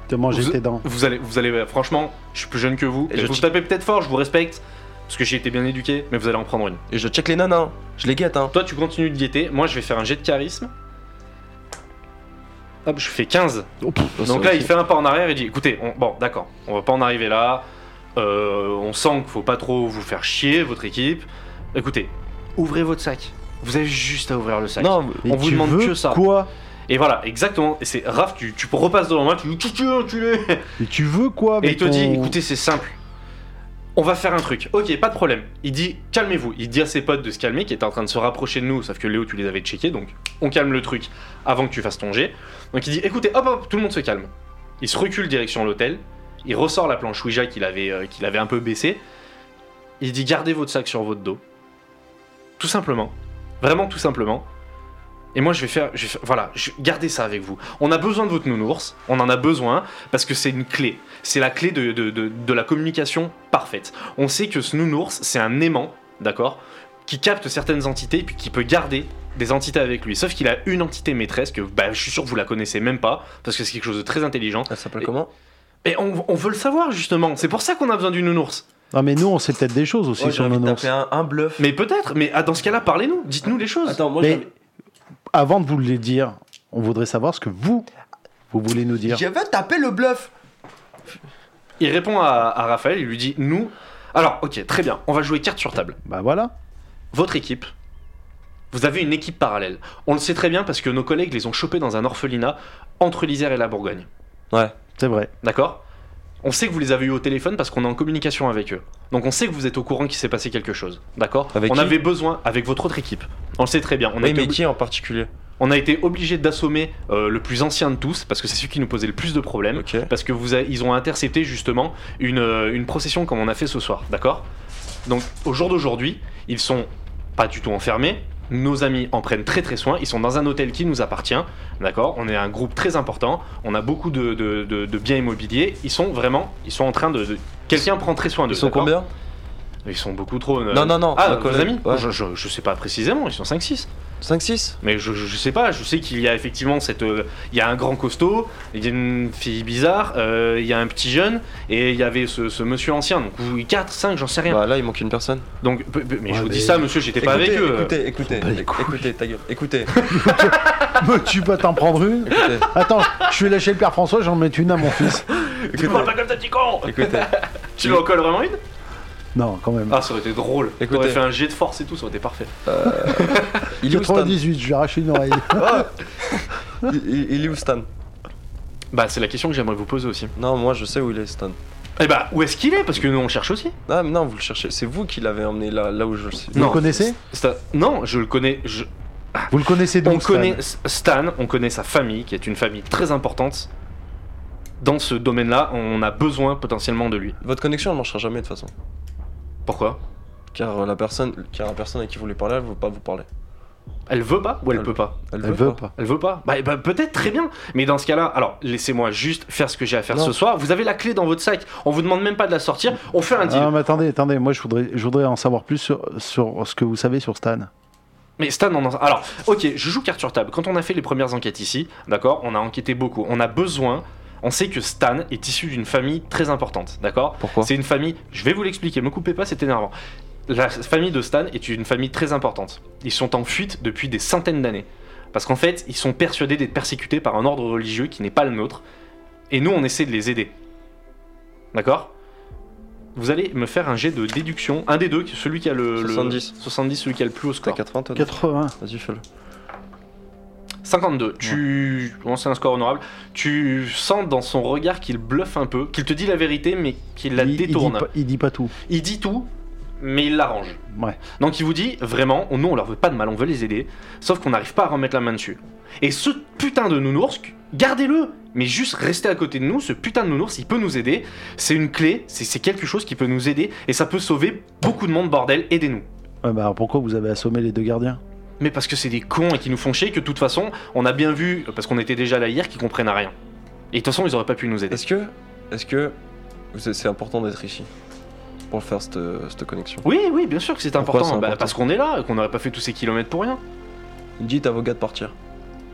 C: T'as mangé
A: Vous-
C: tes dents.
A: vous allez, vous allez, franchement, je suis plus jeune que vous.
B: Et je
A: vous
B: ti-
A: tapez peut-être fort, je vous respecte, parce que j'ai été bien éduqué, mais vous allez en prendre une.
B: Et je check les nanas. hein. Je les guette. Hein.
A: Toi, tu continues de guetter, moi, je vais faire un jet de charisme. Hop, je fais 15. Donc là, il fait un pas en arrière et dit écoutez, on- bon, d'accord, on va pas en arriver là. Euh, on sent qu'il faut pas trop vous faire chier, votre équipe. Écoutez, ouvrez votre sac. Vous avez juste à ouvrir le sac.
B: Non,
A: on
C: Et
A: vous
C: tu
A: demande
C: veux
A: que ça.
C: Quoi
A: Et voilà, exactement. Et c'est Raph, tu, tu repasses devant moi, tu dis Qu'est-ce que tu veux, tu l'es
C: Et tu veux quoi
A: Et
C: avec
A: il te dit
C: ton-
A: écoutez, c'est simple. On va faire un truc. Ok, pas de problème. Il dit calmez-vous. Il dit à ses potes de se calmer qui étaient en train de se rapprocher de nous, sauf que Léo, tu les avais checkés, donc on calme le truc avant que tu fasses ton jet. Donc il dit écoutez, hop hop, tout le monde se calme. Il se recule direction l'hôtel. Il ressort la planche Ouija qu'il avait, euh, qu'il avait un peu baissée. Il dit gardez votre sac sur votre dos. Tout simplement. Vraiment tout simplement. Et moi je vais faire, je vais faire- voilà, je- gardez ça avec vous. On a besoin de votre nounours, on en a besoin parce que c'est une clé. C'est la clé de, de- de- de la communication parfaite. On sait que ce nounours, c'est un aimant, d'accord, qui capte certaines entités et puis qui peut garder des entités avec lui. Sauf qu'il a une entité maîtresse que bah, je suis sûr que vous la connaissez même pas parce que c'est quelque chose de très intelligent.
B: Elle s'appelle
A: Et- Oh,
B: comment
A: Et on, on veut le savoir justement. C'est pour ça qu'on a besoin du nounours.
C: Non, mais nous, on sait peut-être des choses aussi
B: Ouais, j'ai
C: sur nos
B: envie de
C: noms.
B: taper un, un bluff.
A: Mais peut-être, mais ah, dans ce cas-là, parlez-nous, dites-nous les choses.
B: Attends, moi
C: Mais-
B: j'avais-
C: Avant de vous les dire, on voudrait savoir ce que vous, vous voulez nous dire.
B: j'avais tapé le bluff.
A: Il répond à, à Raphaël, il lui dit Nous. Alors, ok, très bien, on va jouer carte sur table.
C: Bah voilà.
A: Votre équipe, vous avez une équipe parallèle. On le sait très bien parce que nos collègues les ont chopés dans un orphelinat entre l'Isère et la Bourgogne.
B: Ouais.
C: C'est vrai.
A: D'accord On sait que vous les avez eus au téléphone parce qu'on est en communication avec eux. Donc on sait que vous êtes au courant qu'il s'est passé quelque chose. D'accord
B: Avec
A: On
B: qui
A: avait besoin avec votre autre équipe. On le sait très bien. On a
B: Oui,
A: été
B: mais
A: obli-
B: qui en particulier
A: on a été obligé d'assommer euh, le plus ancien de tous parce que c'est celui qui nous posait le plus de problèmes.
B: Ok.
A: Parce que vous a- ils ont intercepté justement une, euh, une procession comme on a fait ce soir, d'accord Donc au jour d'aujourd'hui, ils sont pas du tout enfermés. Nos amis en prennent très très soin. Ils sont dans un hôtel qui nous appartient, d'accord On est un groupe très important. On a beaucoup de, de- de- de biens immobiliers. Ils sont vraiment, ils sont en train de. de- Quelqu'un prend très soin d'eux.
B: Ils sont
A: d'accord
B: combien
A: Ils sont beaucoup trop. euh,
B: Non, non, non.
A: Ah,
B: nos
A: vos
B: collègues.
A: amis
B: Ouais.
A: je, je, je sais pas précisément, ils sont 5-6.
B: 5-6
A: Mais je, je- je sais pas, je sais qu'il y a effectivement cette. euh, Il y a un grand costaud, il y a une fille bizarre, euh, il y a un petit jeune, et il y avait ce, ce monsieur ancien, donc 4, 5, j'en sais rien.
B: Bah là, il manque une personne.
A: Donc, peu- peu- mais
C: Ouais,
A: je vous dis
C: mais-
A: ça, monsieur, j'étais pas avec
B: écoutez,
A: eux.
B: écoutez, écoutez,
C: Bah, les couilles.
B: écoutez, ta gueule. Écoutez,
C: Mais tu vas t'en prendre une
B: écoutez,
C: Attends, je vais lâcher le père François, j'en mets une à mon fils.
A: Tu parles pas comme ça, petit con
B: écoutez.
A: Tu lui en colles vraiment une
C: Non, quand même.
A: Ah, ça aurait été drôle.
B: Écoutez.
A: T'aurais fait un jet de force et tout, ça aurait été parfait.
B: Il est où Stan Ah.
C: 98, je lui arrache une oreille.
B: il, il- il est où Stan
A: Bah, c'est la question que j'aimerais vous poser aussi.
B: Non, moi je sais où il est Stan.
A: Eh bah, où est-ce qu'il est Parce que nous, on le cherche aussi.
B: Ah, mais non, vous le cherchez. C'est vous qui l'avez emmené là, là où je le sais.
C: Vous
A: Non.
C: le connaissez
A: C'est un- Non, je le connais. je-
C: Vous le connaissez donc
A: on
C: Stan
A: connaît S- Stan, on connaît sa famille, qui est une famille très importante. Dans ce domaine-là, on a besoin potentiellement de lui.
B: Votre connexion, elle marchera jamais de toute façon.
A: Pourquoi
B: car euh, la personne, car la personne à qui vous voulez parler, elle veut pas vous parler.
A: Elle veut pas ou elle,
B: Elle-
A: peut pas
C: Elle veut
B: pas.
C: pas.
A: Elle veut pas Bah, eh ben, peut-être très bien. Mais dans ce cas-là, alors laissez-moi juste faire ce que j'ai à faire
B: Non.
A: ce soir. Vous avez la clé dans votre sac. On vous demande même pas de la sortir. On fait un deal.
C: Ah, mais attendez, attendez, moi je voudrais, je voudrais en savoir plus sur, sur ce que vous savez sur Stan.
A: Mais Stan, on en- alors, ok, je joue carte sur table. Quand on a fait les premières enquêtes ici, d'accord, on a enquêté beaucoup. On a besoin. On sait que Stan est issu d'une famille très importante, d'accord
B: Pourquoi
A: C'est une famille. Je vais vous l'expliquer. Me coupez pas, c'est énervant. La famille de Stan est une famille très importante. Ils sont en fuite depuis des centaines d'années. Parce qu'en fait, ils sont persuadés d'être persécutés par un ordre religieux qui n'est pas le nôtre. Et nous, on essaie de les aider. D'accord Vous allez me faire un jet de déduction. Un des deux, celui qui a le. le-
B: 70.
A: 70, celui qui a le plus haut
B: T'as
A: score.
B: 80 toi,
C: 80.
B: Vas-y, fais-le.
A: 52. Tu. Bon, c'est un score honorable. Tu sens dans son regard qu'il bluffe un peu, qu'il te dit la vérité, mais qu'il la
C: il, il dit
A: détourne.
C: pas, il dit pas tout.
A: Il dit tout, mais il l'arrange.
C: Ouais.
A: Donc il vous dit vraiment, on- nous on leur veut pas de mal, on veut les aider, sauf qu'on n'arrive pas à remettre la main dessus. Et ce putain de nounours, gardez-le Mais juste restez à côté de nous, ce putain de nounours, il peut nous aider, c'est une clé, c'est c'est quelque chose qui peut nous aider, et ça peut sauver beaucoup de monde, bordel, aidez-nous.
C: Ouais, bah alors pourquoi vous avez assommé les deux gardiens
A: Mais parce que c'est des cons et qui nous font chier, que de toute façon, on a bien vu, parce qu'on était déjà là hier, qu'ils comprennent à rien. Et de toute façon, ils auraient pas pu nous aider.
B: Est-ce que, est-ce que, vous- c'est c'est important d'être ici pour faire cette, euh, cette connexion
A: Oui, oui, bien sûr que c'est
B: Pourquoi
A: important,
B: c'est
A: Bah,
B: important
A: parce qu'on est là, et qu'on n'aurait pas fait tous ces kilomètres pour rien.
B: Dites à vos gars de partir.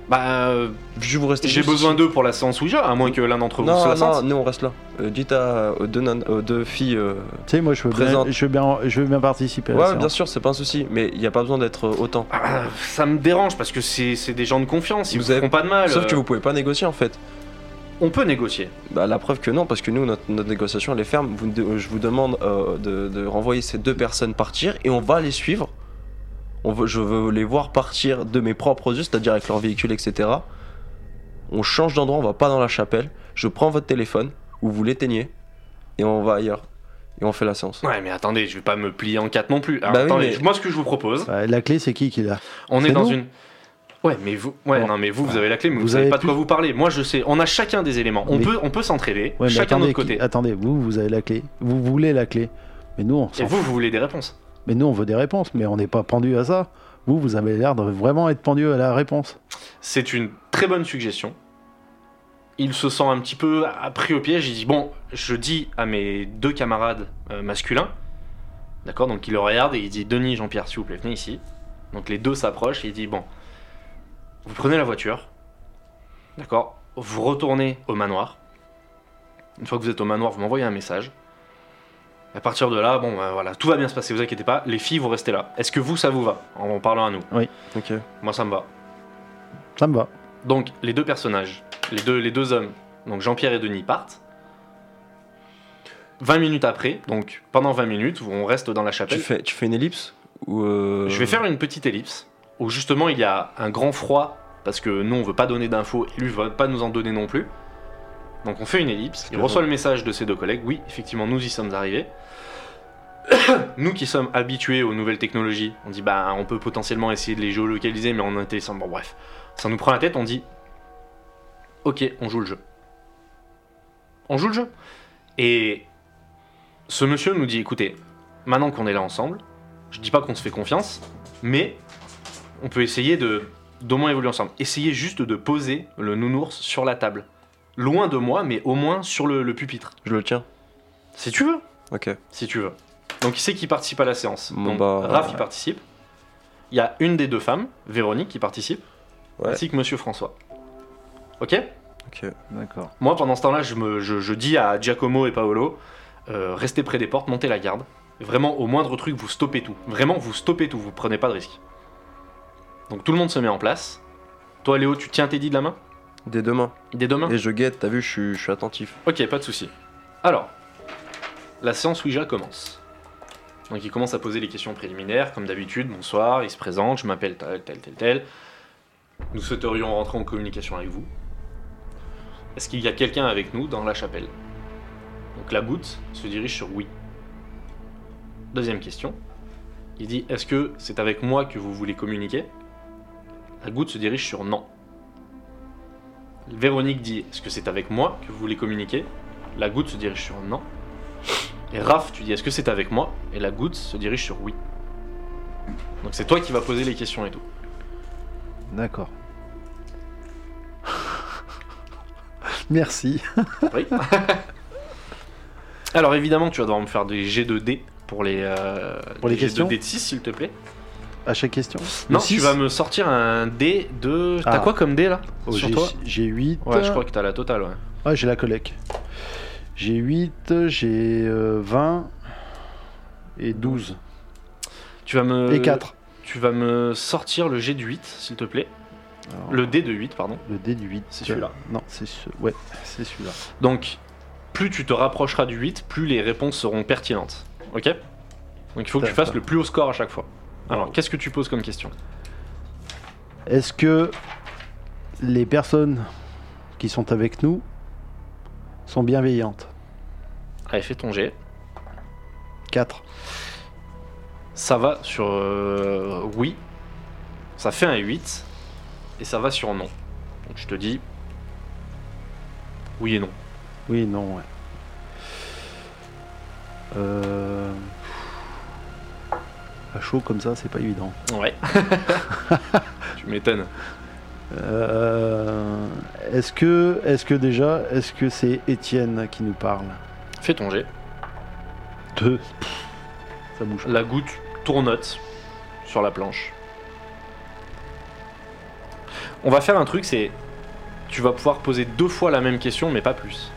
A: Bah, euh,
B: Je vous restez.
A: J'ai
B: juste
A: besoin
B: ici.
A: d'eux pour la séance Ouija, à moins que l'un d'entre vous se
B: Non,
A: la
B: non,
A: sente.
B: nous on reste là. Euh, dites à, aux, deux nan- aux deux filles. euh,
C: Tu sais, moi je veux, bien,
B: Présente.
C: je, veux bien, je veux bien participer à la
B: Ouais, bien
C: séance.
B: sûr, c'est pas un souci, mais il n'y a pas besoin d'être euh, autant.
A: Ah, ça me dérange parce que c'est c'est des gens de confiance, ils
B: Vous
A: vous,
B: avez-
A: feront pas de mal.
B: Sauf
A: euh,
B: que vous pouvez pas négocier en fait.
A: On peut négocier.
B: Bah, la preuve que non, parce que nous, notre, notre négociation, elle est ferme. Vous- de- je vous demande euh, de, de renvoyer ces deux personnes partir et on va les suivre. On veut, je veux les voir partir de mes propres yeux, c'est-à-dire avec leur véhicule, etc. On change d'endroit, on va pas dans la chapelle. Je prends votre téléphone ou vous l'éteignez et on va ailleurs. Et on fait la séance.
A: Ouais, mais attendez, je vais pas me plier en quatre non plus. Alors,
B: Bah oui,
A: attendez,
B: mais-
A: moi ce que je vous propose,
C: Ouais, la clé, c'est qui qui l'a
A: on est
C: Bah, c'est
A: dans
C: nous.
A: une. Ouais, mais vous, ouais,
C: Bon.
A: non, mais vous, vous avez la clé, mais vous,
C: Vous
A: savez
C: avez
A: pas de quoi
C: plus-
A: vous parler. Moi, je sais. On a chacun des éléments. On
C: Mais-
A: peut, on peut s'entraider.
C: Ouais, mais
A: chacun de
C: attendez,
A: notre côté.
C: qui- Attendez, vous, vous avez la clé. Vous voulez la clé. Mais nous, on
A: Et
C: s'en
A: vous, vous voulez des réponses
C: Mais nous, on veut des réponses, mais on n'est pas pendu à ça. Vous, vous avez l'air de vraiment être pendu à la réponse.
A: C'est une très bonne suggestion. Il se sent un petit peu pris au piège. Il dit Bon, je dis à mes deux camarades euh, masculins, d'accord Donc il le regarde et il dit Denis, Jean-Pierre, s'il vous plaît, venez ici. Donc les deux s'approchent et il dit Bon, vous prenez la voiture, d'accord Vous retournez au manoir. Une fois que vous êtes au manoir, vous m'envoyez un message. À partir de là, bon, bah, voilà, tout va bien se passer, vous inquiétez pas. Les filles, vous restez là. Est-ce que vous, ça vous va En parlant à nous.
B: Ok.
A: Moi, ça me va.
C: Ça me va.
A: Donc les deux personnages, les deux, les deux hommes, donc Jean-Pierre et Denis partent. 20 minutes après, donc pendant 20 minutes, on reste dans la
B: Tu
A: chapelle.
B: fais, tu fais une ellipse ou euh,
A: Je vais faire une petite ellipse où justement il y a un grand froid parce que nous on veut pas donner d'infos et lui veut pas nous en donner non plus. Donc on fait une ellipse. Il
B: que-
A: reçoit le message de ses deux collègues. Oui, effectivement, nous y sommes arrivés. nous qui sommes habitués aux nouvelles technologies, on dit bah on peut potentiellement essayer de les géolocaliser, mais on a Bon bref, ça nous prend la tête. On dit ok, on joue le jeu. On joue le jeu. Et ce monsieur nous dit écoutez, maintenant qu'on est là ensemble, je dis pas qu'on se fait confiance, mais on peut essayer de d'au moins évoluer ensemble. Essayez juste de poser le nounours sur la table. Loin de moi, mais au moins sur le, le pupitre.
B: Je le tiens.
A: Si tu veux.
B: Ok.
A: Si tu veux. Donc il sait qui participe à la séance.
B: Bon,
A: Donc
B: bah,
A: Raph
B: ouais.
A: y participe. Il y a une des deux femmes, Véronique, qui participe.
B: Ouais.
A: Ainsi que Monsieur François. Ok
B: Ok.
C: D'accord.
A: Moi, pendant ce temps-là, je, me- je- je dis à Giacomo et Paolo, euh, restez près des portes, montez la garde. Vraiment, au moindre truc, vous stoppez tout. Vraiment, vous stoppez tout, vous prenez pas de risque. Donc tout le monde se met en place. Toi, Léo, tu tiens Teddy de la main
B: Dès demain.
A: Dès demain
B: Et je guette, t'as vu, je suis, je suis attentif.
A: Ok, pas de souci. Alors, la séance Ouija commence. Donc il commence à poser les questions préliminaires, comme d'habitude, bonsoir, il se présente, je m'appelle tel, tel, tel, tel. Nous souhaiterions rentrer en communication avec vous. Est-ce qu'il y a quelqu'un avec nous dans la chapelle Donc la goutte se dirige sur oui. Deuxième question. Il dit est-ce que c'est avec moi que vous voulez communiquer La goutte se dirige sur non. Véronique dit Est-ce que c'est avec moi que vous voulez communiquer La goutte se dirige sur non. Et Raph, tu dis est-ce que c'est avec moi Et la goutte se dirige sur oui. Donc c'est toi qui vas poser les questions et tout.
C: D'accord. Merci.
A: Oui. Alors évidemment, tu vas devoir me faire des G 2 D pour les, euh,
C: Pour les
A: des
C: questions
A: G2D de 6, s'il te plaît.
C: À chaque question
A: Non,
C: Le six
A: tu vas me sortir un D de. T'as
C: Ah.
A: quoi comme D là
C: Oh,
A: Sur
C: j'ai-
A: toi
C: J'ai 8.
A: Ouais, je crois que t'as la totale. Ouais.
C: Ah, j'ai la collecte. J'ai 8, j'ai euh, 20 et 12.
A: Tu vas me.
C: Et 4.
A: Tu vas me sortir le G de 8, s'il te plaît.
C: Alors,
A: Le D de 8, pardon.
C: le dé du 8.
A: C'est celui-là.
C: Non, c'est ce... ouais, c'est celui-là.
A: Donc, plus tu te rapprocheras du 8, plus les réponses seront pertinentes. Ok Donc il faut que tu
C: D'accord.
A: fasses le plus haut score à chaque fois. Alors, qu'est-ce que tu poses comme question
C: Est-ce que les personnes qui sont avec nous sont bienveillantes
A: Allez, fais ton G.
C: 4.
A: Ça va sur euh, oui. Ça fait un 8. Et ça va sur non. Donc je te dis oui et non.
C: Oui, non, ouais. Euh... À chaud comme ça, c'est pas évident.
A: Ouais. tu m'étonnes.
C: Euh, est-ce que, est-ce que déjà, est-ce que c'est Étienne qui nous parle
A: Fais ton G.
C: Deux. Ça bouge.
A: La goutte tournote sur la planche. On va faire un truc, c'est tu vas pouvoir poser deux fois la même question, mais pas plus.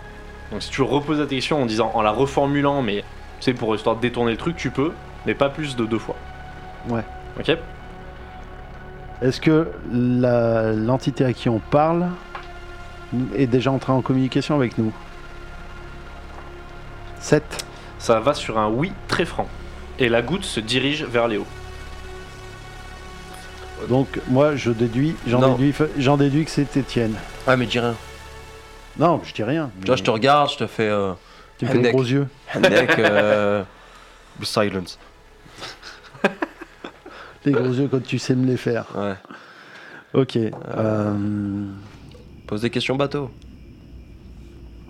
A: Donc si tu reposes la question en disant, en la reformulant, mais c'est pour histoire de détourner le truc, tu peux, mais pas plus de deux fois.
C: Ouais.
A: Ok.
C: Est-ce que la- l'entité à qui on parle est déjà entrée en communication avec nous 7.
A: Ça va sur un oui très franc. Et la goutte se dirige vers Léo.
C: Donc moi, je déduis, j'en
B: Non.
C: déduis, j'en déduis que c'est Étienne.
B: Ah, mais dis rien.
C: Non, je dis rien.
B: Tu vois, je te regarde, je te fais. Euh,
C: Tu me fais des
B: Hendek.
C: gros yeux.
B: Handek, euh, silence.
C: Les gros yeux quand tu sais me les faire.
B: Ouais.
C: Ok. euh,
B: Pose des questions bateau.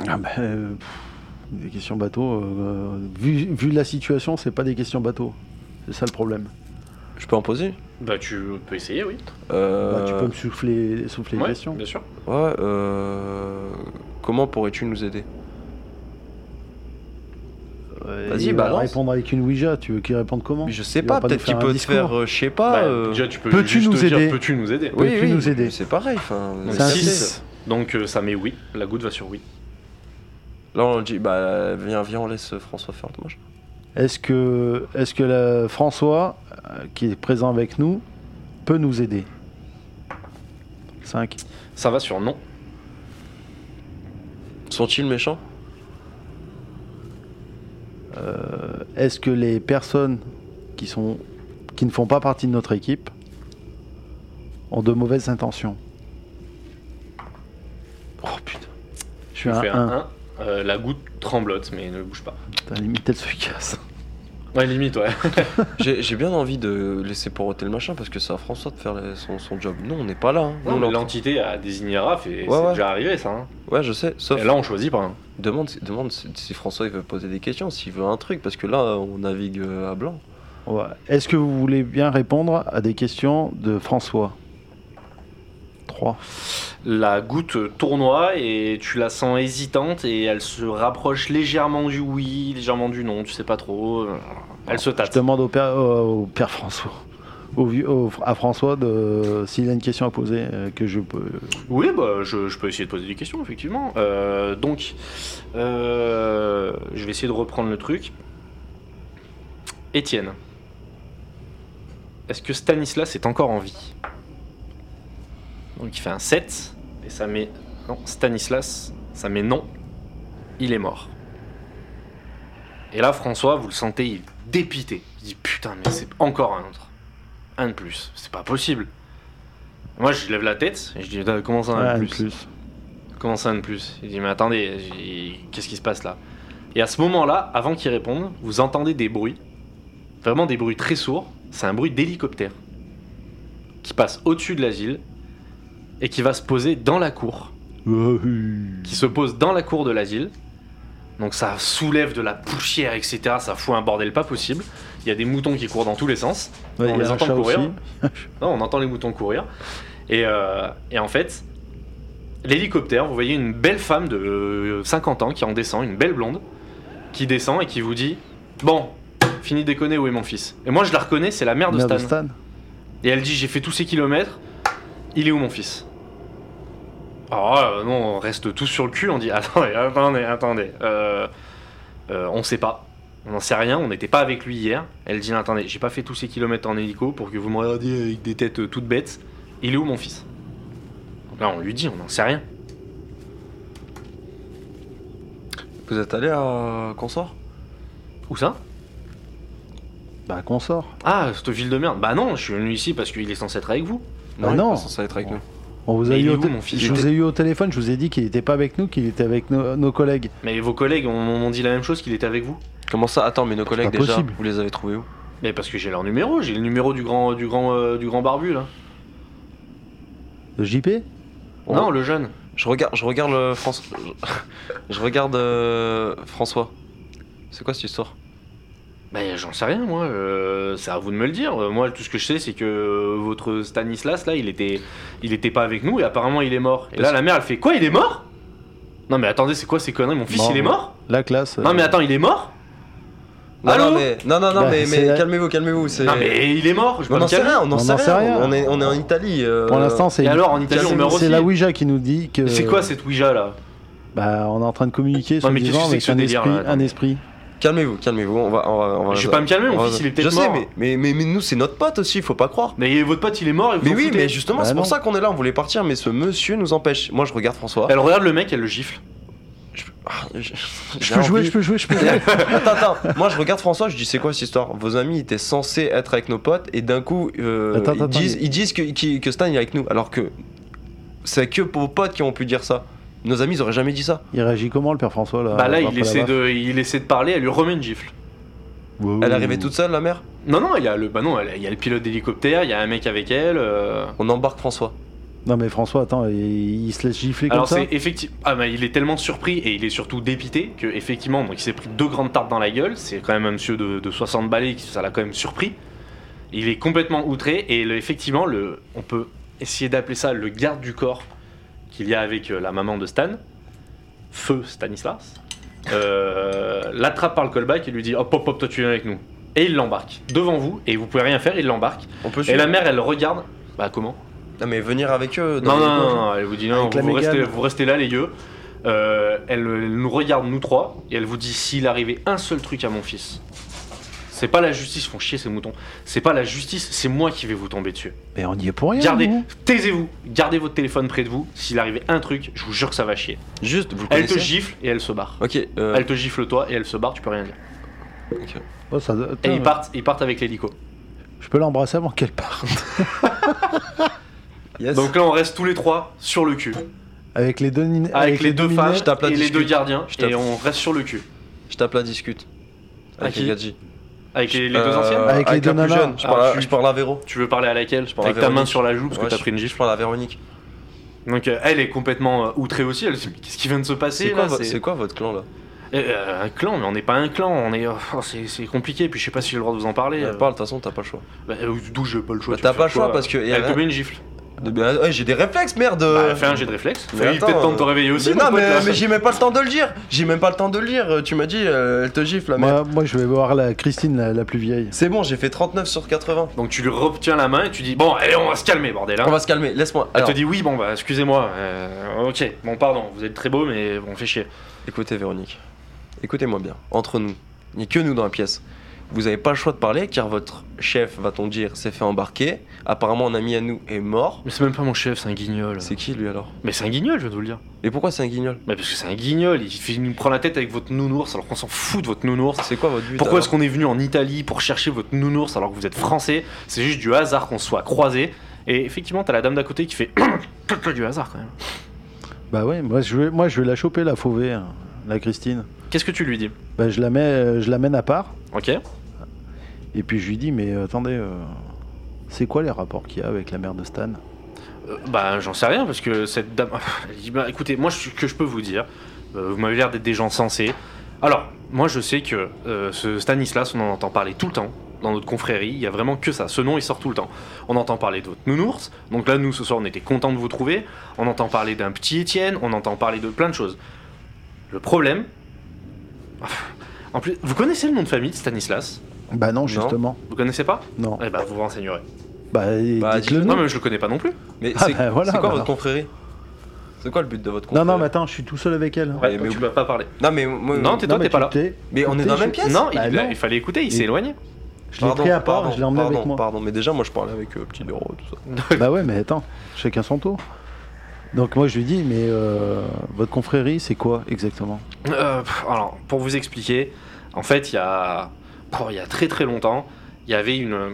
C: Ah bah, euh, pff, des questions bateau. euh, vu, vu la situation, c'est pas des questions bateau. C'est ça le problème.
B: Je peux en poser
A: Bah tu peux essayer, oui.
B: euh,
C: Bah, tu peux me souffler, souffler les
A: Ouais,
C: questions.
A: bien sûr.
B: Ouais, euh, Comment pourrais-tu nous aider
C: Euh,
B: Vas-y,
C: il va
B: balance.
C: Répondre avec une Ouija, tu veux qu'il réponde comment
B: Mais Je sais
C: Il va
B: pas,
C: pas
B: peut-être
C: nous
B: qu'il
C: faire un
B: peut te
C: discours
B: faire, euh, je sais pas.
A: Bah,
B: euh,
A: déjà tu peux
C: Ah, peux-tu
A: juste
C: nous
A: te dire,
C: aider
A: peux-tu nous aider
B: oui,
C: peux-tu
B: oui,
C: nous aider
B: mais C'est pareil. Enfin,
A: Donc,
C: C'est un
A: six.
C: six.
A: Donc euh, ça met oui, la goutte va sur oui.
B: Là, on dit, bah, viens, viens, on laisse François faire le dommage.
C: Est-ce que, est que la- François, euh, qui est présent avec nous, peut nous aider 5.
A: Ça va sur non.
B: Sont-ils méchants
C: Est-ce que les personnes qui, sont, qui ne font pas partie de notre équipe ont de mauvaises intentions Oh putain. Je suis
A: Tu
C: à
A: fais
C: un
A: un
C: 1.
A: 1. Euh, la goutte tremblote mais ne bouge pas.
C: Putain, limite, elle se casse.
A: Ouais, limite, ouais.
B: J'ai j'ai bien envie de laisser poroter le machin parce que c'est à François de faire les- son, son job. Nous, on n'est pas là. hein. Nous,
A: Non, mais
B: on est en-
A: l'entité a désigné Raph et
B: Ouais,
A: c'est
B: ouais.
A: déjà arrivé ça. hein.
B: Ouais, je sais. Sauf,
A: Et là on choisit pas. hein.
B: demande, demande si, si François il veut poser des questions, s'il veut un truc, parce que là, on navigue euh, à blanc.
C: Ouais. Est-ce que vous voulez bien répondre à des questions de François 3.
A: La goutte tournoie et tu la sens hésitante et elle se rapproche légèrement du oui, légèrement du non, tu sais pas trop. euh, Elle se
C: Je
A: tâte.
C: demande au père, au père François, au vieux- au- à François de- s'il a une question à poser euh, que je peux.
A: Oui, bah, je, je peux essayer de poser des questions, effectivement. Euh, donc, euh, je vais essayer de reprendre le truc. Étienne, est-ce que Stanislas est encore en vie Donc, il fait un 7, et ça met. Non, Stanislas, ça met non, il est mort. Et là, François, vous le sentez, il est dépité. Il dit Putain, mais c'est encore un autre. Un de plus, c'est pas possible. Moi, je lève la tête et je dis Attends, Comment ça, un
C: Ah,
A: de
C: une
A: plus Comment ça, un de plus Il dit, mais attendez, j'ai- qu'est-ce qui se passe là Et à ce moment-là, avant qu'il réponde, vous entendez des bruits, vraiment des bruits très sourds. C'est un bruit d'hélicoptère qui passe au-dessus de l'asile et qui va se poser dans la cour.
C: plus.
A: Qui se pose dans la cour de l'asile. Donc ça soulève de la poussière, etc. Ça fout un bordel pas possible. Il y a des moutons qui courent dans tous les sens. on
C: Ouais, il y a
A: les
C: un
A: entend
C: chat
A: courir.
C: aussi.
A: Non, on entend les moutons courir. Et, euh, et en fait, l'hélicoptère, vous voyez une belle femme de euh, 50 ans qui en descend, une belle blonde, qui descend et qui vous dit Bon, fini de déconner, où est mon fils Et moi je la reconnais, c'est la mère de
C: Merde,
A: Stan.
C: Stan.
A: Et elle dit J'ai fait tous ces kilomètres, il est où mon fils Alors euh, nous on reste tous sur le cul, on dit Attendez, attendez, attendez. Euh, euh, on sait pas. On n'en sait rien, on n'était pas avec lui hier. Elle dit Attendez, j'ai pas fait tous ces kilomètres en hélico pour que vous me regardiez avec des têtes euh, toutes bêtes. Il est où mon fils Donc là on lui dit On n'en sait rien.
B: Vous êtes allé à Consort
C: Ah
A: Où ça
C: Bah, qu'on sort.
A: Ah, cette ville de merde. Bah non, je suis venu ici parce qu'il est censé être avec vous.
C: Bah
B: il est
C: non.
B: pas censé être avec nous.
C: On vous a
A: Mais il
C: eu
A: est
C: au
A: où,
C: té-
A: mon fils
C: je
A: Il
C: vous
A: était-
C: ai eu au téléphone, je vous ai dit qu'il n'était pas avec nous, qu'il était avec nos, nos collègues.
A: Mais vos collègues ont- m'ont dit la même chose qu'il était avec vous.
B: Comment ça Attends, mais nos collègues
C: pas
B: déjà,
C: possible.
B: vous les avez trouvés où
A: Mais parce que j'ai leur numéro, j'ai le numéro du grand, du grand, euh, du grand barbu là.
C: Le JP
B: Bon,
A: Non, le jeune.
B: Je regarde, je regarde le France. Je, je regarde euh, François. C'est quoi cette histoire
A: Ben j'en sais rien moi, euh, c'est à vous de me le dire. Euh, Moi tout ce que je sais c'est que euh, votre Stanislas là il était il était pas avec nous et apparemment il est mort. Et là
B: Parce-
A: la mère elle fait quoi il est mort Non mais attendez c'est quoi ces conneries mon fils
C: Mort,
A: il est
C: ouais.
A: mort
C: La classe. euh,
A: Non mais attends il est mort
B: non,
A: Allô
B: non, mais, non, non, non,
C: Bah,
B: mais,
C: c'est
B: mais
C: la-
B: calmez-vous, calmez-vous. c'est-
A: Non mais il est mort, je
B: Mais
A: peux
B: on
A: me
B: n'en sait
A: calmer.
B: rien, on n'en sait rien. On est, on est en Italie. euh,
C: Pour l'instant, c'est
A: Et alors en Italie on meurt
C: c'est-
A: aussi.
C: c'est la Ouija euh, qui nous dit que.
A: C'est quoi cette Ouija là
C: Bah, on est en train de communiquer sur
A: mais qu'est-ce que c'est que ce
C: un
A: délire,
C: esprit.
A: là, attends.
C: un esprit.
B: Calmez-vous, calmez-vous. On va, on va, on va-
A: Je vais pas me calmer, mon
B: on va-
A: fils, il est
B: Je
A: peut-être
B: sais,
A: mort.
B: mais, mais, mais, mais nous, c'est notre pote aussi, faut pas croire.
A: Mais votre pote il est mort et vous
B: Mais
A: vous
B: oui,
A: foutez.
B: mais justement,
C: Bah
B: c'est pour
C: non.
B: ça qu'on est là, on voulait partir, mais ce monsieur nous empêche. Moi, je regarde François.
A: Elle regarde le mec, elle le gifle.
B: Ah, Je,
C: Je peux jouer, je peux jouer, je peux jouer.
B: Attends, attends. Moi, je regarde François, je dis c'est quoi cette histoire Vos amis étaient censés être avec nos potes et d'un coup, euh,
C: Attends,
B: ils,
C: attends,
B: disent,
C: mais-
B: ils disent que, qui- que Stan est avec nous. Alors que c'est que vos potes qui ont pu dire ça. Nos amis, ils auraient jamais dit ça.
C: Il réagit comment le père François là
A: bah là
C: après
A: il
C: la
A: essaie
C: baffe
A: de il essaie de parler, elle lui remet une gifle.
C: Wow.
B: Elle arrivait toute seule, la mère
A: Non non, il y a le bah non, elle- il y a le pilote d'hélicoptère, il y a un mec avec elle euh,
B: On embarque François.
C: Non mais François, attends, il, il se laisse gifler comme
A: Alors
C: ça.
A: c'est effectivement, ah bah, il est tellement surpris et il est surtout dépité que effectivement, donc il s'est pris deux grandes tartes dans la gueule. C'est quand même un monsieur de, de 60 balais qui ça l'a quand même surpris. Il est complètement outré et le- effectivement, le, on peut essayer d'appeler ça le garde du corps qu'il y a avec euh, la maman de Stan, feu Stanislas, euh, l'attrape par le callback et lui dit hop hop hop toi tu viens avec nous et il l'embarque devant vous et vous pouvez rien faire, il l'embarque
B: On peut
A: et
B: suivre.
A: la mère elle le regarde. Bah comment
B: Non, mais venir avec eux.
A: non,
B: dans les
A: non, non,
B: loges.
A: non, elle vous dit non,
C: Avec la
A: vous restez,
C: Mégane.
A: vous restez là, les gueux. Euh, elle, elle nous regarde, nous trois, et elle vous dit s'il arrivait un seul truc à mon fils, c'est pas la justice, font chier ces moutons, c'est pas la justice, c'est moi qui vais vous tomber dessus.
C: Mais on y est pour rien.
A: Gardez,
C: nous.
A: taisez-vous, gardez votre téléphone près de vous, s'il arrivait un truc, je vous jure que ça va chier.
B: Juste, vous le
A: Elle te
B: connaissez
A: gifle et elle se barre.
B: Ok, euh,
A: Elle te gifle toi et elle se barre, tu peux rien dire.
B: ok.
C: Oh, ça- attends,
B: Ah
A: Et ils partent, ils partent avec l'hélico.
C: Je peux l'embrasser avant qu'elle parte.
B: Yes.
A: Donc là, on reste tous les trois sur le cul,
C: Avec les deux nin-
A: avec les deux
C: minettes.
A: femmes
B: je tape la
A: et les
B: discute.
A: deux gardiens,
B: Je tape.
A: et on reste sur le cul.
B: je tape la discute. Avec
A: qui
B: les gadgets.
A: Avec les, les
B: Euh,
A: deux anciennes
C: Avec les
B: la
C: deux
B: plus
C: nanas.
B: jeune. Je
A: Ah,
B: parle, à,
A: tu-
B: je parle à Véro.
A: Tu veux parler à laquelle
B: parle à
A: Avec ta
B: Véronique.
A: main sur la joue parce
B: Ouais,
A: que t'as
B: je-
A: pris une
B: Je
A: gifle.
B: parle à Véronique.
A: Donc euh, elle est complètement euh, outrée aussi. Elle se dit mais qu'est-ce qui vient de se passer
B: C'est quoi,
A: là
B: vo-
A: C'est-
B: c'est quoi votre clan là
A: Euh, Un clan, mais on n'est pas un clan. On est, oh, c'est c'est compliqué. Puis je sais pas si j'ai le droit de vous en parler. euh.
B: Parle, de toute façon, t'as pas le choix.
A: Bah, euh, D'où j'ai pas le choix.
B: Bah,
A: tu
B: t'as
A: fais
B: pas le choix
A: quoi, euh,
B: parce que. y a
A: Elle te
B: rien-
A: met une gifle.
B: de- ben, ouais, j'ai des réflexes, merde.
A: Bah, fais un jet de réflexe.
B: mais
A: T'as eu
B: attends,
A: peut-être temps de te
B: euh,
A: réveiller aussi.
B: Mais
A: mon
B: non,
A: pote,
B: mais,
A: là.
B: mais j'ai même pas le temps de le dire. J'ai même pas le temps de le dire. Tu m'as dit, euh, elle te gifle, la merde.
C: Moi, moi, je vais voir la Christine, la, la plus vieille.
B: C'est bon, j'ai fait 39 sur 80.
A: Donc tu lui retiens la main et tu dis bon, allez, on va se calmer, bordel. hein.
B: On va se calmer, laisse-moi.
A: Elle
B: Alors,
A: te dit oui, bon bah excusez-moi. euh, ok, bon pardon, vous êtes très beau, mais bon, fait chier.
B: écoutez, Véronique, écoutez-moi bien. Entre nous, il n'y a que nous dans la pièce. Vous avez pas le choix de parler car votre chef, va-t-on dire, s'est fait embarquer. Apparemment, un ami à nous est mort.
A: Mais c'est même pas mon chef, c'est un guignol.
B: C'est qui lui alors
A: Mais c'est un guignol, je viens de vous le dire.
B: Et pourquoi c'est un guignol
A: Mais parce que c'est un guignol, il, fait- il nous prend la tête avec votre nounours alors qu'on s'en fout de votre nounours.
B: C'est quoi votre but
A: Pourquoi
B: alors
A: est-ce qu'on est venu en Italie pour chercher votre nounours alors que vous êtes français C'est juste du hasard qu'on se soit croisés. Et effectivement, t'as la dame d'à côté qui fait du hasard quand même.
C: Bah ouais, moi je vais, moi, je vais la choper, la fauvée, hein, la Christine.
A: Qu'est-ce que tu lui dis
C: Bah, je la mets, euh, je l'amène à part.
A: Ok
C: Et puis je lui dis, mais euh, attendez, euh, c'est quoi les rapports qu'il y a avec la mère de Stan
A: Euh, Bah, j'en sais rien parce que cette dame. Elle dit Bah, écoutez, moi, je- ce que je peux vous dire, euh, vous m'avez l'air d'être des gens sensés. Alors, moi je sais que euh, ce Stanislas, on en entend parler tout le temps. Dans notre confrérie, il y a vraiment que ça. Ce nom, il sort tout le temps. On entend parler de votre nounours. Donc là, nous, ce soir, on était contents de vous trouver. On entend parler d'un petit Étienne. On entend parler de plein de choses. Le problème. En plus, vous connaissez le nom de famille de Stanislas
C: Bah non, justement.
A: Vous connaissez pas
C: Non.
A: Eh ben, vous vous renseignerez.
C: Bah,
B: Bah,
C: dites-le
B: dis-
A: Non,
C: nous.
A: mais je le connais pas non plus.
B: Mais
C: Ah
B: c'est
C: bah voilà,
B: c'est quoi
C: bah
B: votre
C: alors.
B: confrérie C'est quoi le but de votre
C: Non,
B: confrérie
C: non, mais attends, je suis tout seul avec elle.
B: Ouais,
A: Ouais,
B: mais
A: tu
B: vous-
A: vas pas parler.
B: Non, mais moi.
A: Non, t'es toi,
C: mais
A: t'es pas
C: tu
A: là.
C: t'es-
B: Mais on est
C: t'es-
B: dans la même
C: je-
B: pièce
A: Non, il,
C: Bah,
A: il a-
C: non.
A: il fallait écouter, il s'est
C: Il-
A: éloigné.
C: Je l'ai pris à part, je l'ai emmené
B: pardon,
C: avec moi.
B: Pardon, mais déjà, moi, je parlais avec euh, Petit Bureau, tout ça.
C: Bah ouais, mais attends, chacun son tour. Donc moi je lui dis, mais euh, votre confrérie, c'est quoi exactement
A: Euh, pff, alors, pour vous expliquer, en fait, il y a, oh, il y a très très longtemps, il y avait une. euh,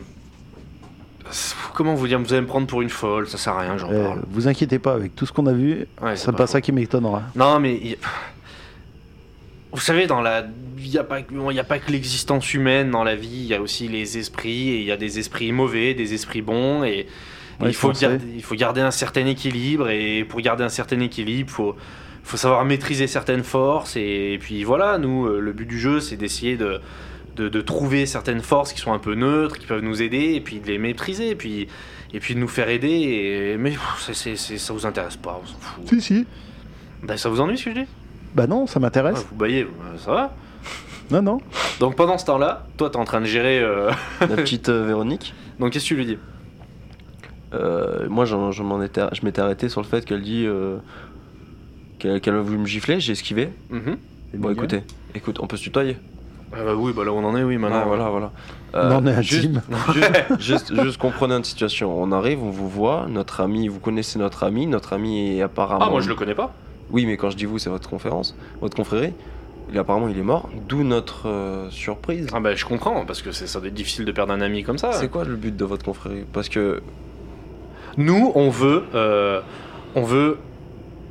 A: Comment vous dire Vous allez me prendre pour une folle, ça sert à rien, j'en
C: Euh,
A: parle.
C: Vous inquiétez pas, avec tout ce qu'on a vu,
A: Ouais, c'est
C: c'est
A: pas
C: pas
A: faux.
C: ça qui m'étonnera.
A: Non, mais. il- Vous savez, dans la. Il n'y a, pas... bon, il y a pas que l'existence humaine dans la vie, il y a aussi les esprits, et il y a des esprits mauvais, des esprits bons, et, et
C: Ouais,
A: il, faut
C: je pensais.
A: garder... il faut garder un certain équilibre, et pour garder un certain équilibre, faut. faut savoir maîtriser certaines forces, et, et puis voilà, nous, euh, le but du jeu, c'est d'essayer de. De, de trouver certaines forces qui sont un peu neutres, qui peuvent nous aider, et puis de les maîtriser, et puis, et puis de nous faire aider. Et... Mais pff, c'est- c'est- c'est- ça vous intéresse pas, on s'en fout.
C: Si, si.
A: Ben, ça vous ennuie ce que je dis
C: Bah non, ça
A: ah,
C: m'intéresse.
A: vous baillez, euh, ça va.
C: Non, non.
A: Donc pendant ce temps-là, toi t'es en train de gérer. euh,
B: La petite euh, Véronique.
A: Donc qu'est-ce que tu lui dis
B: Euh, moi, j'en- je m'en étais, je m'étais arrêté sur le fait qu'elle dit euh, qu'elle qu'elle a voulu me gifler, j'ai esquivé.
A: Mhm.
B: Bon, écoutez, écoute, on peut se tutoyer.
A: Ah bah oui, bah là où on en est, oui, maintenant.
B: Ouais, voilà, voilà. Euh,
C: Non, on est
B: juste,
C: intime.
B: juste, juste, juste comprenez une situation. On arrive, on vous voit, notre ami, vous connaissez notre ami, notre ami est apparemment.
A: Ah, moi je le connais pas.
B: Oui, mais quand je dis vous, c'est votre conférence, votre confrérie. Il, apparemment, il est mort, d'où notre euh, surprise.
A: Ah bah je comprends, parce que c'est- ça doit être difficile de perdre un ami comme ça.
B: C'est quoi le but de votre confrérie Parce que
A: Nous, on veut. euh, On veut.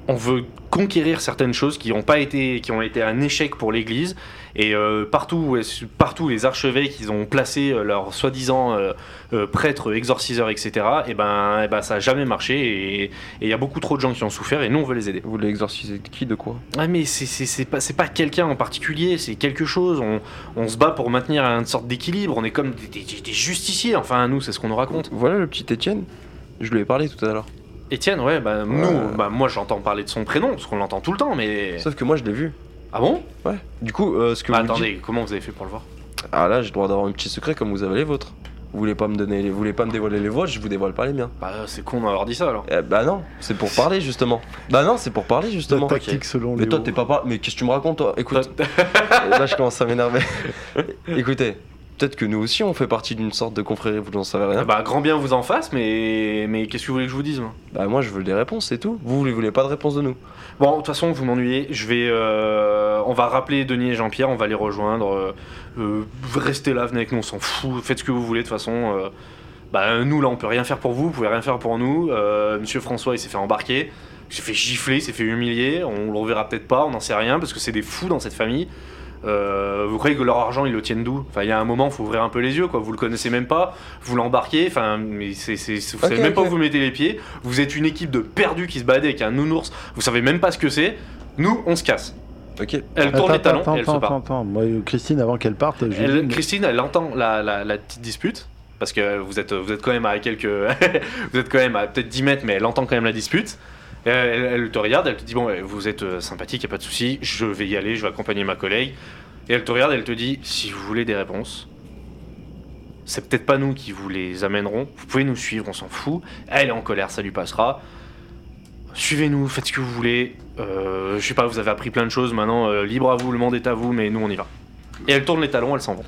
A: On veut conquérir certaines choses qui ont pas été, qui ont été un échec pour l'Église et euh, partout, où est- partout les archevêques ils ont placé euh, leurs soi-disant euh, euh, prêtres, exorciseurs, etc. Et ben, et ben ça a jamais marché et il y a beaucoup trop de gens qui ont souffert et nous on veut les aider.
B: vous voulez exorciser qui, de quoi
A: Ouais, Ah, mais c'est- c'est c'est pas, c'est pas quelqu'un en particulier, c'est quelque chose. On, on se bat pour maintenir une sorte d'équilibre. On est comme des, des- des- des justiciers, enfin, nous, c'est ce qu'on nous raconte.
B: Voilà le petit Étienne. Je lui ai parlé tout à l'heure.
A: Étienne, ouais, bah,
B: Ouais.
A: nous, bah, moi, j'entends parler de son prénom, parce qu'on l'entend tout le temps, mais.
B: Sauf que moi, je l'ai vu.
A: Ah bon
B: Ouais. Du coup, euh, ce que
A: Bah,
B: vous
A: Attendez, comment vous avez fait pour le voir
B: dites- Ah là, j'ai le droit d'avoir un petit secret comme vous avez les vôtres. Vous voulez pas me donner, les- vous voulez pas me dévoiler les vôtres, je vous dévoile pas les miens.
A: Bah, c'est con d'avoir dit ça alors.
B: Eh, bah non, c'est pour parler justement. Bah non, c'est pour parler
C: La
B: justement.
C: tactique selon
B: Mais
C: Léo.
B: toi, t'es pas par- Mais qu'est-ce que tu me racontes, toi Écoute,
A: Toi,
B: là, je commence à m'énerver. Écoutez, peut-être que nous aussi, on fait partie d'une sorte de confrérie, vous n'en savez rien. Bah,
A: Bah, grand bien vous en fasse, mais. Mais qu'est-ce que vous voulez que je vous dise, moi
B: Bah, moi, je veux des réponses, c'est tout. Vous, vous voulez pas de réponse de nous.
A: Bon, de toute façon, vous m'ennuyez. Je vais, euh, on va rappeler Denis et Jean-Pierre. On va les rejoindre. euh, euh, restez là, venez avec nous. On s'en fout. Faites ce que vous voulez. De toute façon, euh, bah, nous là, on peut rien faire pour vous. Vous pouvez rien faire pour nous. Euh, Monsieur François, il s'est fait embarquer. Il s'est fait gifler. Il s'est fait humilier. On le reverra peut-être pas. On n'en sait rien parce que c'est des fous dans cette famille. Euh, vous croyez que leur argent ils le tiennent d'où Enfin, il y a un moment, faut ouvrir un peu les yeux, quoi. Vous le connaissez même pas, vous l'embarquez. Enfin, mais c'est, c'est- vous
B: Ok,
A: savez même pas
B: ok.
A: où vous mettez les pieds. Vous êtes une équipe de perdus qui se baladaient avec un nounours. Vous savez même pas ce que c'est. Nous, on se casse.
B: Ok.
A: Elle
C: Attends,
A: tourne les talons
C: attends,
A: et elle se
C: attends,
A: part.
C: attends. Moi, euh, Christine, avant qu'elle parte, je lui
A: Elle-
C: dis-
A: Christine, elle entend la, la- la petite dispute. Parce que vous êtes, vous êtes quand même à quelques. vous êtes quand même à peut-être 10 mètres, mais elle entend quand même la dispute. Euh, Elle, elle te regarde, elle te dit Bon, euh, vous êtes euh, sympathique, y a pas de souci, je vais y aller, je vais accompagner ma collègue. Et elle te regarde, elle te dit Si vous voulez des réponses, c'est peut-être pas nous qui vous les amènerons. Vous pouvez nous suivre, on s'en fout. Elle est en colère, ça lui passera. Suivez-nous, faites ce que vous voulez. Euh, je sais pas, vous avez appris plein de choses maintenant, euh, libre à vous, le monde est à vous, mais nous on y va. Et elle tourne les talons, elle s'en va.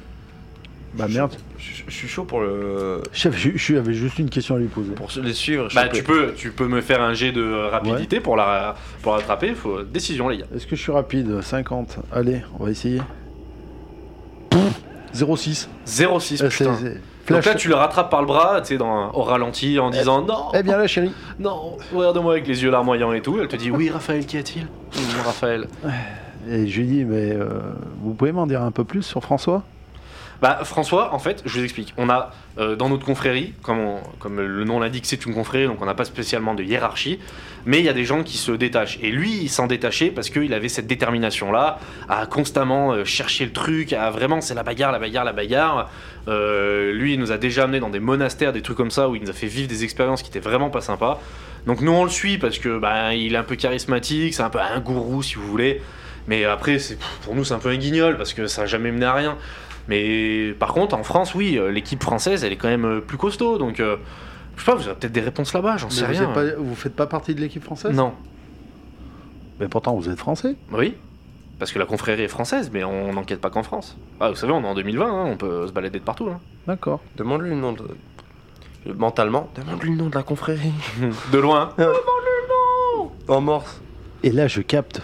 C: Bah merde.
B: Je je suis chaud pour le.
C: Chef, je- je- j'avais juste une question à lui poser.
B: Pour les suivre. je
A: Bah
B: suis
A: tu
B: peu-
A: peux, tu peux me faire un jet de euh, rapidité pour la pour l'attraper. Faut décision les gars.
C: Est-ce que je suis rapide 50. Allez, on va essayer. 06.
A: 06
C: Euh, c'est-
A: putain.
C: c'est-
A: Donc
C: Flash.
A: là tu le rattrapes par le bras, tu sais, dans un- au ralenti en disant non,
C: Eh bien là, chérie.
A: non, regarde-moi avec les yeux larmoyants et tout. Elle te dit oui Raphaël, qu'y a-t-il Mmh, Raphaël.
C: Et je lui dis, mais euh, vous pouvez m'en dire un peu plus sur François
A: Bah, François, en fait, je vous explique. On a euh, dans notre confrérie, comme, on- comme le nom l'indique, c'est une confrérie, donc on n'a pas spécialement de hiérarchie, mais il y a des gens qui se détachent. Et lui, il s'en détachait parce qu'il avait cette détermination-là à constamment euh, chercher le truc, à vraiment, c'est la bagarre, la bagarre, la bagarre. Euh, lui, il nous a déjà amené dans des monastères, des trucs comme ça, où il nous a fait vivre des expériences qui étaient vraiment pas sympas. Donc nous, on le suit parce que bah, il est un peu charismatique, c'est un peu un gourou, si vous voulez. Mais après, c'est- pff, pour nous, c'est un peu un guignol parce que ça n'a jamais mené à rien. Mais par contre, en France, oui, euh, l'équipe française, elle est quand même euh, plus costaud. Donc, euh, je sais pas, vous avez peut-être des réponses là-bas, j'en sais
C: Mais vous,
A: rien.
C: êtes pas- vous faites pas partie de l'équipe française
A: Non.
C: Mais pourtant, vous êtes français.
A: Oui. Parce que la confrérie est française, mais on n'enquête pas qu'en France. Ah, vous savez, on est en 2020, hein, on peut se balader de partout. hein.
C: D'accord.
B: Demande-lui le nom de. Mentalement, demande-lui le nom de la confrérie.
A: De loin.
B: En morse.
C: Et là, je capte.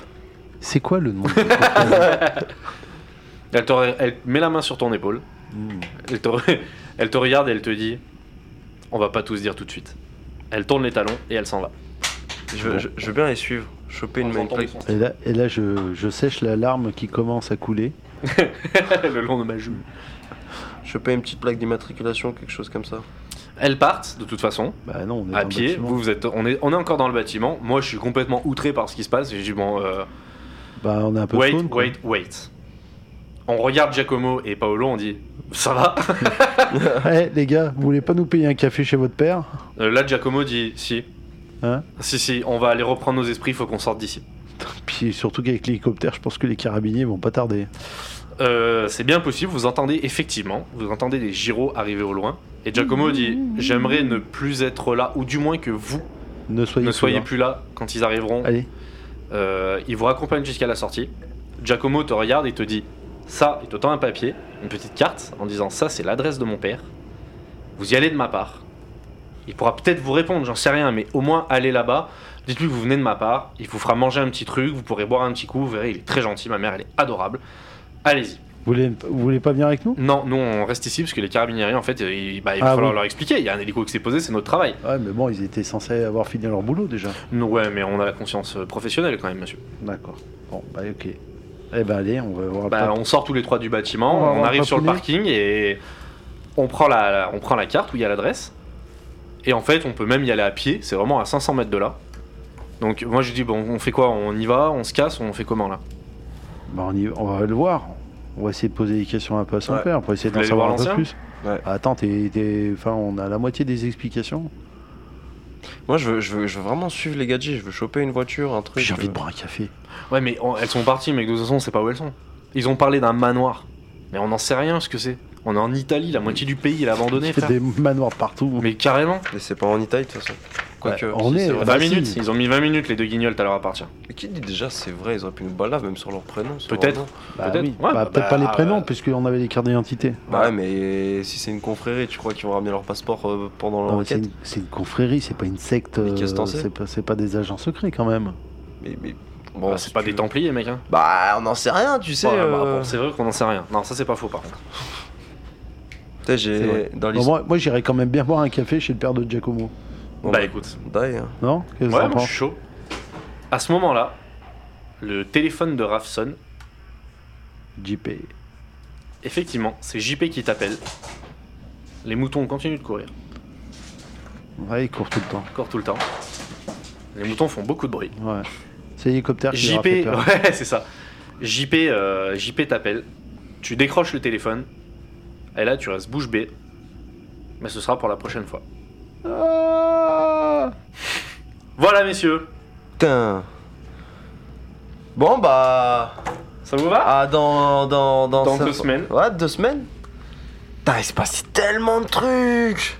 C: C'est quoi le nom
A: Elle, te- elle met la main sur ton épaule,
C: Hmm.
A: elle te, re- elle te regarde et elle te dit On va pas tous dire tout de suite. Elle tourne les talons et elle s'en va.
B: Je veux, je- je veux bien les suivre. Choper une main plate.
C: Et là, et là je, je sèche la larme qui commence à couler.
A: Le long de ma joue.
B: Choper une petite plaque d'immatriculation, quelque chose comme ça.
A: Elles partent, de toute façon.
C: Bah non, on est
A: à
C: dans le
A: pied.
C: bâtiment.
A: Vous, vous êtes, on est, on est encore dans le bâtiment. Moi, je suis complètement outré par ce qui se passe. J'ai dit bon, euh,
C: Bah on est un peu
A: wait,
C: faune, quoi.
A: wait, wait. On regarde Giacomo et Paolo. On dit ça va.
C: Eh, les gars, vous voulez pas nous payer un café chez votre père
A: Euh, Là, Giacomo dit si.
C: Hein
A: si, si, on va aller reprendre nos esprits, faut qu'on sorte d'ici.
C: Puis surtout qu'avec l'hélicoptère, je pense que les carabiniers vont pas tarder.
A: Euh, c'est bien possible, vous entendez effectivement, vous entendez des gyros arriver au loin. Et Giacomo dit J'aimerais ne plus être là, ou du moins que vous
C: Ne soyez,
A: ne
C: plus
A: soyez
C: là.
A: plus là quand ils arriveront.
C: Allez,
A: Euh, il vous raccompagne jusqu'à la sortie. Giacomo te regarde et te dit Ça, il te tend un papier, une petite carte, en disant Ça, c'est l'adresse de mon père. Vous y allez de ma part. Il pourra peut-être vous répondre, j'en sais rien, mais au moins allez là-bas. Dites-lui que vous venez de ma part. Il vous fera manger un petit truc, vous pourrez boire un petit coup. Vous verrez, il est très gentil, ma mère, elle est adorable. Allez-y.
C: vous voulez, vous voulez pas venir avec nous
A: Non, nous, on reste ici parce que les carabiniers, en fait, euh, il, bah, il va
C: Ah,
A: falloir
C: oui.
A: leur expliquer. Il y a un hélico qui s'est posé, c'est notre travail.
C: Ouais, mais bon, ils étaient censés avoir fini leur boulot déjà.
A: Nous, ouais, mais on a la conscience euh, professionnelle quand même, monsieur.
C: D'accord. Bon, bah ok. Eh ben allez, on va voir le
A: Bah,
C: pape.
A: on sort tous les trois du bâtiment,
C: On va
A: on,
C: voir
A: arrive
C: le
A: sur le
C: papounet.
A: parking et on prend la, la- on prend la carte où il y a l'adresse. Et en fait, on peut même y aller à pied, c'est vraiment à 500 mètres de là. Donc moi je dis, bon, on fait quoi On y va, on se casse, on fait comment là
C: Bah, on, y- on va le voir. On va essayer de poser des questions un peu à son
B: Ouais.
C: père pour essayer
A: Vous
C: d'en
A: allez
C: savoir
A: voir
C: un peu
A: l'ancien
C: plus.
B: Ouais.
C: Bah, Attends, t'es- t'es- enfin, on a la moitié des explications.
B: Moi, je veux, je veux, je veux vraiment suivre les gadgets. Je veux choper une voiture, un truc. euh,
C: J'ai envie
B: je-
C: de boire un café.
A: Ouais mais on- elles sont parties, mais de toute façon on sait pas où elles sont. Ils ont parlé d'un manoir, mais on n'en sait rien ce que c'est. On est en Italie, la moitié du pays il est abandonné,
C: Il y a
A: frère.
C: des manoirs partout.
A: Mais carrément.
B: Mais c'est pas en Italie, de toute façon. Quoique.
C: Ouais, on est-
B: c'est vrai.
A: 20
C: si.
A: minutes, ils ont mis 20 minutes les deux guignols tout à l'heure à partir.
B: Mais qui dit déjà c'est vrai Ils auraient pu nous balaver même sur leur prénom. sur leur
A: Peut-être.
B: nom.
C: Bah
A: peut-être.
C: oui.
A: Ouais,
C: Bah,
A: bah,
C: peut-être
A: bah,
C: pas les prénoms,
A: euh,
C: puisqu'on avait les cartes d'identité.
B: Bah ouais, mais si c'est une confrérie, tu crois qu'ils vont ramener leur passeport euh, pendant leur
C: Non, mais c'est
B: enquête
C: une, c'est une confrérie, c'est pas une secte.
B: Mais qu'est-ce que t'en
C: euh,
B: sais
C: C'est pas, c'est pas des agents secrets quand même.
B: mais, mais- bon,
A: Bah,
B: si
A: c'est pas
B: tu
A: des
B: veux.
A: templiers mec. Hein.
B: Bah, on n'en sait rien, tu sais.
A: Ouais, bah,
B: euh.
A: bon, c'est vrai qu'on n'en sait rien. Non ça c'est pas faux par contre.
B: Putain,
C: C'est
B: j'ai
C: vrai.
B: dans
C: Bon,
B: l'histoire.
C: moi, moi, j'irais quand même bien boire un café chez le père de Giacomo.
B: Bon,
A: bah
B: bah,
A: écoute.
B: die, hein.
C: Non Qu'est-ce que
A: Ouais,
C: t'en
A: moi je
C: penses
A: suis chaud. À ce moment-là, le téléphone de Raph sonne.
C: JP.
A: Effectivement, c'est JP qui t'appelle. Les moutons continuent de courir,
C: Ouais, il court tout le temps.
A: encore tout le temps. Les moutons font beaucoup de bruit.
C: Ouais. C'est l'hélicoptère qui leur a
A: JP,
C: fait peur.
A: ouais, c'est ça. JP, euh, JP t'appelle. Tu décroches le téléphone. Et là, tu restes bouche bée. Mais ce sera pour la prochaine fois.
C: Ah
A: Voilà, messieurs.
B: Putain. Bon, bah.
A: Ça vous va
B: Ah, dans. Dans, dans,
A: Dans
B: cinq-
A: deux semaines.
B: Ouais, deux semaines Putain, il se passe tellement de trucs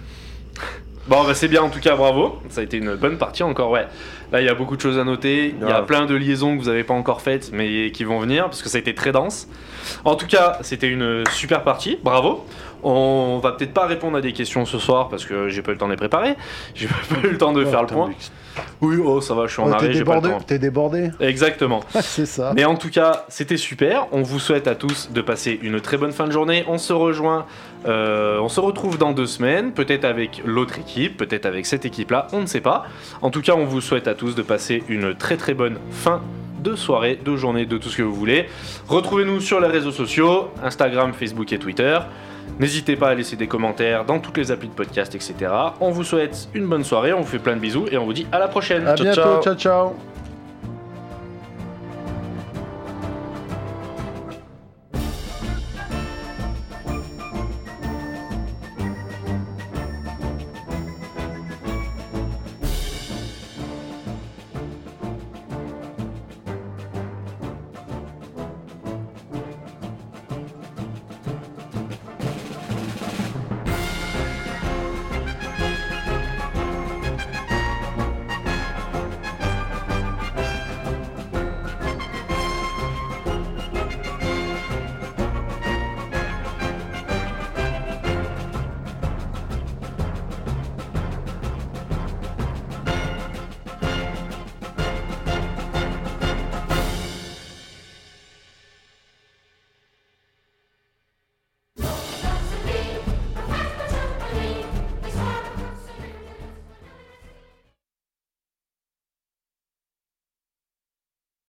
A: Bon, bah, c'est bien en tout cas, bravo. Ça a été une bonne partie encore, ouais. Là, il y a beaucoup de choses à noter. Il y a
B: Grave.
A: plein de liaisons que vous n'avez pas encore faites, mais qui vont venir, parce que ça a été très dense. En tout cas, c'était une super partie, bravo. On va peut-être pas répondre à des questions ce soir, parce que j'ai pas eu le temps de les préparer. J'ai pas eu le temps de
C: Oh,
A: faire le
C: putain,
A: point.
C: mais-
A: Oui, oh, ça va, je suis en
C: Oh,
A: arrêt,
C: T'es
A: j'ai pas le
C: débordé,
A: temps.
C: t'es débordé.
A: Exactement.
C: Ah, c'est ça.
A: Mais en tout cas, c'était super. On vous souhaite à tous de passer une très bonne fin de journée. On se rejoint, euh, on se retrouve dans deux semaines, peut-être avec l'autre équipe, peut-être avec cette équipe-là, on ne sait pas. En tout cas, on vous souhaite à tous de passer une très très bonne fin de soirée, de journée, de tout ce que vous voulez. Retrouvez-nous sur les réseaux sociaux, Instagram, Facebook et Twitter. N'hésitez pas à laisser des commentaires dans toutes les applis de podcast, etc. On vous souhaite une bonne soirée, on vous fait plein de bisous et on vous dit à la prochaine.
C: À
B: Ciao,
C: bientôt,
B: ciao.
C: ciao. ciao.